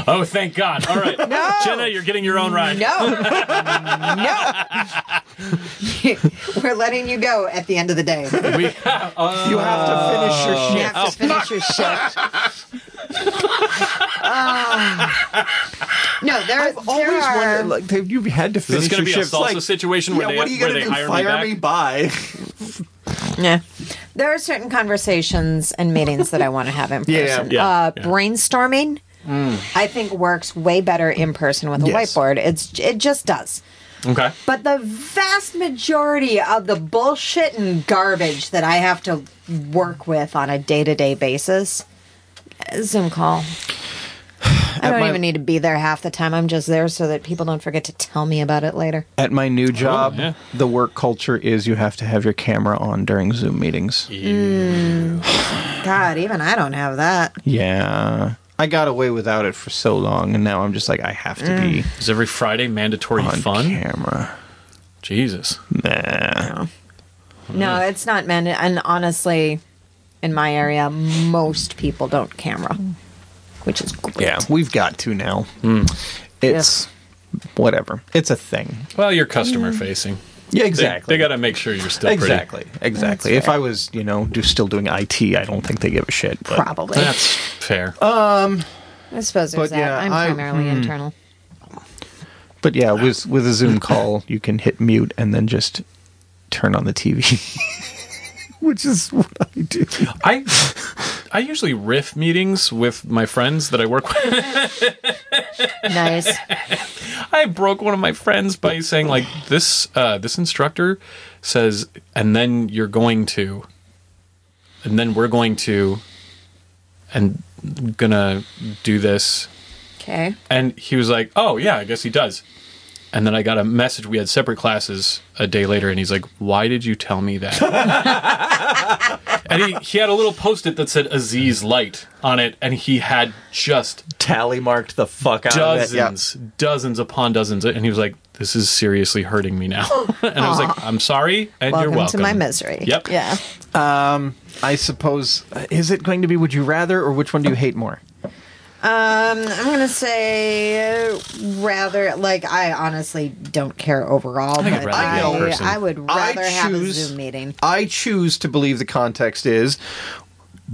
S1: Oh, thank God! All right,
S8: No.
S1: Jenna, you're getting your own ride.
S8: No. no. We're letting you go at the end of the day. You
S1: We-
S9: You have to finish your shit.
S8: have to finish your shift. Ah. no, there, there
S9: Always
S8: are.
S9: wondered, like, have you had to
S1: is
S9: finish
S1: this going to
S9: your
S1: be a
S9: shifts?
S1: salsa
S9: like,
S1: situation where
S9: yeah,
S1: they,
S9: what are you
S1: where
S9: gonna
S1: they
S9: do?
S1: hire
S9: Fire
S1: me
S9: me,
S1: back?
S9: by?
S8: Yeah. There are certain conversations and meetings that I want to have in
S9: Yeah, Mm.
S8: person.
S1: yeah,
S8: uh,
S1: yeah.
S8: Brainstorming, I think, works way better in person with a
S9: Yes.
S8: whiteboard. It's It just does.
S1: Okay.
S8: But the vast majority of the bullshit and garbage that I have to work with on a day to day basis, eh, Zoom call. I don't
S9: my-
S8: even need to be there half the time. I'm just there so that people don't forget to tell me about it later.
S9: At my new job,
S1: Oh, yeah.
S9: the work culture is you have to have your camera on during Zoom meetings.
S8: God, even I don't have that.
S9: Yeah. I got away without it for so long, and now I'm just like, I have to be
S1: Is every Friday mandatory
S9: on
S1: Mm. fun?
S9: camera.
S1: Jesus.
S9: Nah.
S8: No, it's not men. And honestly, in my area, most people don't camera, which is great.
S9: Yeah, we've got to now.
S1: Mm.
S9: It's whatever. It's a thing.
S1: Well, you're customer facing.
S9: Yeah,
S1: They-
S9: Mm. exactly.
S1: They, got to make sure you're still
S9: exactly, exactly. If I was, you know, do, still doing IT, I don't think they give a shit. but-
S8: Probably.
S1: pretty. That's fair.
S8: I suppose there's
S9: but
S8: that.
S9: yeah,
S8: I'm
S9: I- hmm.
S8: primarily internal.
S9: But yeah, with with a Zoom call, you can hit mute and then just turn on the TV, which is what I do.
S1: I I usually riff meetings with my friends that I work with.
S8: Nice.
S1: I broke one of my friends by saying like this uh, this instructor says and then you're going to and then we're going to and gonna do this
S8: Okay.
S1: and he was like oh yeah I guess he does and then I got a message we had separate classes a day later and he's like why did you tell me that and he, he had a little post-it that said Aziz light on it and he had just
S9: Tally marked the fuck out
S1: dozens, dozens upon dozens, and he was like, "This is seriously hurting me now." and I was like, "I'm sorry, and
S8: Welcome,
S1: you're welcome
S8: to my misery.
S1: Yep.
S8: Yeah.
S9: I suppose uh, is it going to be Would You Rather or which one do you hate more?
S8: Um, I'm gonna say uh, rather like I honestly don't care overall,
S1: think
S8: but
S1: I'd rather
S8: I,
S1: be in person.
S8: I would rather
S9: I
S8: have a
S9: choose-
S8: Zoom meeting.
S9: I choose to believe the context is: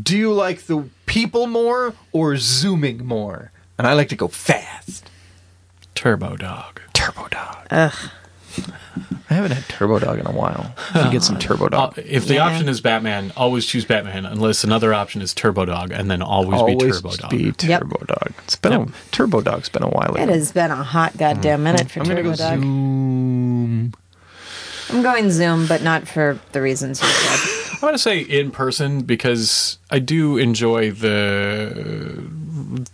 S9: Do you like the people more or zooming more? And I like to go fast.
S1: Turbo Dog.
S9: Turbo Dog. I haven't had Turbo Dog in a while. You get some Turbo
S1: Uh,
S9: Dog.
S1: if the
S8: Yeah.
S1: option is Batman, always choose Batman, unless another option is Turbo Dog, and then always, be
S9: Always
S1: Turbo Dog.
S9: be
S8: Yep.
S9: Turbo Dog. It's been
S1: Yep.
S9: a Turbo Dog's been a while.
S8: It
S9: ago.
S8: has been a hot
S1: Mm-hmm.
S8: goddamn minute for Turbo Dog.
S9: Zoom.
S8: I'm going Zoom, but not for the reasons you said.
S1: I'm gonna say in person because I do enjoy the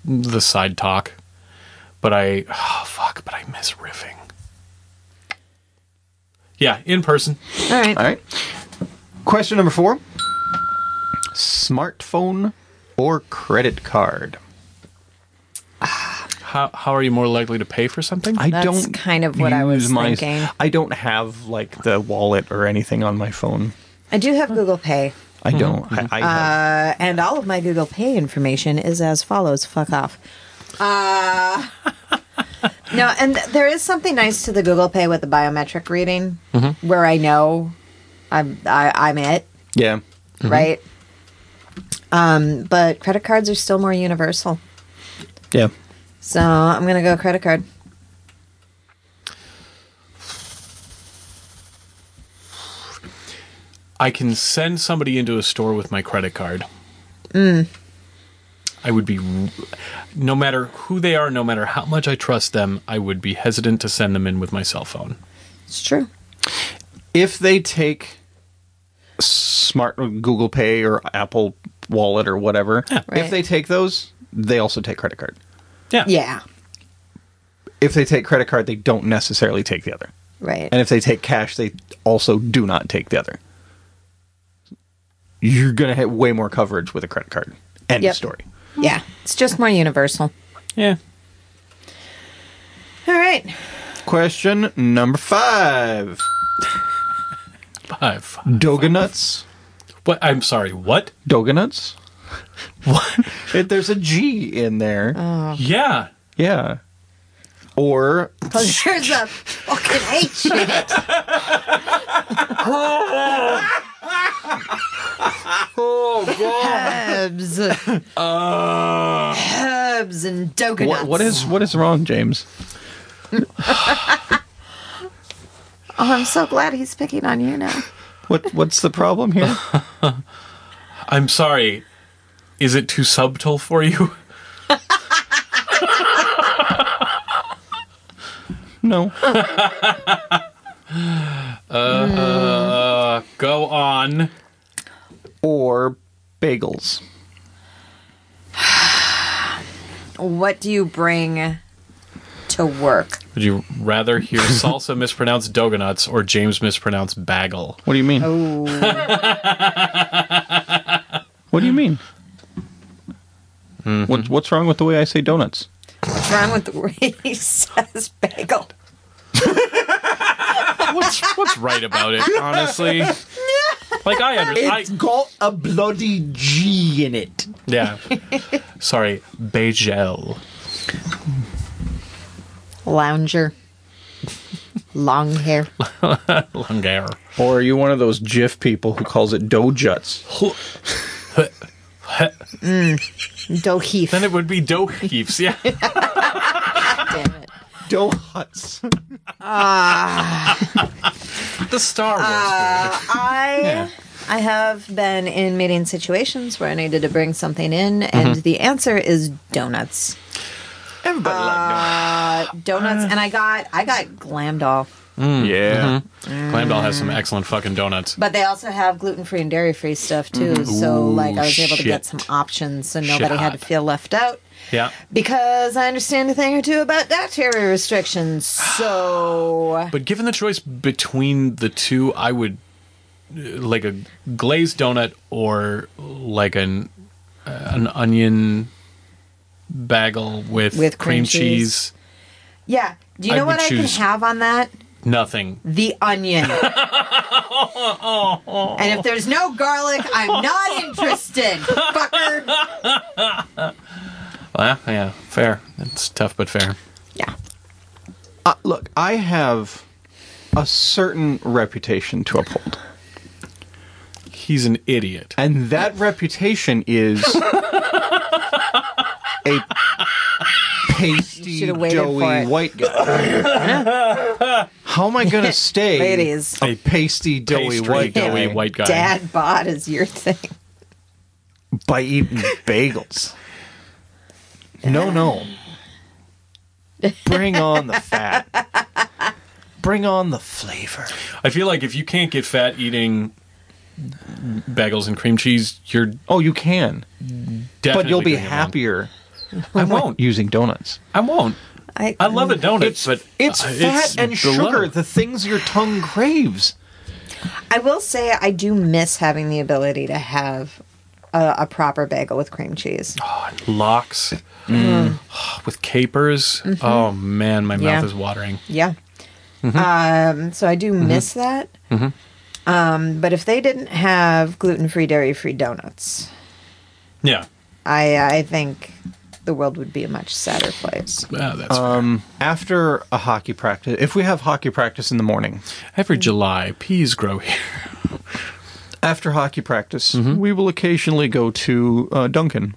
S1: the side talk, but I oh, fuck, but I miss riffing. Yeah, in person.
S8: All right.
S9: All right. Question number four: Smartphone or credit card?
S1: How how are you more likely to pay for something?
S9: I
S8: That's
S9: don't
S8: kind of what I
S9: use
S8: was
S9: my,
S8: thinking.
S9: I don't have like the wallet or anything on my phone.
S8: I do have Google Pay,
S9: I don't. I, I have-
S8: uh, and all of my Google Pay information is as follows. Fuck off. Uh, no, and th- there is something nice to the Google Pay with the biometric reading, where I know I'm I, I'm it,
S9: Yeah.
S8: right? Um, but credit cards are still more universal,
S9: Yeah.
S8: so I'm gonna go credit card.
S1: I can send somebody into a store with my credit card. I would be, no matter who they are, no matter how much I trust them, I would be hesitant to send them in with my cell phone.
S8: It's true.
S9: If they take smart Google Pay or Apple Wallet or whatever,
S8: Right.
S9: if they take those, they also take credit card.
S1: Yeah.
S8: Yeah,
S9: If they take credit card, they don't necessarily take the other.
S8: right.
S9: And if they take cash, they also do not take the other. You're going to have way more coverage with a credit card. End
S8: Yep.
S9: of story.
S8: yeah, it's just more universal.
S1: Yeah.
S8: All right.
S9: Question number five
S1: Five.
S9: Doganuts.
S1: What? I'm sorry. What?
S9: Doganuts?
S1: What?
S9: It, there's a G in there.
S8: Uh.
S1: yeah.
S9: Yeah. Or
S8: There's a fucking H in it. Herbs. Herbs and donuts.
S9: what, what is what is wrong, James?
S8: Oh, I'm so glad he's picking on you now.
S9: What what's the problem here?
S1: I'm sorry. Is it too subtle for you?
S9: No.
S1: Uh, go on.
S9: Or bagels.
S8: What do you bring to work?
S1: Would you rather hear salsa mispronounce donuts or James mispronounce bagel?
S9: What do you mean?
S8: Oh.
S9: What do you mean? What, what's wrong with the way I say donuts?
S8: What's wrong with the way he says bagel?
S1: What's what's right about it? Honestly, like I understand.
S9: got a bloody G in it.
S1: Yeah. Sorry, Bagel.
S8: Lounger. Long hair.
S1: Lungair.
S9: Or are you one of those GIF people who calls it dojuts?
S8: Doheef.
S1: Then it would be dough heaps. Yeah.
S8: Damn it.
S9: Dohuts.
S1: the Star Wars.
S8: Uh, I I have been in meeting situations where I needed to bring something in, and
S1: Mm-hmm.
S8: the answer is donuts. Uh,
S9: Everybody like
S8: Donuts,
S1: Uh.
S8: and I got I got glammed off.
S9: donuts. Yeah.
S1: Clamdell has some excellent fucking donuts.
S8: But they also have gluten free and dairy free stuff too. So like I was able to get
S1: Mm-hmm. shit.
S8: some options, so nobody had to
S1: Shit.
S8: feel left out.
S1: Yeah.
S8: Because I understand a thing or two about dietary restrictions. So
S1: But given the choice between the two, I would uh, like a glazed donut or like an uh, an onion bagel with,
S8: With cream
S1: cheese.
S8: yeah, do you
S1: I
S8: know what
S1: would
S8: I can
S1: choose-
S8: have on that?
S1: Nothing.
S8: the onion. and if there's no garlic, I'm not interested, fucker.
S1: Well, yeah, fair. It's tough but fair.
S8: Yeah.
S9: Uh, look, I have a certain reputation to uphold.
S1: He's an idiot.
S9: And that reputation is a pasty,
S8: should've waited for
S9: doughy
S8: it.
S9: white guy. How am I going to stay
S8: Ladies.
S9: a pasty, doughy
S1: Pastry,
S9: white guy
S1: doughy white guy.
S8: Dad bod is your thing.
S9: by eating bagels? No, no. Bring on the fat. Bring on the flavor.
S1: I feel like if you can't get fat eating bagels and cream cheese, you're
S9: Oh, you can,
S1: definitely
S9: but you'll be
S1: doing it wrong.
S9: happier
S1: I won't.
S9: using donuts.
S1: I won't. I love a donut, but
S9: It's
S1: uh,
S9: fat and
S1: below.
S9: sugar, the things your tongue craves.
S8: I will say I do miss having the ability to have a, a proper bagel with cream cheese.
S1: Oh. locks with capers. Oh man, my
S8: Yeah.
S1: mouth is watering.
S8: Yeah. Um, so I do miss that. Um, but if they didn't have gluten free, dairy free donuts,
S1: Yeah,
S8: I, I think the world would be a much sadder place.
S1: Ah, that's
S9: After a hockey practice, if we have hockey practice in the morning,
S1: every July peas grow here.
S9: after hockey practice,
S1: Mm-hmm.
S9: we will occasionally go to uh, Duncan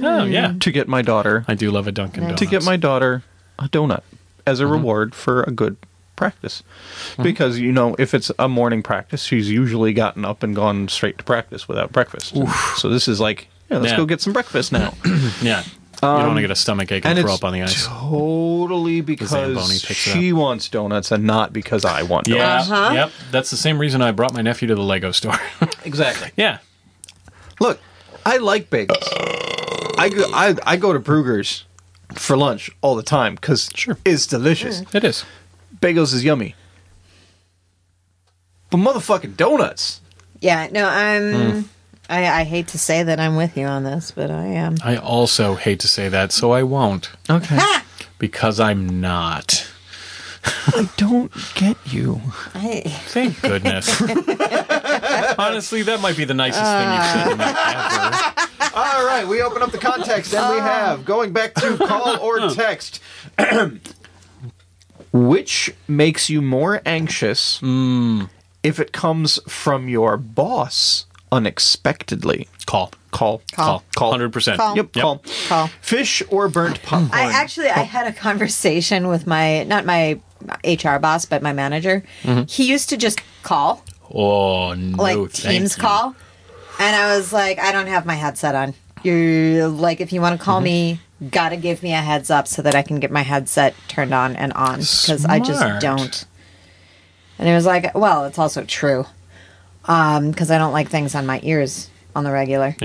S1: Oh yeah,
S9: to get my daughter
S1: I do love a Dunkin'
S8: Nice.
S1: Donuts. Mm-hmm.
S9: to get my daughter a donut as a reward for a good practice. Because you know, if it's a morning practice, she's usually gotten up and gone straight to practice without breakfast. So this is like, yeah, let's
S1: Yeah.
S9: go get some breakfast now.
S1: yeah, you don't want to get a stomach ache and, throw up on the ice. Zamboni
S9: totally because
S1: picks it
S9: she wants donuts and not because I want donuts.
S1: Yeah,
S8: Uh-huh.
S1: yep. That's the same reason I brought my nephew to the Lego store.
S9: exactly.
S1: yeah,
S9: Look, I like bagels. I go, I, I go to Brugger's for lunch all the time because
S1: Sure.
S9: it's delicious.
S1: it is.
S9: Bagels is yummy. But motherfucking donuts.
S8: Yeah, no, I'm. I, I hate to say that I'm with you on this, but I am.
S1: I also hate to say that, so I won't
S9: Okay.
S1: because I'm not.
S9: I don't get you.
S8: I,
S1: Thank goodness. Honestly, that might be the nicest thing you've said to me ever.
S9: All right, we open up the context and we have going back to call or text. Which makes you more anxious Hmm. if it comes from your boss unexpectedly?
S1: Call,
S9: Call.
S1: call,
S9: Call.
S1: hundred percent.
S8: Call.
S9: Yep, call.
S8: Call.
S9: Fish or burnt popcorn?
S8: I actually I had a conversation with my not my HR boss, but my manager. He used to just call
S1: Oh no,
S8: like
S1: thank
S8: Teams
S1: you.
S8: call, and I was like, I don't have my headset on. You're like, if you want to call me,
S1: Mm-hmm.
S8: gotta give me a heads up so that I can get my headset turned on and on because I just
S1: Smart.
S8: don't. And it was like, well, it's also true because I don't like things on my ears on the regular.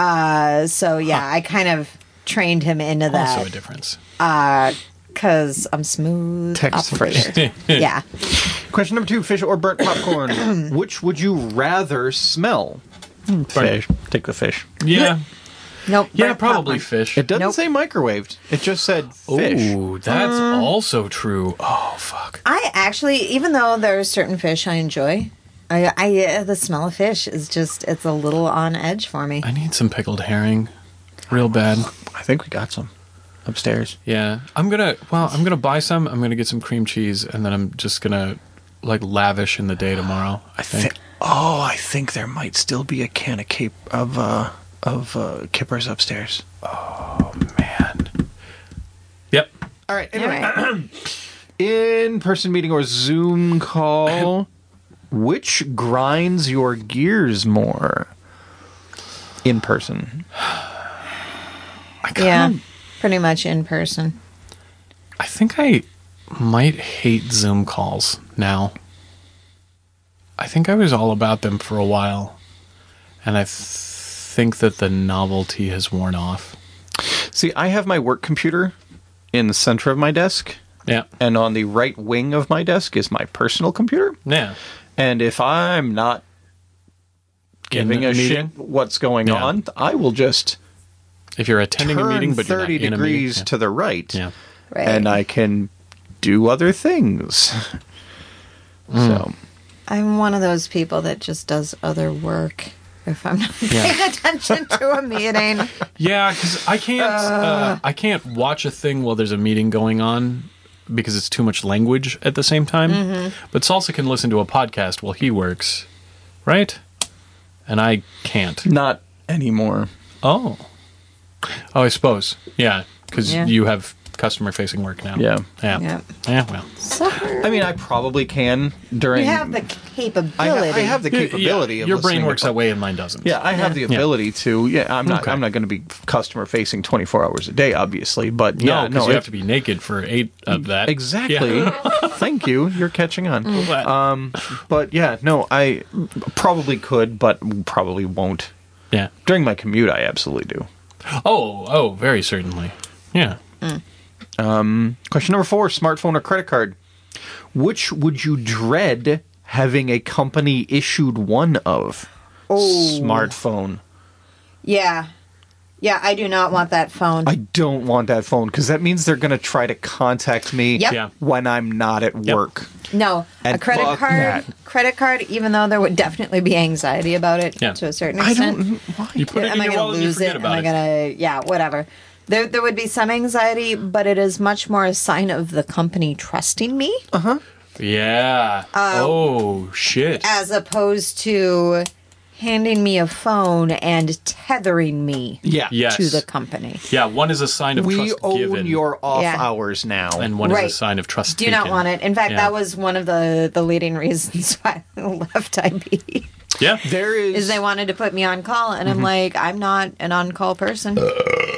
S8: Uh, so yeah, I kind of trained him into
S1: Also a
S8: that
S1: difference.
S8: because I'm smooth
S9: Text
S8: operator. yeah.
S9: Question number two: Fish or burnt popcorn? Which would you rather smell? Fish. Take the fish.
S1: Yeah,
S8: Nope.
S1: yeah,
S8: burnt
S1: probably
S8: popcorn.
S1: fish.
S9: It doesn't
S8: Nope.
S9: say microwaved. It just said fish.
S1: Ooh, that's also true. Oh fuck.
S8: I actually, even though there are certain fish I enjoy, I, I uh, the smell of fish is just it's a little on edge for me.
S1: I need some pickled herring, real bad.
S9: I think we got some upstairs.
S1: Yeah, I'm gonna. Well, I'm gonna buy some. I'm gonna get some cream cheese, and then I'm just gonna like lavish in the day tomorrow. I think.
S9: oh, I think there might still be a can of cape of uh of uh kippers upstairs.
S1: Man. Yep.
S9: All right.
S8: All
S9: Anyway,
S8: right.
S9: in-person meeting or Zoom call, which grinds your gears more? In person.
S1: I kinda,
S8: yeah, pretty much in person.
S1: I think I might hate Zoom calls now. I think I was all about them for a while, and I th- think that the novelty has worn off.
S9: See, I have my work computer in the center of my desk,
S1: Yeah.
S9: and on the right wing of my desk is my personal computer.
S1: Yeah.
S9: And if I'm not giving
S1: In
S9: a
S1: the
S9: shit
S1: meeting,
S9: what's going
S1: Yeah.
S9: on, I will just
S1: If you're attending
S9: turn
S1: a meeting, but you're not
S9: 30
S1: in a meeting,
S9: degrees
S1: yeah.
S9: to the right,
S1: Yeah.
S8: Right.
S9: and I can do other things. So,
S8: I'm one of those people that just does other work if I'm not paying attention to a meeting.
S1: Yeah, because I can't. Uh,
S9: Ah.
S1: I can't watch a thing while there's a meeting going on because it's too much language at the same time.
S9: Mm-hmm.
S1: But Salsa can listen to a podcast while he works, right? And I can't.
S9: not anymore.
S1: Oh, oh, I suppose. Yeah, because
S8: Yeah.
S1: you have customer-facing work now.
S9: Yeah.
S1: yeah,
S8: Yeah.
S1: Yeah, Well,
S8: So
S9: I mean, I probably can during.
S8: you have the
S9: I, ha-
S8: capability.
S9: I have the capability
S1: Yeah,
S9: of
S1: your brain
S9: listening to
S1: works that way, and mine doesn't.
S9: Yeah, I have the ability to. Yeah, I'm not.
S1: Okay.
S9: I'm not going to be customer facing 24 hours a day, obviously. But
S1: No,
S9: yeah,
S1: because you
S9: it- Mm,
S1: have to be naked for eight of that.
S9: exactly.
S1: Yeah.
S9: Thank you. You're catching on.
S8: Mm.
S1: But-
S9: Um, but yeah, no, I probably could, but probably won't.
S1: yeah.
S9: During my commute, I absolutely do.
S1: Oh, oh, very certainly. Yeah.
S9: Question number four: smartphone or credit card? Which would you dread having a company issued one of?
S8: Oh.
S9: Smartphone.
S8: yeah, yeah. I do not want that phone.
S9: I don't want that phone because that means they're going to try to contact me
S8: Yep.
S1: Yeah.
S9: when I'm not at work.
S8: No, a
S9: And
S8: credit
S9: fuck
S8: card.
S9: that.
S8: Credit card. Even though there would definitely be anxiety about it
S1: Yeah.
S8: to a certain extent.
S9: Why?
S1: You put it in
S8: Am I
S1: your
S8: going
S1: wallet
S8: to
S1: and you
S8: lose
S1: forget
S8: it? Am
S1: about
S8: I
S1: it.
S8: going to? Yeah, whatever. There, there would be some anxiety, but it is much more a sign of the company trusting me.
S1: Yeah. oh shit.
S8: Um, as opposed to handing me a phone and tethering me
S3: Yeah.
S1: Yes.
S8: to the company.
S1: yeah. One is a sign of
S3: We
S1: trust
S3: own
S1: given,
S3: your off
S8: Yeah.
S3: hours now.
S1: and one
S8: Right.
S1: is a sign of trust.
S8: Do not
S1: taken.
S8: want it. In fact,
S1: Yeah.
S8: that was one of the, the leading reasons why I left IB.
S1: Yeah.
S3: there is,
S8: Is they wanted to put me on call, and
S9: Mm-hmm.
S8: I'm like, I'm not an on call person. Uh,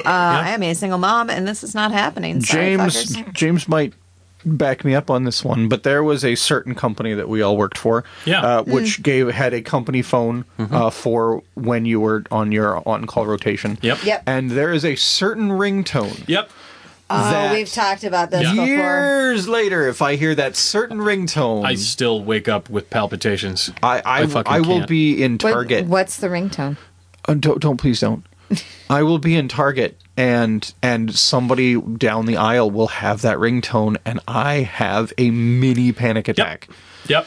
S8: I am a single mom, and this is not happening. Sorry,
S9: James
S8: fuckers.
S9: James might back me up on this one, but there was a certain company that we all worked for,
S1: Yeah. Mm-hmm.
S9: uh,
S8: Hmm.
S9: which gave had a company phone uh, for when you were on your on call rotation.
S1: Yep.
S8: Yep.
S9: And there is a certain ringtone
S1: Yep.
S8: Oh,
S9: that
S8: we've talked about this
S1: Yeah.
S8: before.
S9: years later, if I hear that certain ringtone,
S1: I still wake up with palpitations.
S9: I I,
S1: I fucking
S9: I will
S1: can't.
S9: be in
S8: What-
S9: Target.
S8: what's the ringtone?
S9: Uh, don't, don't please don't. I will be in Target and and somebody down the aisle will have that ringtone and I have a mini panic attack.
S1: Yep.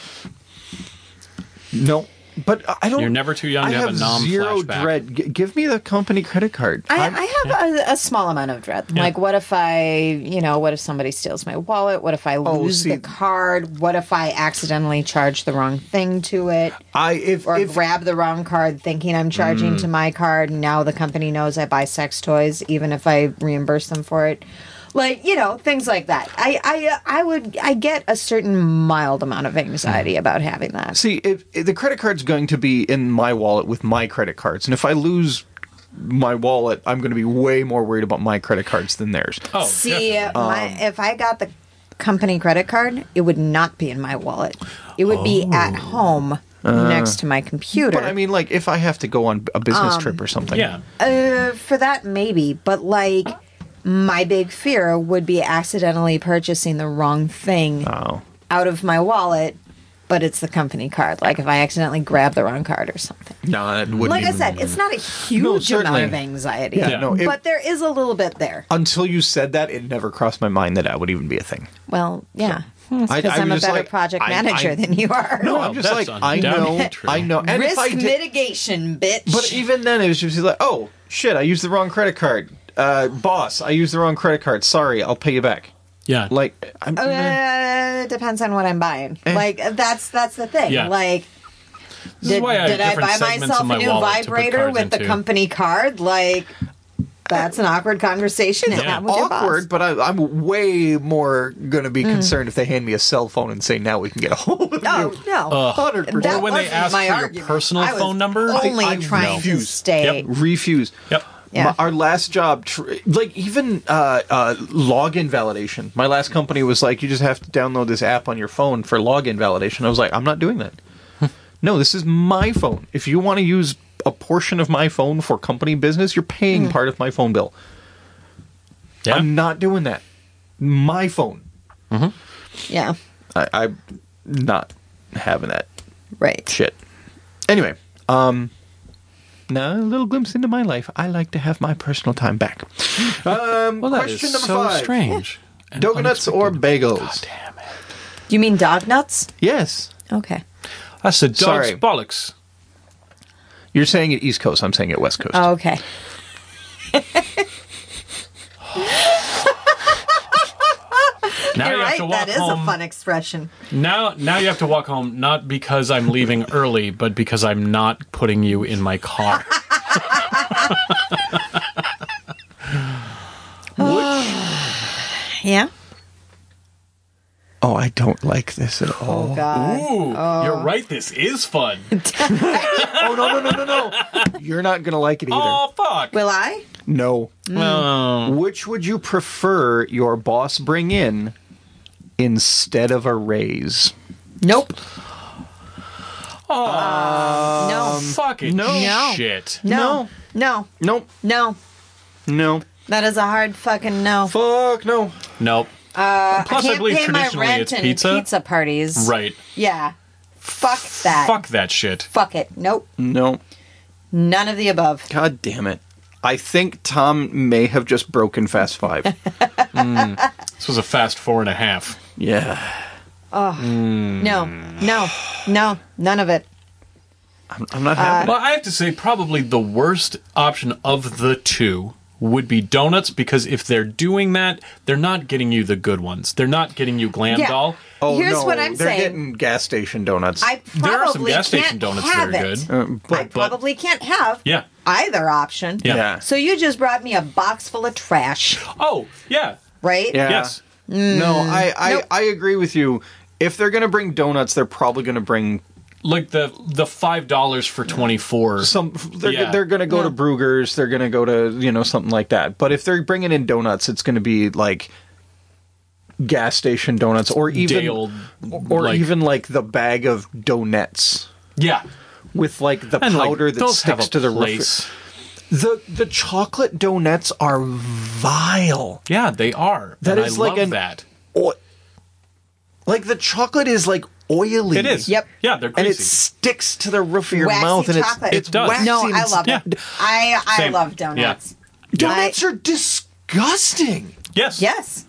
S9: No, but I- I don't.
S1: You're never too young to
S9: I
S1: have a nom
S9: zero
S1: flashback.
S9: dread. G- give me the company credit card.
S8: I,
S9: I'm-
S8: I have a, a small amount of dread. Like, what if I, you know, what if somebody steals my wallet? What if I lose
S9: Oh, see-
S8: the card? What if I accidentally charge the wrong thing to it?
S9: I if
S8: Or
S9: if Mm.
S8: grab the wrong card thinking I'm charging to my card, and now the company knows I buy sex toys, even if I reimburse them for it. Like, you know, things like that. I, uh, I, I would, I get a certain mild amount of anxiety about having that.
S9: see if, if the credit card's going to be in my wallet with my credit cards, and if I lose my wallet, I'm going to be way more worried about my credit cards than theirs.
S1: Oh,
S8: See,
S1: definitely.
S9: Um,
S8: my, if I got the company credit card, it would not be in my wallet. It would be at home next to my computer.
S9: Oh. Uh-huh. But I mean, like if I have to go on a business trip or something,
S1: yeah.
S8: uh, for that maybe, but like my big fear would be accidentally purchasing the wrong thing
S9: Oh.
S8: out of my wallet. But it's the company card. Like if I accidentally grab the wrong card or something.
S9: No, that wouldn't.
S8: Like I
S9: even-
S8: said, it's not a
S9: No,
S8: huge amount
S9: certainly.
S8: of anxiety.
S9: Yeah, no, it-
S8: but there is a little bit there.
S9: until you said that, it never crossed my mind that that would even be a thing.
S8: Well, yeah.
S9: I-
S8: Because
S9: I
S8: I'm a
S9: was just
S8: better
S9: like,
S8: project
S9: I-
S8: manager
S9: I-
S8: than you are.
S9: No,
S1: Well,
S9: I'm just
S1: that's
S9: like I know,
S1: undoubtedly true.
S9: I know, and if
S8: Risk
S9: I did,
S8: mitigation, bitch.
S9: But even then, it was just like, oh shit, I used the wrong credit card. Uh, boss, I used the wrong credit card. Sorry, I'll pay you back.
S1: Yeah.
S9: Like, I'm,
S8: Oh, uh, depends on what I'm buying. Like that's that's the thing.
S1: Yeah.
S8: Like
S1: This is
S8: did,
S1: why I have
S8: did I
S1: different
S8: buy
S1: segments
S8: myself
S1: in
S8: a
S1: my
S8: new
S1: wallet to put
S8: vibrator
S1: cards
S8: with the
S1: into.
S8: company card? Like that's an awkward conversation to have with
S9: awkward, but I, I'm way more gonna be
S8: Mm.
S9: concerned if they hand me a cell phone and say, now we can get a hold
S8: your
S9: of
S8: boss.
S9: you.
S8: Oh no.
S9: Hundred
S1: Or
S8: That
S9: percent.
S1: Uh, when they
S8: wasn't
S1: ask
S8: my
S1: for your
S8: argument.
S1: personal
S8: I was
S1: phone number.
S8: Only
S9: I- I
S8: trying to
S9: refuse.
S8: stay.
S1: Yep.
S9: Refuse.
S1: Yep.
S8: Yeah.
S9: My- our last job, tr- like even uh, uh, login validation. My last company was like, you just have to download this app on your phone for login validation. I was like, I'm not doing that. no, this is my phone. If you want to use a portion of my phone for company business, you're paying part of my phone bill.
S1: Yeah.
S9: I'm not doing that. My phone.
S8: Yeah.
S9: I, I'm not having that
S8: Right.
S9: shit. Anyway, um, now a little glimpse into my life. I like to have my personal time back. Um,
S1: well, that is
S9: question number
S1: so
S9: five:
S1: strange. and
S9: Donuts or
S1: unexpected.
S9: bagels?
S1: Damn it.
S8: You mean dog nuts?
S9: Yes,
S8: Okay.
S1: I said dog's
S9: Sorry.
S1: bollocks.
S9: you're saying it East Coast. I'm saying it West Coast.
S8: Okay.
S1: Now
S8: You're
S1: you have
S8: right.
S1: to walk
S8: That is
S1: home.
S8: a fun expression.
S1: Now, now you have to walk home not because I'm leaving early, but because I'm not putting you in my car.
S8: Yeah.
S9: Oh, I don't like this at all.
S8: Oh God.
S1: Ooh, you're right. This is fun.
S9: Oh no no no no no! You're not gonna like it either.
S1: oh fuck.
S8: Will I?
S9: No. Mm.
S1: Well,
S9: Which would you prefer your boss bring in instead of a raise?
S8: Nope.
S1: Oh.
S8: Um, no.
S1: fuck it.
S9: no.
S8: No.
S1: Shit.
S8: No. No.
S9: Nope.
S8: No.
S9: No.
S8: That is a hard fucking no.
S9: Fuck no.
S1: Nope. Uh, Plus, I,
S8: Can't
S1: believe
S8: pay my
S1: traditionally
S8: rent
S1: it's
S8: and
S1: pizza.
S8: pizza parties.
S1: Right.
S8: Yeah. Fuck that.
S1: Fuck Mm. that shit.
S8: Fuck it. Nope.
S9: No.
S8: None of the above.
S9: God damn it. I think Tom may have just broken Fast Five.
S1: This was a fast four and a half.
S9: yeah.
S8: No. No. No. None of it. Uh,
S9: I'm, I'm not happy.
S1: Well, I have to say, probably the worst option of the two would be donuts because if they're doing that, they're not getting you the good ones. They're not getting you Glamdol.
S3: Oh,
S8: Here's
S3: no,
S8: what I'm
S3: they're
S8: saying.
S3: getting gas station donuts.
S8: I probably
S1: There are some gas
S8: can't
S1: station donuts that
S8: have
S1: are
S8: it.
S1: good.
S3: Uh,
S8: I probably can't have
S1: Yeah.
S8: either option.
S1: Yeah.
S9: Yeah.
S8: So you just brought me a box full of trash,
S1: Oh, yeah.
S8: right?
S3: Yeah.
S1: Yes.
S3: No, I I,
S8: Mm, Nope.
S3: I agree with you. If they're gonna bring donuts, they're probably gonna bring
S1: Like the the five dollars for twenty four.
S3: some. They're
S1: Yeah.
S3: they're gonna go to Brugger's. They're gonna go to you know something like that. But if they're bringing in donuts, it's gonna be like gas station donuts, or even
S1: Day old,
S3: or
S1: like-
S3: even like the bag of donuts
S1: Yeah.
S3: with like the
S1: And like,
S3: powder that
S1: those have
S3: sticks
S1: a
S3: to the
S1: place.
S3: roof. The the chocolate donuts are vile.
S1: Yeah, they are.
S3: That
S1: That is
S3: is like
S1: love
S3: an-
S1: that.
S3: Oi- like the chocolate is like oily.
S1: It is.
S8: Yep.
S1: Yeah, they're
S3: and
S1: crazy.
S3: it sticks to the roof of your
S8: Waxy
S3: mouth, and it's,
S8: chocolate.
S3: it's
S1: It does.
S3: waxy
S8: No,
S3: and
S8: I
S3: it's-
S8: love it.
S1: yeah.
S8: I I
S1: Same.
S8: love donuts.
S3: Donuts
S8: I-
S3: are disgusting.
S1: yes.
S8: Yes.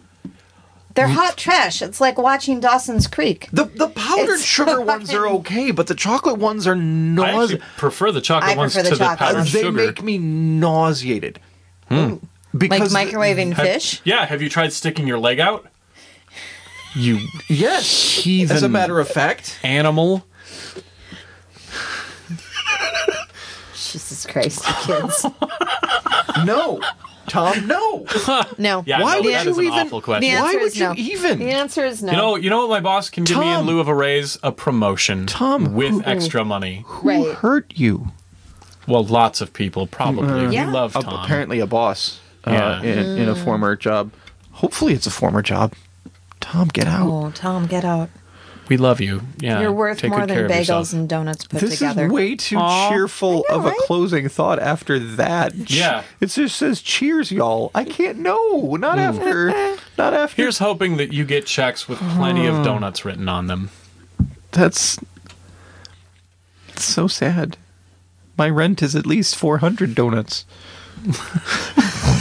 S8: They're
S1: Mm.
S8: hot trash. It's like watching Dawson's Creek.
S3: The the powdered
S8: It's
S3: sugar
S8: fucking-
S3: ones are okay, but the chocolate ones are
S1: I
S3: nauseous.
S1: actually prefer the chocolate
S8: I
S1: ones
S8: prefer the
S1: to the
S8: chocolate
S1: powdered
S8: ones.
S3: They
S1: sugar. Hmm.
S3: make me nauseated. Mm.
S8: Like
S3: Because the-
S8: microwaving
S1: Have-
S8: fish.
S1: Yeah, have you tried sticking your leg out?
S9: You
S3: yes, as a
S9: Heathen.
S3: matter of fact,
S1: Animal.
S8: Jesus Christ, the kids.
S3: no, Tom, no.
S8: No.
S1: Yeah,
S3: Why
S1: no,
S3: would
S1: that
S3: you
S1: is an
S3: even-
S1: awful question.
S8: Yeah.
S3: Why
S8: answer
S3: would
S8: is
S3: you
S8: no.
S3: even?
S8: The answer is no.
S1: You know, you know what my boss can give me in
S3: Tom.
S1: lieu of a raise? A promotion.
S9: Tom.
S1: With extra money.
S9: who
S8: right.
S9: hurt you?
S1: Well, lots of people probably.
S8: Mm-hmm. Yeah.
S1: We love
S9: A-
S1: Tom.
S9: apparently a boss uh,
S1: Yeah.
S9: in, in
S8: Mm.
S9: a former job. Hopefully, it's a former job. Tom, get out.
S8: Oh, Tom, get out.
S1: We love you. Yeah.
S8: You're worth
S1: Take
S8: more
S1: good
S8: than
S1: care of yourself.
S8: bagels and donuts put
S9: This
S8: together.
S9: is way too
S1: Aw.
S9: cheerful
S8: I know,
S9: of a
S8: right?
S9: closing thought after that. Ch-
S1: Yeah.
S9: It just says cheers, y'all. I can't no, not
S1: Mm.
S9: after not after
S1: Here's hoping that you get checks with plenty
S8: Mm.
S1: of donuts written on them.
S9: that's it's so sad. My rent is at least four hundred donuts.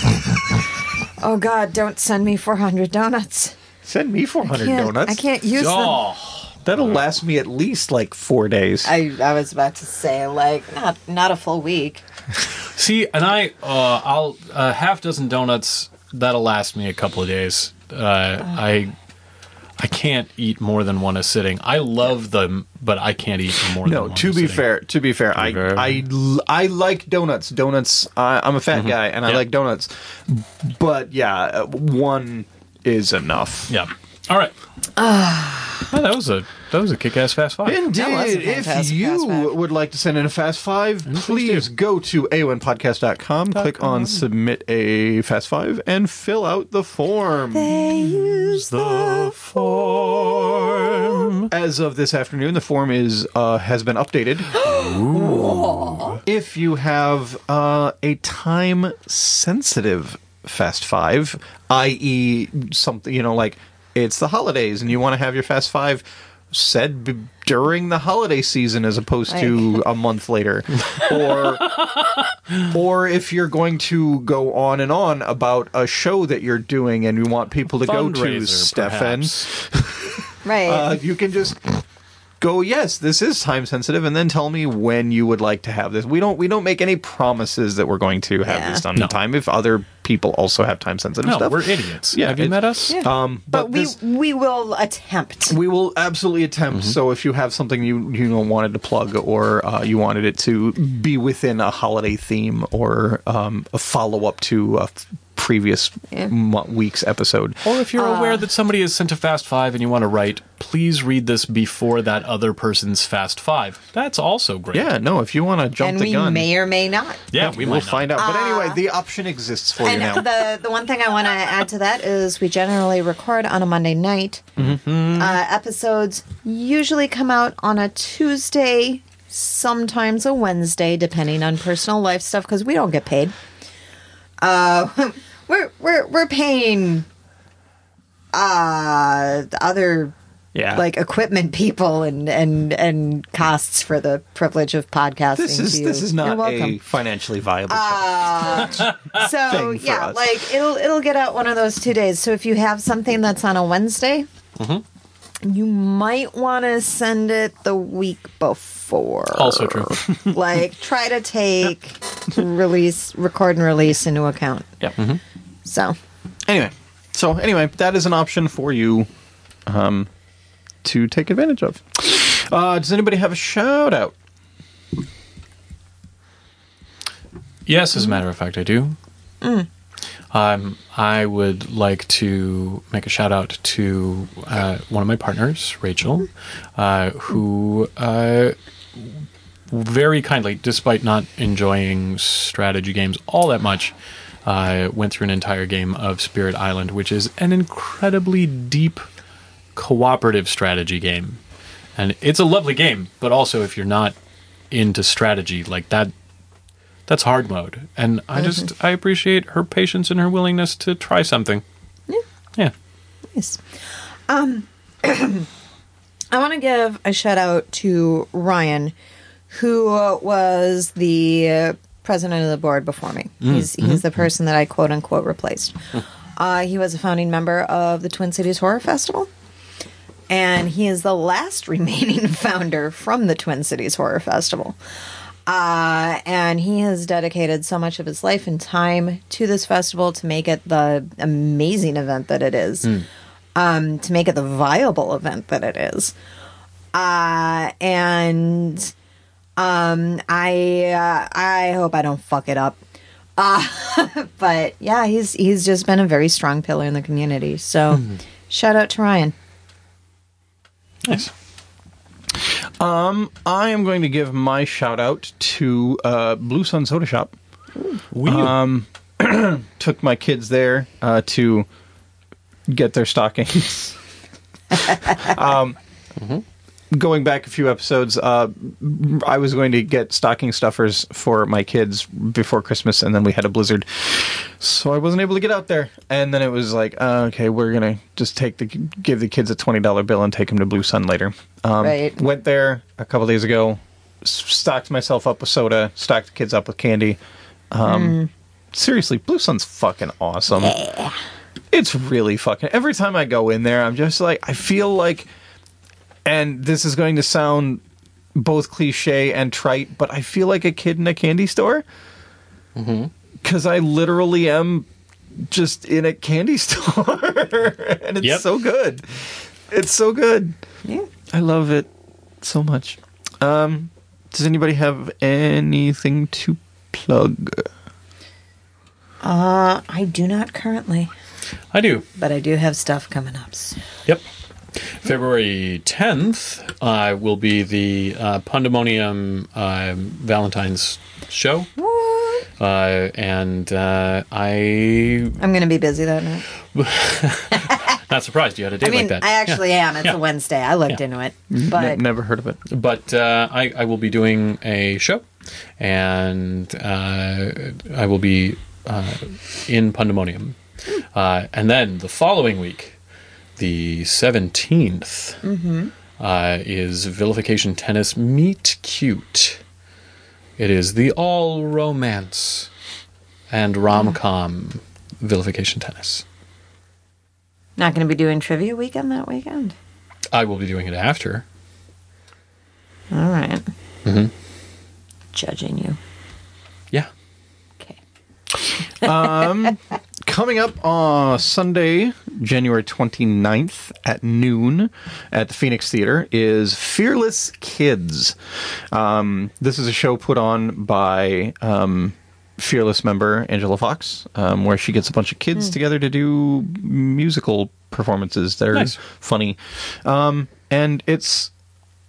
S8: oh God, don't send me 400 donuts.
S9: Send me four hundred
S8: Can't-
S9: donuts.
S8: I can't use them.
S1: Oh,
S9: That'll last me at least like four days.
S8: I, I was about to say like not not a full week.
S1: see, and I, uh, I'll uh, half dozen donuts. That'll last me a couple of days. Uh, I, I can't eat more than one a sitting. I love them, but I can't eat more than
S9: no,
S1: one. a
S9: to be
S1: sitting.
S9: fair, to be fair, I,
S1: Okay.
S9: I, l- I like donuts. Donuts. I, I'm a fat guy, and I
S1: Yeah.
S9: like donuts. But yeah, uh, one is enough.
S1: Yeah. All right. Well, that was a that was a kick-ass fast five.
S8: was a
S9: Ah. Indeed, if
S8: fantastic
S9: you
S8: Fast Five.
S9: would like to send in a Fast Five, please go to a1podcast.com, click on Submit a Fast Five, and fill out the form.
S1: the form.
S9: As of this afternoon, the form is uh, has been updated. If you have uh, a time sensitive Fast Five, i.e., something you know, like it's the holidays and you want to have your Fast Five said b- during the holiday season as opposed to a month later, or or if you're going to go on and on about a show that you're doing and you want people to go to,
S1: Fundraiser,
S9: Stefan.
S1: perhaps.
S8: Right.
S9: Uh, you can just go yes this is time sensitive and then tell me when you would like to have this we don't we don't make any promises that we're going to have
S8: Yeah.
S9: this done in time if other people also have time sensitive
S1: No,
S9: stuff
S1: we're idiots.
S9: Yeah,
S1: Have you
S9: it-
S1: met us?
S9: um
S8: but,
S9: but,
S8: we
S9: this-
S8: we will attempt.
S9: we will absolutely attempt
S8: Mm-hmm.
S9: so if you have something you you know wanted to plug or uh, you wanted it to be within a holiday theme or um, a follow-up to a f- previous mo- week's episode
S1: Or if you're aware that somebody has sent a fast five and you want to write, please read this before that other person's fast five. That's also great.
S9: yeah no if you want to jump
S8: And
S9: the
S8: we
S9: gun
S8: may or may not.
S1: Yeah, we
S9: we
S1: might
S9: will
S1: not.
S9: find out. But anyway, the option exists for you now.
S8: And the the one thing I want to add to that is we generally record on a Monday night.
S9: Mm-hmm.
S8: Uh, episodes usually come out on a Tuesday, sometimes a Wednesday, depending on personal life stuff because we don't get paid. Uh, we're we're we're paying uh the other
S9: yeah,
S8: like equipment people and and and costs for the privilege of podcasting.
S9: this
S8: to
S9: is
S8: you.
S9: this is
S8: You're
S9: not
S8: welcome. Uh,
S9: a financially viable.
S8: so
S9: thing for
S8: yeah
S9: us.
S8: like it'll it'll get out one of those two days so if you have something that's on a wednesday
S9: Mm-hmm.
S8: you might want to send it the week before
S1: Also true.
S8: like try to take release, record and release into account.
S9: Yeah.
S8: So,
S9: Anyway, so anyway, that is an option for you um, to take advantage of. Uh, does anybody have a shout out?
S1: Yes, as a matter of fact, I do. Um, I would like to make a shout out to uh, one of my partners, Rachel, uh, who uh, very kindly, despite not enjoying strategy games all that much, uh, went through an entire game of Spirit Island, which is an incredibly deep cooperative strategy game. And it's a lovely game, but also if you're not into strategy, like that that's hard mode. And I
S8: Mm-hmm.
S1: just I appreciate her patience and her willingness to try something. Yeah.
S8: nice. Um, I want to give a shout out to Ryan, who uh, was the uh, president of the board before me. he's he's the person that I quote unquote replaced. Uh, he was a founding member of the Twin Cities Horror Festival. and he is the last remaining founder from the Twin Cities Horror Festival. Uh, and he has dedicated so much of his life and time to this festival to make it the amazing event that it is, um, to make it the viable event that it is. Uh, and um, I uh, I hope I don't fuck it up. Uh, but yeah, he's he's just been a very strong pillar in the community. So shout out to Ryan.
S1: Nice.
S9: I am going to give my shout out to uh, Blue Sun Soda Shop.
S1: We Um,
S9: Took my kids there uh, to get their stockings. um, Going back a few episodes, uh, I was going to get stocking stuffers for my kids before Christmas, and then we had a blizzard, so I wasn't able to get out there. And then it was like, uh, okay, we're gonna just take the give the kids a twenty dollar bill and take them to Blue Sun later. Um,
S8: Right.
S9: Went there a couple days ago, s- stocked myself up with soda, stocked the kids up with candy. Um, Seriously, Blue Sun's fucking awesome. It's really fucking. Every time I go in there, I'm just like, I feel like, and this is going to sound both cliche and trite, but I feel like a kid in a candy store. Because I literally am just in a candy store, and it's
S1: Yep.
S9: so good. It's so good.
S8: Yeah.
S9: I love it so much. Um, does anybody have anything to plug?
S8: Uh, I do not currently,
S1: I do.
S8: but I do have stuff coming up. So.
S1: Yep. February 10th uh, will be the uh, Pandemonium uh, Valentine's show. Uh, and uh, I.
S8: I'm going to be busy that night.
S1: Not surprised you had a date
S8: I mean,
S1: like that.
S8: I actually am. It's
S1: Yeah.
S8: a Wednesday. I looked into it, but
S9: Ne- never heard of it.
S1: but uh, I, I will be doing a show, and uh, I will be uh, in Pandemonium, uh, and then the following week, the 17th uh, is Vilification Tennis Meet Cute. It is the all romance and rom com Vilification Tennis.
S8: not going to be doing trivia weekend that weekend.
S1: I will be doing it after.
S8: All right.
S1: Mm-hmm.
S8: Judging you.
S1: Yeah.
S8: Okay.
S9: Coming up on Sunday, January 29th at noon at the Phoenix Theater is Fearless Kids. Um, this is a show put on by um, Fearless member Angela Fox, um, where she gets a bunch of kids together to do musical performances that are
S1: Nice.
S9: funny. Um, and it's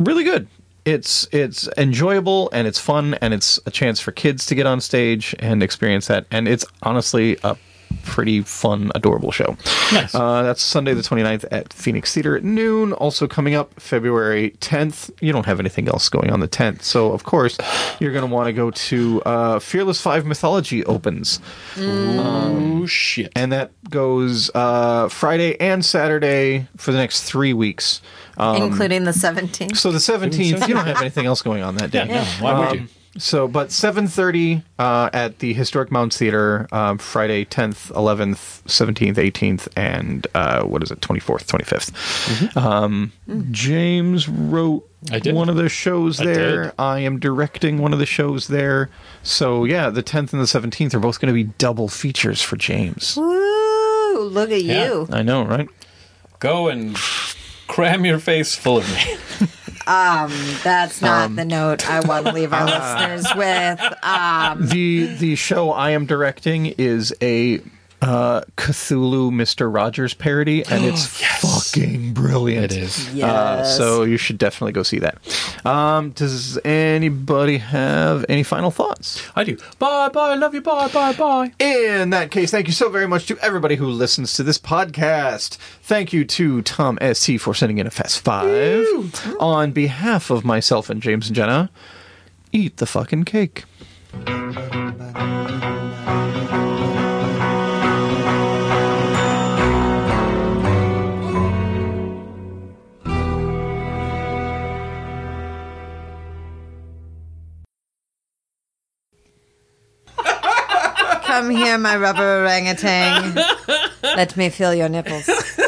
S9: really good. It's it's enjoyable and it's fun and it's a chance for kids to get on stage and experience that. And it's honestly a pretty fun, adorable show.
S1: Nice.
S9: Uh, that's Sunday the 29th at Phoenix Theater at noon. Also coming up February 10th. You don't have anything else going on the 10th. So, of course, you're going to want to go to uh, Fearless 5 Mythology opens
S1: oh shit.
S9: and that goes uh, Friday and Saturday for the next three weeks. Um,
S8: Including the 17th.
S9: so the 17th, you don't have anything else going on that day.
S1: Yeah, no, why would you?
S9: So, but 7:30 uh, at the Historic Mounds Theater, um, Friday 10th, 11th, 17th, 18th, and uh, what is it, 24th, 25th. Um, James wrote
S1: I did.
S9: one of the shows
S1: I
S9: there.
S1: did.
S9: I am directing one of the shows there. So yeah, the 10th and the 17th are both going to be double features for James.
S8: Woo! Look at
S1: Yeah.
S8: you.
S9: I know, right?
S1: Go and cram your face full of me.
S8: That's not
S9: Um,
S8: the note I want to leave
S9: uh,
S8: our listeners with. Um,
S9: the the show I am directing is a uh, Cthulhu Mister Rogers parody, and it's fucking brilliant.
S1: It is.
S9: Uh,
S8: Yes.
S9: so you should definitely go see that. Um, does anybody have any final thoughts?
S1: I do. Bye bye. Love you. Bye bye bye.
S9: In that case, thank you so very much to everybody who listens to this podcast. Thank you to Tom ST for sending in a Fast Five. On behalf of myself and James and Jenna, eat the fucking cake.
S8: come here, my rubber orangutan. Let me feel your nipples.